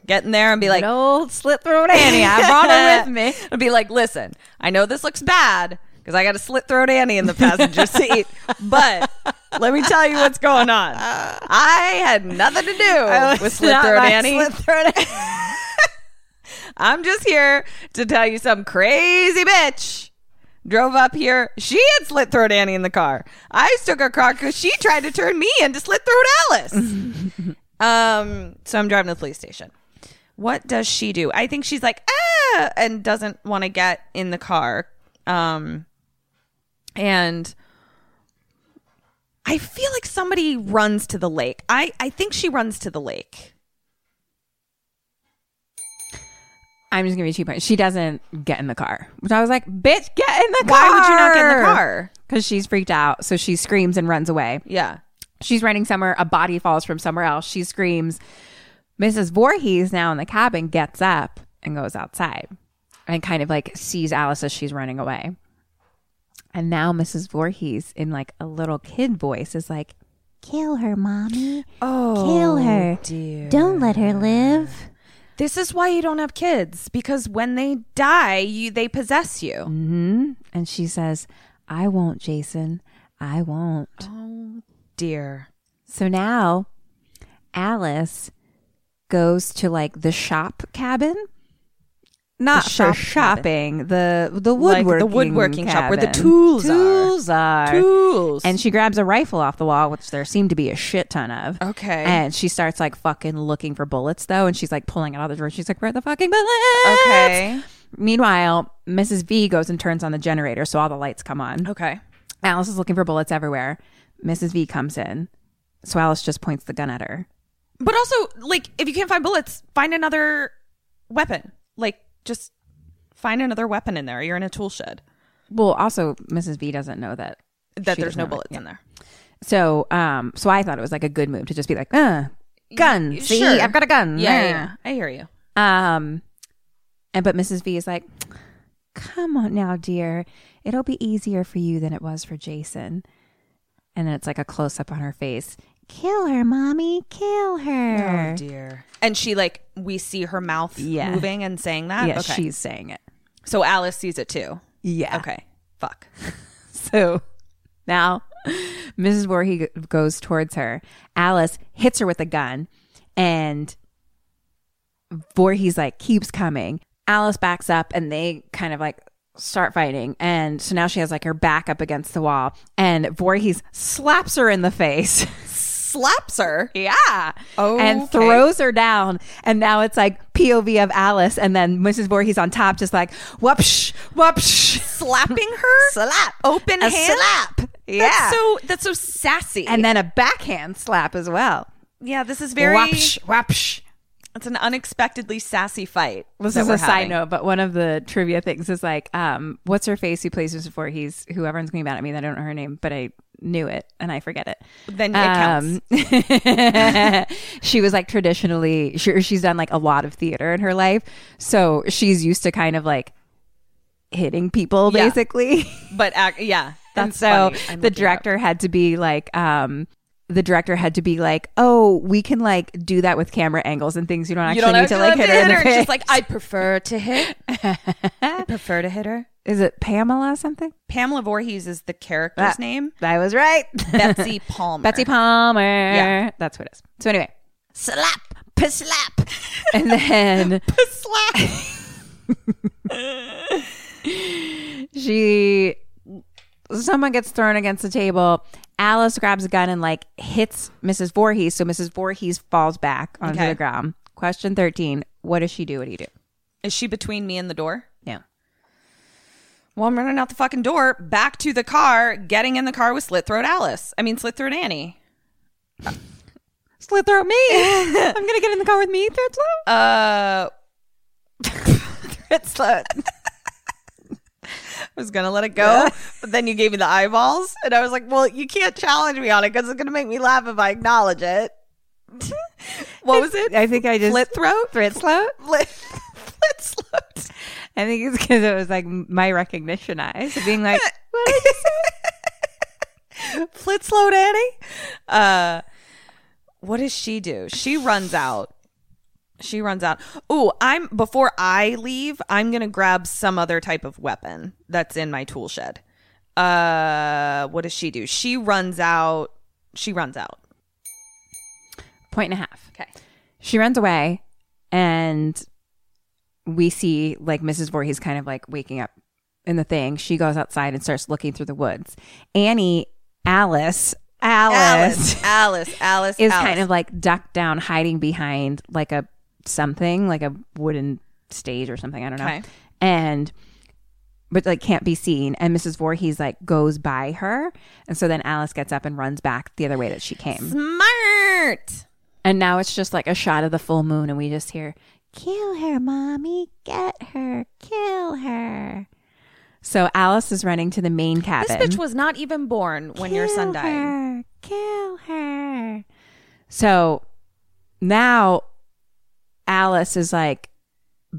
[SPEAKER 5] get in there and be like,
[SPEAKER 2] old slit throat Annie. I brought her with me.
[SPEAKER 5] I'd be like, listen, I know this looks bad because I got a slit throat Annie in the passenger seat, but let me tell you what's going on. I had nothing to do with slit throat Annie. I'm just here to tell you some crazy bitch drove up here. She had slit throat Annie in the car. I took her car because she tried to turn me into slit throat Alice. um, so I'm driving to the police station. What does she do? I think she's like ah, and doesn't want to get in the car. Um, and I feel like somebody runs to the lake. I I think she runs to the lake.
[SPEAKER 2] I'm just going to be two points. She doesn't get in the car. Which I was like, bitch, get in the car.
[SPEAKER 5] Why would you not get in the car?
[SPEAKER 2] Because she's freaked out. So she screams and runs away.
[SPEAKER 5] Yeah.
[SPEAKER 2] She's running somewhere. A body falls from somewhere else. She screams. Mrs. Voorhees, now in the cabin, gets up and goes outside and kind of like sees Alice as she's running away. And now Mrs. Voorhees, in like a little kid voice, is like, Kill her, mommy. Oh, kill her. Don't let her live.
[SPEAKER 5] This is why you don't have kids because when they die, you they possess you.
[SPEAKER 2] And she says, I won't, Jason. I won't.
[SPEAKER 5] Dear.
[SPEAKER 2] So now Alice goes to like the shop cabin. Not
[SPEAKER 5] shop
[SPEAKER 2] for shopping, the the woodworking,
[SPEAKER 5] the woodworking shop where the
[SPEAKER 2] cabin.
[SPEAKER 5] tools are.
[SPEAKER 2] tools are.
[SPEAKER 5] Tools.
[SPEAKER 2] And she grabs a rifle off the wall, which there seemed to be a shit ton of.
[SPEAKER 5] Okay.
[SPEAKER 2] And she starts like fucking looking for bullets though, and she's like pulling out of the drawer. She's like, "Where are the fucking bullets?"
[SPEAKER 5] Okay.
[SPEAKER 2] Meanwhile, Mrs. V goes and turns on the generator, so all the lights come on.
[SPEAKER 5] Okay.
[SPEAKER 2] Alice is looking for bullets everywhere. Mrs. V comes in. So Alice just points the gun at her.
[SPEAKER 5] But also, like, if you can't find bullets, find another weapon. Like, just find another weapon in there. You're in a tool shed.
[SPEAKER 2] Well, also Mrs. V doesn't know that.
[SPEAKER 5] That
[SPEAKER 2] She
[SPEAKER 5] there's
[SPEAKER 2] doesn't
[SPEAKER 5] no
[SPEAKER 2] know it,
[SPEAKER 5] bullets
[SPEAKER 2] yeah.
[SPEAKER 5] in there.
[SPEAKER 2] So, um, so I thought it was like a good move to just be like, uh, gun. See,
[SPEAKER 5] sure.
[SPEAKER 2] I've got a gun.
[SPEAKER 5] Yeah,
[SPEAKER 2] Uh.
[SPEAKER 5] yeah, yeah. I hear you.
[SPEAKER 2] Um, and but Mrs. V is like, "Come on now, dear. It'll be easier for you than it was for Jason." And then it's like a close up on her face. kill her, mommy, kill her.
[SPEAKER 5] Oh dear. And she like we see her mouth
[SPEAKER 2] Yeah.
[SPEAKER 5] moving and saying that.
[SPEAKER 2] yeah,
[SPEAKER 5] okay.
[SPEAKER 2] she's saying it.
[SPEAKER 5] so Alice sees it too.
[SPEAKER 2] Yeah.
[SPEAKER 5] Okay. Fuck.
[SPEAKER 2] So now Mrs. Voorhees goes towards her. Alice hits her with a gun, and Voorhees like keeps coming. Alice backs up, and they kind of like start fighting. And so now she has like her back up against the wall, and Voorhees slaps her in the face.
[SPEAKER 5] Slaps her.
[SPEAKER 2] Yeah.
[SPEAKER 5] Okay.
[SPEAKER 2] And throws her down. And now it's like POV of Alice. And then Mrs. Voorhees on top, just like, whoopsh, whoopsh.
[SPEAKER 5] Slapping her? Slap. Open
[SPEAKER 2] A
[SPEAKER 5] hand.
[SPEAKER 2] slap. Yeah.
[SPEAKER 5] That's so that's so sassy.
[SPEAKER 2] and then a backhand slap as well.
[SPEAKER 5] yeah, this is very
[SPEAKER 2] whapsh, whapsh.
[SPEAKER 5] it's an unexpectedly sassy fight.
[SPEAKER 2] This
[SPEAKER 5] that
[SPEAKER 2] is
[SPEAKER 5] we're
[SPEAKER 2] a
[SPEAKER 5] having.
[SPEAKER 2] side note, but one of the trivia things is like, um, what's her face? Who plays this before? He's who everyone's going to be mad at me. that I don't know her name, but I knew it and I forget it.
[SPEAKER 5] Then it counts.
[SPEAKER 2] Um, she was like traditionally, she, she's done like a lot of theater in her life. So she's used to kind of like hitting people
[SPEAKER 5] Yeah.
[SPEAKER 2] basically.
[SPEAKER 5] But ac yeah,
[SPEAKER 2] and
[SPEAKER 5] that's
[SPEAKER 2] so
[SPEAKER 5] funny. I'm
[SPEAKER 2] the
[SPEAKER 5] looking it up.
[SPEAKER 2] director had to be like, um, the director had to be like, oh, we can like do that with camera angles and things. You don't actually
[SPEAKER 5] You don't
[SPEAKER 2] need
[SPEAKER 5] have
[SPEAKER 2] to like hit her in the
[SPEAKER 5] It's
[SPEAKER 2] face.
[SPEAKER 5] Just like I prefer to hit. I prefer to hit her.
[SPEAKER 2] Is it Pamela something?
[SPEAKER 5] Pamela Voorhees is the character's
[SPEAKER 2] That-
[SPEAKER 5] name.
[SPEAKER 2] I was right.
[SPEAKER 5] Betsy Palmer.
[SPEAKER 2] Betsy Palmer.
[SPEAKER 5] Yeah.
[SPEAKER 2] That's what it is. So anyway,
[SPEAKER 5] Slap. P-slap.
[SPEAKER 2] and then
[SPEAKER 5] slap.
[SPEAKER 2] she someone gets thrown against the table. Alice grabs a gun and like hits Mrs. Voorhees, so Mrs. Voorhees falls back onto
[SPEAKER 5] Okay.
[SPEAKER 2] the ground. Question 13. What does she do? What do you do?
[SPEAKER 5] Is she between me and the door?
[SPEAKER 2] Yeah.
[SPEAKER 5] Well, I'm running out the fucking door, back to the car, getting in the car with Slit Throat Alice. I mean, Slit Throat Annie.
[SPEAKER 2] Slit throat me. I'm gonna get in the car with me, throat slow.
[SPEAKER 5] Uh,
[SPEAKER 2] Throat slow.
[SPEAKER 5] I was going to let it go, but then you gave me the eyeballs. And I was like, well, you can't challenge me on it because it's going to make me laugh if I acknowledge it. what was it?
[SPEAKER 2] I think I just
[SPEAKER 5] Slit Throat?
[SPEAKER 2] Throat slow.
[SPEAKER 5] Slit, slit Throat.
[SPEAKER 2] I think it's because it was like my recognition eyes being like, what did you say?
[SPEAKER 5] Flit slow Danny. Uh, what does she do? She runs out. She runs out. Ooh, I'm before I leave, I'm gonna grab some other type of weapon that's in my tool shed. Uh, what does she do? She runs out. She runs out.
[SPEAKER 2] Point and a half.
[SPEAKER 5] Okay.
[SPEAKER 2] She runs away, and we see like Mrs. Voorhees kind of like waking up in the thing. She goes outside and starts looking through the woods. Annie, Alice, Alice,
[SPEAKER 5] Alice, Alice, Alice
[SPEAKER 2] is
[SPEAKER 5] Alice.
[SPEAKER 2] kind of like ducked down, hiding behind like a something, like a wooden stage or something. I don't know.
[SPEAKER 5] Okay.
[SPEAKER 2] And but like can't be seen. And Mrs. Voorhees like goes by her, and so then Alice gets up and runs back the other way that she came.
[SPEAKER 5] smart.
[SPEAKER 2] And now it's just like a shot of the full moon, and we just hear, Kill her, mommy, get her, kill her. So Alice is running to the main cabin.
[SPEAKER 5] This bitch was not even born when your son
[SPEAKER 2] Kill
[SPEAKER 5] died.
[SPEAKER 2] her, kill her. So now Alice is like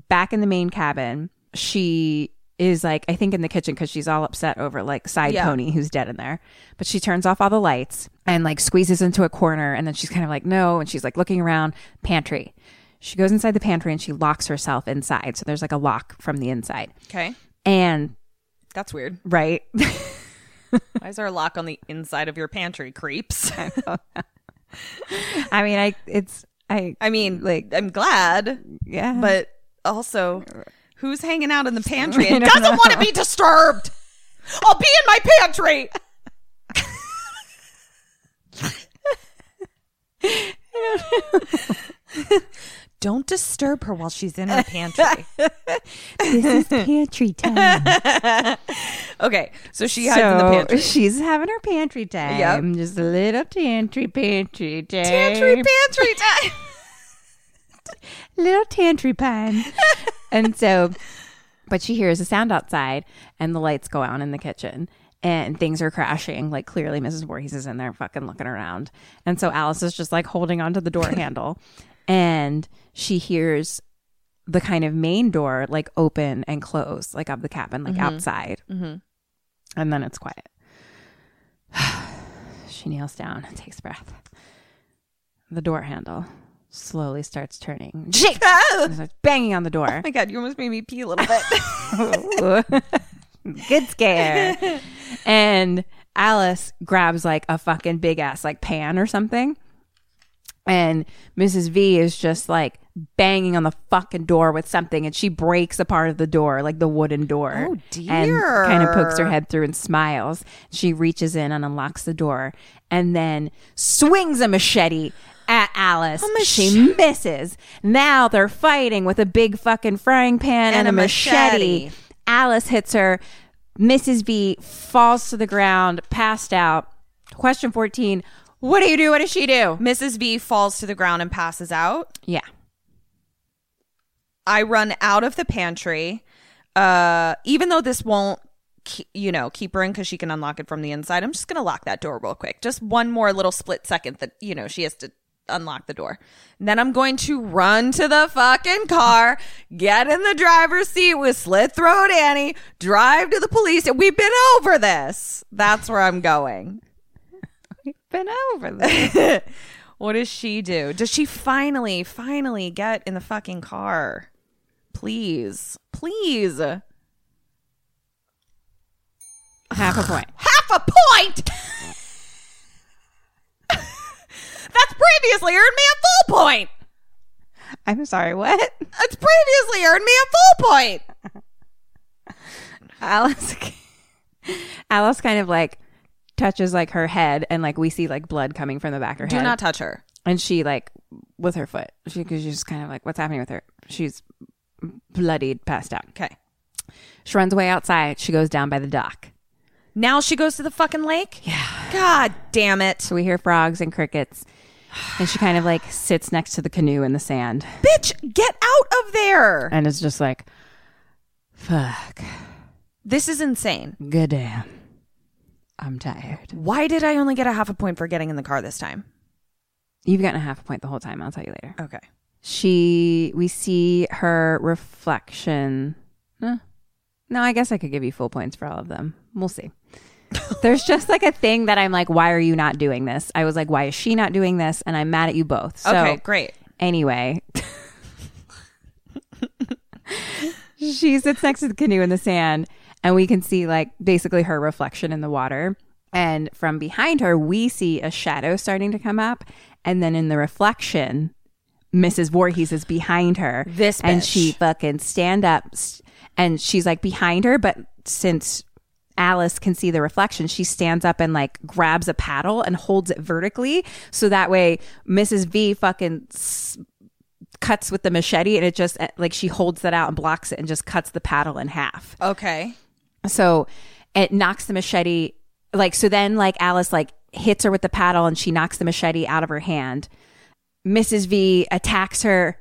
[SPEAKER 2] back in the main cabin. She is like, I think in the kitchen because she's all upset over like side
[SPEAKER 5] Yeah.
[SPEAKER 2] pony who's dead in there. But she turns off all the lights and like squeezes into a corner. And then she's kind of like, no. And she's like looking around, pantry. She goes inside the pantry and she locks herself inside. So there's like a lock from the inside.
[SPEAKER 5] Okay,
[SPEAKER 2] And
[SPEAKER 5] that's weird.
[SPEAKER 2] right.
[SPEAKER 5] Why is there a lock on the inside of your pantry? Creeps.
[SPEAKER 2] I mean, I, it's, I,
[SPEAKER 5] I mean, like, I'm glad,
[SPEAKER 2] yeah.
[SPEAKER 5] but also, who's hanging out in the pantry
[SPEAKER 2] I
[SPEAKER 5] and
[SPEAKER 2] don't
[SPEAKER 5] doesn't
[SPEAKER 2] know.
[SPEAKER 5] want to be disturbed? I'll be in my pantry. Don't disturb her while she's in her pantry.
[SPEAKER 2] this is pantry time.
[SPEAKER 5] okay, so she hides in the pantry.
[SPEAKER 2] She's having her pantry time. Just a little pantry, pantry time.
[SPEAKER 5] Pantry, pantry time.
[SPEAKER 2] little tantry time. and so, but she hears a sound outside and the lights go out in the kitchen and things are crashing. Like clearly Mrs. Voorhees is in there fucking looking around. And so Alice is just like holding onto the door handle and she hears the kind of main door like open and close, like of the cabin, like outside. And then it's quiet. she kneels down and takes a breath. the door handle slowly starts turning. Jake! And starts banging on the door.
[SPEAKER 5] Oh my god, you almost made me pee a little bit.
[SPEAKER 2] Good scare. and Alice grabs like a fucking big ass like pan or something. And Mrs. V is just like banging on the fucking door with something and she breaks a part of the door, like the wooden door.
[SPEAKER 5] Oh,
[SPEAKER 2] And kind of pokes her
[SPEAKER 5] dear.
[SPEAKER 2] head through and smiles. She reaches in and unlocks the door and then swings a machete at Alice. she misses. Now they're fighting with a big fucking frying pan and,
[SPEAKER 5] And
[SPEAKER 2] a
[SPEAKER 5] a
[SPEAKER 2] machete.
[SPEAKER 5] machete.
[SPEAKER 2] Alice hits her. Mrs. V falls to the ground, passed out. Question 14 What do you do? What does she do?
[SPEAKER 5] Mrs. V falls to the ground and passes out.
[SPEAKER 2] Yeah.
[SPEAKER 5] I run out of the pantry. Uh, even though this won't, ke- you know, keep her in because she can unlock it from the inside, I'm just gonna lock that door real quick. Just one more little split second that you know she has to unlock the door. And then I'm going to run to the fucking car, get in the driver's seat with slit throat Annie, drive to the police. We've been over this. That's where I'm going.
[SPEAKER 2] Been over this.
[SPEAKER 5] What does she do? Does she finally, finally get in the fucking car? Please, please. Half
[SPEAKER 2] Half a point.
[SPEAKER 5] a point! That's previously earned me a full point!
[SPEAKER 2] I'm sorry, what?
[SPEAKER 5] That's previously earned me a full point!
[SPEAKER 2] Alice Alice kind of like touches like her head and like we see like blood coming from the back of her
[SPEAKER 5] Do
[SPEAKER 2] head.
[SPEAKER 5] not touch her.
[SPEAKER 2] and she like with her foot. She cause she's just kind of like, what's happening with her? She's bloodied, passed out.
[SPEAKER 5] Okay.
[SPEAKER 2] She runs away outside. She goes down by the dock.
[SPEAKER 5] Now she goes to the fucking lake? Yeah. God damn it.
[SPEAKER 2] So we hear frogs and crickets. And she kind of like sits next to the canoe in the sand
[SPEAKER 5] Bitch, get out of there!
[SPEAKER 2] and is just like, fuck,
[SPEAKER 5] This is insane.
[SPEAKER 2] good damn. I'm tired.
[SPEAKER 5] Why did I only get a half a point for getting in the car this time?
[SPEAKER 2] You've gotten a half a point the whole time. I'll tell you later.
[SPEAKER 5] Okay.
[SPEAKER 2] she we see her reflection Huh. no i guess i could give you full points for all of them we'll see there's just like a thing that i'm like why are you not doing this i was like why is she not doing this and i'm mad at you both so
[SPEAKER 5] okay, great.
[SPEAKER 2] anyway she sits next to the canoe in the sand and we can see like basically her reflection in the water and from behind her we see a shadow starting to come up and then in the reflection Mrs. Voorhees is behind her
[SPEAKER 5] This
[SPEAKER 2] and
[SPEAKER 5] bitch.
[SPEAKER 2] she fucking stand up s- and she's like behind her but since Alice can see the reflection. She stands up and like grabs a paddle and holds it vertically. So that way, Mrs. V fucking s- cuts with the machete and it just eh, like she holds that out and blocks it and just cuts the paddle in half.
[SPEAKER 5] Okay.
[SPEAKER 2] So it knocks the machete like so then like Alice like hits her with the paddle and she knocks the machete out of her hand. Mrs. V attacks her,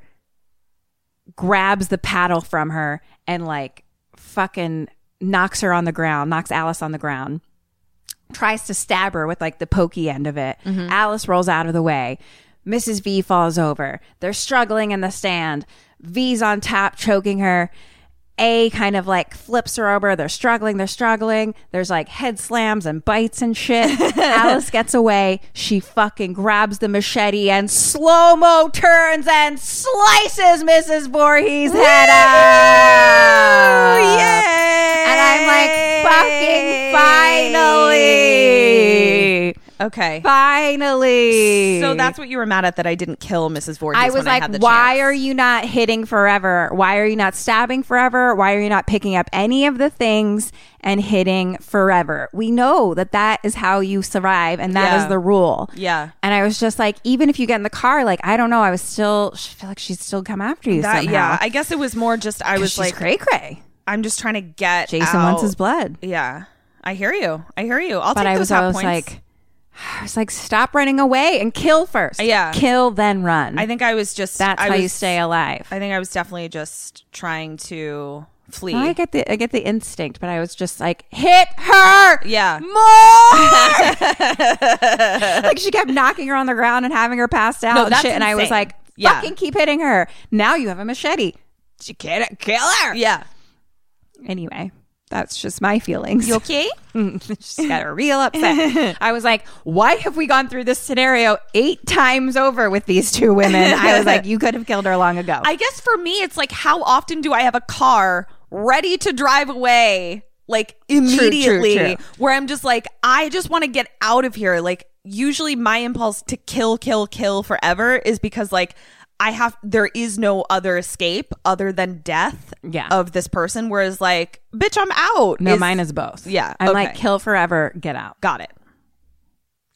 [SPEAKER 2] grabs the paddle from her and like fucking knocks her on the ground, knocks Alice on the ground. Tries to stab her with like the pokey end of it. Alice rolls out of the way. Mrs. V falls over. They're struggling in the stand. V's on top choking her. A kind of like flips her over. They're struggling. They're struggling. There's like head slams and bites and shit. Alice gets away. She fucking grabs the machete and slow mo turns and slices Mrs. Voorhees' head off. And I'm like, fucking finally.
[SPEAKER 5] Okay.
[SPEAKER 2] Finally.
[SPEAKER 5] So that's what you were mad at that I didn't kill Mrs. Voorhees.
[SPEAKER 2] I was
[SPEAKER 5] when
[SPEAKER 2] like,
[SPEAKER 5] had the
[SPEAKER 2] why
[SPEAKER 5] chance."
[SPEAKER 2] are you not hitting forever? Why are you not stabbing forever? Why are you not picking up any of the things and hitting forever? We know that that is how you survive and that is
[SPEAKER 5] Yeah.
[SPEAKER 2] the rule.
[SPEAKER 5] Yeah.
[SPEAKER 2] And I was just like, even if you get in the car, like, I don't know, I was still, I feel like she'd still come after you
[SPEAKER 5] That-
[SPEAKER 2] somehow.
[SPEAKER 5] yeah, I guess it was more just I was
[SPEAKER 2] she's
[SPEAKER 5] like,
[SPEAKER 2] cray cray.
[SPEAKER 5] I'm just trying to get
[SPEAKER 2] Jason wants
[SPEAKER 5] out.
[SPEAKER 2] his blood.
[SPEAKER 5] Yeah, I hear you. I hear you. I'll
[SPEAKER 2] But
[SPEAKER 5] take
[SPEAKER 2] I
[SPEAKER 5] those
[SPEAKER 2] was
[SPEAKER 5] half
[SPEAKER 2] always
[SPEAKER 5] points.
[SPEAKER 2] like, I was like, stop running away and kill first.
[SPEAKER 5] Yeah.
[SPEAKER 2] Kill, then run.
[SPEAKER 5] I think I was just.
[SPEAKER 2] that's
[SPEAKER 5] I
[SPEAKER 2] how
[SPEAKER 5] was,
[SPEAKER 2] you stay alive.
[SPEAKER 5] I think I was definitely just trying to flee.
[SPEAKER 2] I get the I get the instinct, but I was just like, hit her
[SPEAKER 5] Yeah.
[SPEAKER 2] more. like she kept knocking her on the ground and having her passed out
[SPEAKER 5] No,
[SPEAKER 2] and
[SPEAKER 5] that's
[SPEAKER 2] shit. And I was
[SPEAKER 5] insane.
[SPEAKER 2] like,
[SPEAKER 5] Yeah.
[SPEAKER 2] fucking keep hitting her. Now you have a machete. She can't kill her.
[SPEAKER 5] yeah.
[SPEAKER 2] Anyway, That's just my feelings.
[SPEAKER 5] You okay?
[SPEAKER 2] She got real upset. I was like, why have we gone through this scenario eight times over with these two women? I was like, you could have killed her long ago.
[SPEAKER 5] I guess for me, it's like, how often do I have a car ready to drive away, like immediately,
[SPEAKER 2] true.
[SPEAKER 5] where I'm just like, I just want to get out of here. Like, usually my impulse to kill, kill, kill forever is because, like, I have, there is no other escape other than death
[SPEAKER 2] Yeah.
[SPEAKER 5] of this person. Whereas, like, bitch, I'm out.
[SPEAKER 2] no, mine is both.
[SPEAKER 5] yeah,
[SPEAKER 2] I'm like,
[SPEAKER 5] okay.
[SPEAKER 2] kill forever, get out.
[SPEAKER 5] Got it.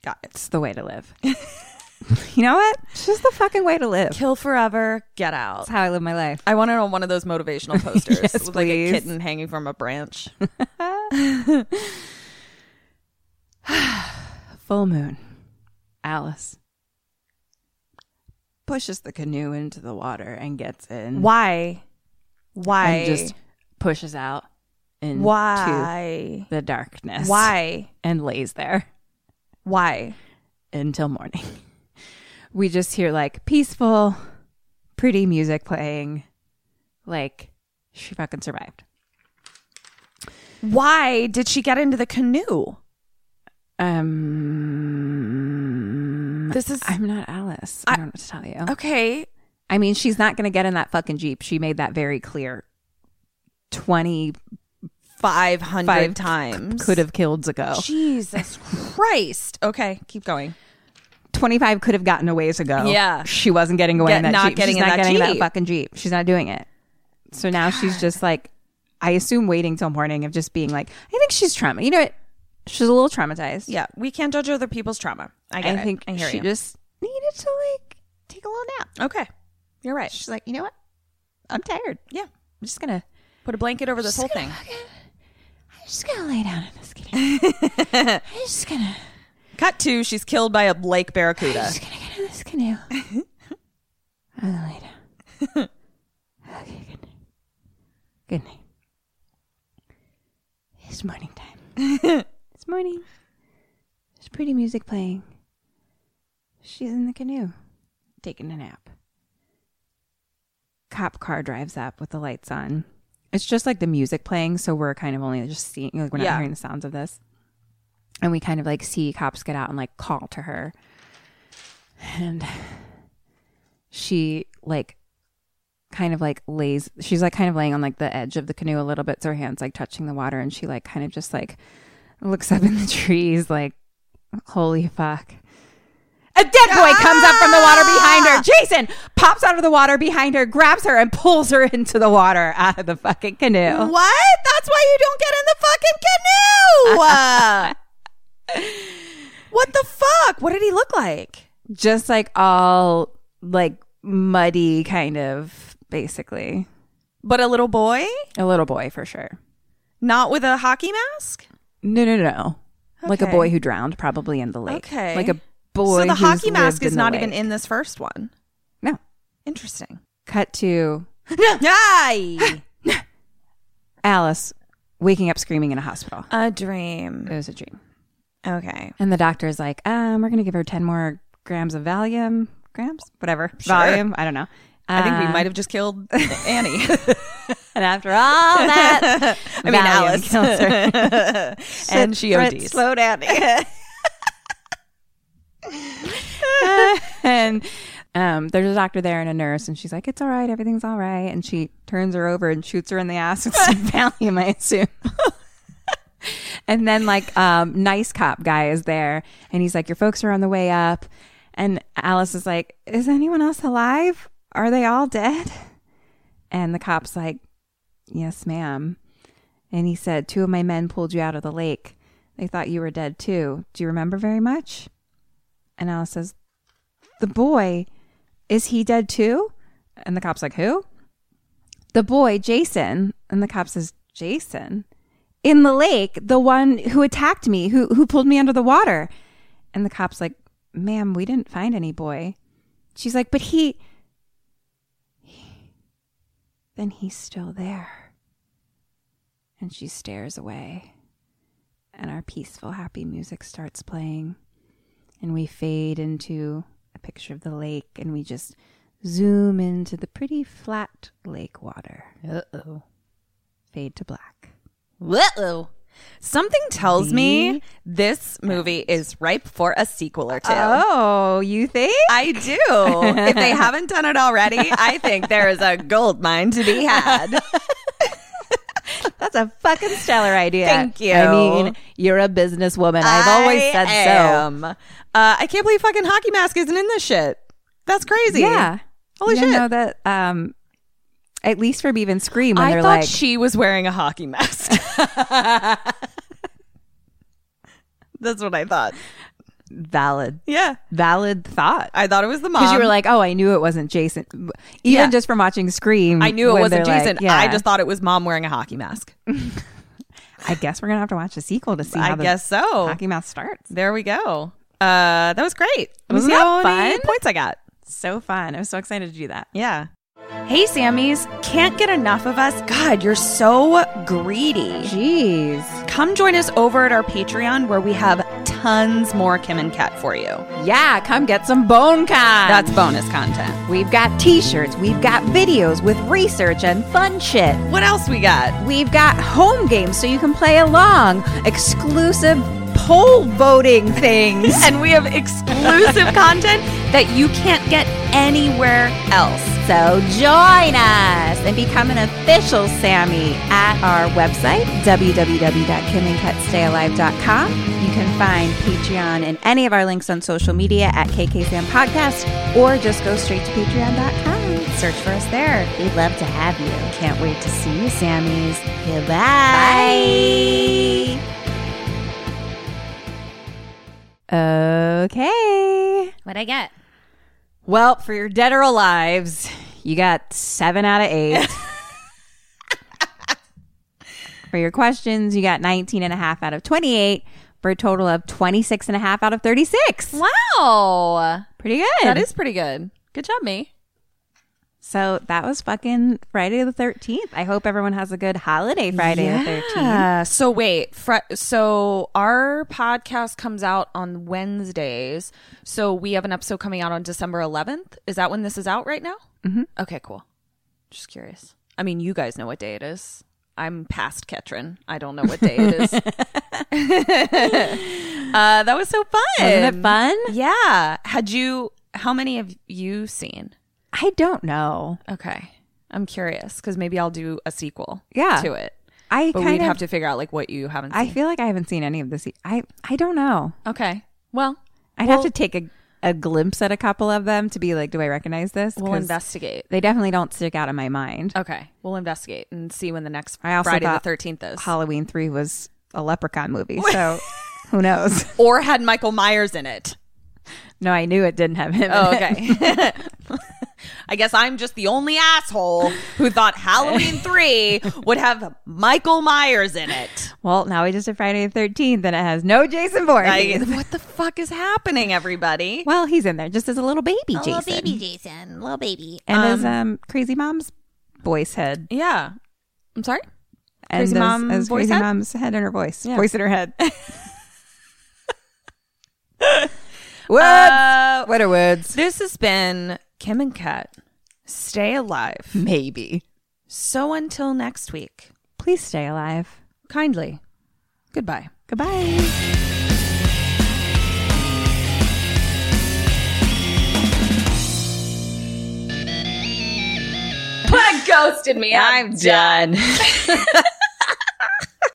[SPEAKER 5] Got it.
[SPEAKER 2] It's the way to live. you know what? It's just the fucking way to live.
[SPEAKER 5] Kill forever, get out.
[SPEAKER 2] That's how I live my life.
[SPEAKER 5] I want it on one of those motivational posters
[SPEAKER 2] Yes,
[SPEAKER 5] with like a
[SPEAKER 2] please.
[SPEAKER 5] kitten hanging from a branch.
[SPEAKER 2] Full moon. Alice pushes the canoe into the water and gets in.
[SPEAKER 5] Why? Why?
[SPEAKER 2] And just pushes out into
[SPEAKER 5] Why?
[SPEAKER 2] the darkness.
[SPEAKER 5] Why?
[SPEAKER 2] And lays there
[SPEAKER 5] Why?
[SPEAKER 2] until morning. We just hear like peaceful, pretty music playing. Like she fucking survived.
[SPEAKER 5] Why did she get into the canoe?
[SPEAKER 2] Um,
[SPEAKER 5] This is
[SPEAKER 2] I'm not Alice. I, don't know what to tell you.
[SPEAKER 5] okay.
[SPEAKER 2] I mean, she's not going to get in that fucking Jeep. She made that very clear. 25
[SPEAKER 5] Five hundred times
[SPEAKER 2] could have killed ago.
[SPEAKER 5] Jesus Christ. Okay, keep going.
[SPEAKER 2] 25 could have gotten a ways ago.
[SPEAKER 5] Yeah.
[SPEAKER 2] She wasn't getting away
[SPEAKER 5] Get-
[SPEAKER 2] in that
[SPEAKER 5] not
[SPEAKER 2] Jeep.
[SPEAKER 5] getting
[SPEAKER 2] she's
[SPEAKER 5] in
[SPEAKER 2] not
[SPEAKER 5] that
[SPEAKER 2] getting
[SPEAKER 5] Jeep.
[SPEAKER 2] that fucking Jeep. She's not doing it. So now she's just like, I assume waiting till morning of just being like, I think she's trauma. You know what? She's a little traumatized.
[SPEAKER 5] Yeah, we can't judge other people's trauma. I
[SPEAKER 2] I,
[SPEAKER 5] get it.
[SPEAKER 2] think
[SPEAKER 5] I hear
[SPEAKER 2] she
[SPEAKER 5] you.
[SPEAKER 2] just needed to like take a little nap.
[SPEAKER 5] okay, you're right.
[SPEAKER 2] She's like, you know what? I'm tired.
[SPEAKER 5] yeah,
[SPEAKER 2] I'm just going to
[SPEAKER 5] put a blanket over this whole thing.
[SPEAKER 2] I'm just gonna lay down in this canoe. I'm just gonna,
[SPEAKER 5] Cut two. She's killed by a lake barracuda.
[SPEAKER 2] just gonna get in this canoe. I'm gonna lay down. Okay, good night. Good night. It's morning time. it's morning. There's pretty music playing. She's in the canoe, taking a nap. Cop car drives up with the lights on. It's just like the music playing, so we're kind of only just seeing, like, we're not
[SPEAKER 5] Yeah.
[SPEAKER 2] hearing the sounds of this. And we kind of like see cops get out and like call to her. And she like kind of like lays, she's like kind of laying on like the edge of the canoe a little bit, so her hands like touching the water. And she like kind of just like looks up in the trees, like, holy fuck. A dead boy comes up from the water behind her. Jason pops out of the water behind her, grabs her, and pulls her into the water out of the fucking canoe.
[SPEAKER 5] What? That's why you don't get in the fucking canoe. Uh, what the fuck? What did he look like?
[SPEAKER 2] Just like all like muddy, kind of basically.
[SPEAKER 5] But a little boy,
[SPEAKER 2] A little boy for sure.
[SPEAKER 5] not with a hockey mask.
[SPEAKER 2] No, no, no. Like a
[SPEAKER 5] Okay.
[SPEAKER 2] boy who drowned probably in the lake.
[SPEAKER 5] Okay.
[SPEAKER 2] Like a boy.
[SPEAKER 5] so the
[SPEAKER 2] who's
[SPEAKER 5] hockey
[SPEAKER 2] lived
[SPEAKER 5] mask
[SPEAKER 2] in
[SPEAKER 5] is
[SPEAKER 2] the
[SPEAKER 5] not even
[SPEAKER 2] lake.
[SPEAKER 5] in this first one.
[SPEAKER 2] No.
[SPEAKER 5] Interesting.
[SPEAKER 2] Cut to
[SPEAKER 5] Yay!
[SPEAKER 2] Alice waking up screaming in a hospital.
[SPEAKER 5] a
[SPEAKER 2] It
[SPEAKER 5] dream.
[SPEAKER 2] was a dream.
[SPEAKER 5] Okay.
[SPEAKER 2] And the doctor is like, um, we're going to give her 10 more grams of Valium. Grams? Whatever. Valium? I don't know.
[SPEAKER 5] I think we
[SPEAKER 2] Uh,
[SPEAKER 5] might have just killed Annie.
[SPEAKER 2] And after all that, I
[SPEAKER 5] mean, Alice. and she ODs. Slow down.
[SPEAKER 2] and um, there's a doctor there and a nurse, and she's like, it's all right. Everything's all right. And she turns her over and shoots her in the ass with some Valium, I assume. and then, like, um, nice cop guy is there, and he's like, your folks are on the way up. And Alice is like, is anyone else alive? Are they all dead? And the cop's like, yes, ma'am. And he said, Two of my men pulled you out of the lake. They thought you were dead too. Do you remember very much? And Alice says, The boy, is he dead too? And the cop's like, Who? The boy, Jason. And the cop says, Jason? In the lake, the one who attacked me, who who pulled me under the water. And the cop's like, Ma'am, we didn't find any boy. She's like, But he, he then he's still there. And she stares away. And our peaceful, happy music starts playing. And we fade into a picture of the lake and we just zoom into the pretty flat lake water. Uh oh. Fade to black.
[SPEAKER 5] Whoa. Something tells me this movie is ripe for a sequel or two.
[SPEAKER 2] Oh, you think?
[SPEAKER 5] I do. if they haven't done it already, I think there is a gold mine to be had.
[SPEAKER 2] That's a fucking stellar idea.
[SPEAKER 5] Thank you.
[SPEAKER 2] I mean, you're a businesswoman. I've always
[SPEAKER 5] I
[SPEAKER 2] said
[SPEAKER 5] am. Uh, I can't believe fucking Hockey Mask isn't in this shit. That's
[SPEAKER 2] so.
[SPEAKER 5] crazy.
[SPEAKER 2] Yeah.
[SPEAKER 5] Holy
[SPEAKER 2] you didn't
[SPEAKER 5] shit.
[SPEAKER 2] know that um at least for Beav and Scream when
[SPEAKER 5] I
[SPEAKER 2] they're
[SPEAKER 5] thought
[SPEAKER 2] like
[SPEAKER 5] she was wearing a hockey mask. That's what I thought.
[SPEAKER 2] valid
[SPEAKER 5] Yeah.
[SPEAKER 2] valid thought.
[SPEAKER 5] I thought it was the mom.
[SPEAKER 2] Because you were like, oh, I knew it wasn't Jason. Even
[SPEAKER 5] Yeah.
[SPEAKER 2] just from watching Scream,
[SPEAKER 5] I knew it
[SPEAKER 2] when
[SPEAKER 5] wasn't
[SPEAKER 2] they're like,
[SPEAKER 5] Jason. I
[SPEAKER 2] yeah.
[SPEAKER 5] just thought it was mom wearing a hockey mask.
[SPEAKER 2] I guess we're gonna have to watch the sequel to see.
[SPEAKER 5] I
[SPEAKER 2] how the
[SPEAKER 5] guess so.
[SPEAKER 2] Hockey Mouse starts.
[SPEAKER 5] There we go. Uh, that was great. Let me
[SPEAKER 2] Wasn't
[SPEAKER 5] see how
[SPEAKER 2] that
[SPEAKER 5] many
[SPEAKER 2] fun?
[SPEAKER 5] points I got.
[SPEAKER 2] So fun! I'm so excited to do that.
[SPEAKER 5] Yeah. Hey, Sammys. Can't get enough of us? God, you're so greedy.
[SPEAKER 2] Jeez,
[SPEAKER 5] Come join us over at our Patreon where we have tons more Kim and Kat for you.
[SPEAKER 2] yeah, come get some bone con.
[SPEAKER 5] That's bonus content.
[SPEAKER 2] we've got T-shirts, we've got videos with research and fun shit.
[SPEAKER 5] What else we got?
[SPEAKER 2] We've got home games so you can play along. Exclusive poll voting things.
[SPEAKER 5] and we have exclusive content that you can't get anywhere else.
[SPEAKER 2] So join us and become an official Sammy at our website, www.kimandcutstayalive.com. You can find Patreon and any of our links on social media at KKSam Podcast, or just go straight to patreon.com. Search for us there. We'd love to have you. Can't wait to see you, Sammys. Goodbye. Okay.
[SPEAKER 6] What'd I get?
[SPEAKER 2] Well, for your dead or alives, you got seven out of eight. for your questions, you got 19 and a half out of 28 for a total of 26 and a half out of 36.
[SPEAKER 5] Wow.
[SPEAKER 2] Pretty good.
[SPEAKER 5] That is pretty good. Good job, me.
[SPEAKER 2] So that was fucking Friday the 13th. I hope everyone has a good holiday Friday the 13th.
[SPEAKER 5] Uh, so wait, Fre- so our podcast comes out on Wednesdays. So we have an episode coming out on December 11th. Is that when this is out right now? Mm-hmm. Okay, cool. Just curious. I mean, you guys know what day it is. I'm past Ketrin. I don't know what day it is. uh, that was so fun.
[SPEAKER 2] Wasn't it fun?
[SPEAKER 5] Yeah. Had you? How many have you seen?
[SPEAKER 2] I don't know.
[SPEAKER 5] Okay, I'm curious because maybe I'll do a sequel.
[SPEAKER 2] Yeah.
[SPEAKER 5] To it.
[SPEAKER 2] I
[SPEAKER 5] But
[SPEAKER 2] kind
[SPEAKER 5] we'd
[SPEAKER 2] of
[SPEAKER 5] have to figure out like what you haven't seen.
[SPEAKER 2] I feel like I haven't seen any of this. e- I I don't know.
[SPEAKER 5] Okay. Well,
[SPEAKER 2] I'd have to take a, a glimpse at a couple of them to be like, do I recognize this?
[SPEAKER 5] we'll
[SPEAKER 2] 'Cause
[SPEAKER 5] investigate.
[SPEAKER 2] They definitely don't stick out in my mind.
[SPEAKER 5] Okay. We'll investigate and see when the next
[SPEAKER 2] I also
[SPEAKER 5] Friday the
[SPEAKER 2] thought
[SPEAKER 5] 13th is.
[SPEAKER 2] Halloween 3 was a leprechaun movie. So who knows?
[SPEAKER 5] or had Michael Myers in it.
[SPEAKER 2] No, I knew it didn't have him. in
[SPEAKER 5] Oh,
[SPEAKER 2] it.
[SPEAKER 5] okay. I guess I'm just the only asshole who thought Halloween 3 would have Michael Myers in it.
[SPEAKER 2] Well, now we just did Friday the 13th and it has no Jason
[SPEAKER 5] I,
[SPEAKER 2] Voorhees.
[SPEAKER 5] what the fuck is happening, everybody?
[SPEAKER 2] well, he's in there just as a little baby Jason.
[SPEAKER 6] Little baby Jason. Little baby.
[SPEAKER 2] And his um, crazy mom's voice head.
[SPEAKER 5] Yeah. I'm sorry?
[SPEAKER 2] And
[SPEAKER 5] Crazy
[SPEAKER 2] his-
[SPEAKER 5] mom
[SPEAKER 2] his
[SPEAKER 5] voice
[SPEAKER 2] crazy
[SPEAKER 5] head?
[SPEAKER 2] mom's head in her voice. Voice in her head. Words.
[SPEAKER 5] Uh,
[SPEAKER 2] what are words?
[SPEAKER 5] This has been Kim and Kat. Stay alive.
[SPEAKER 2] Hmm. Maybe.
[SPEAKER 5] So until next week,
[SPEAKER 2] Please stay alive.
[SPEAKER 5] kindly, goodbye.
[SPEAKER 2] Goodbye.
[SPEAKER 5] Put a ghost in me. I'm done.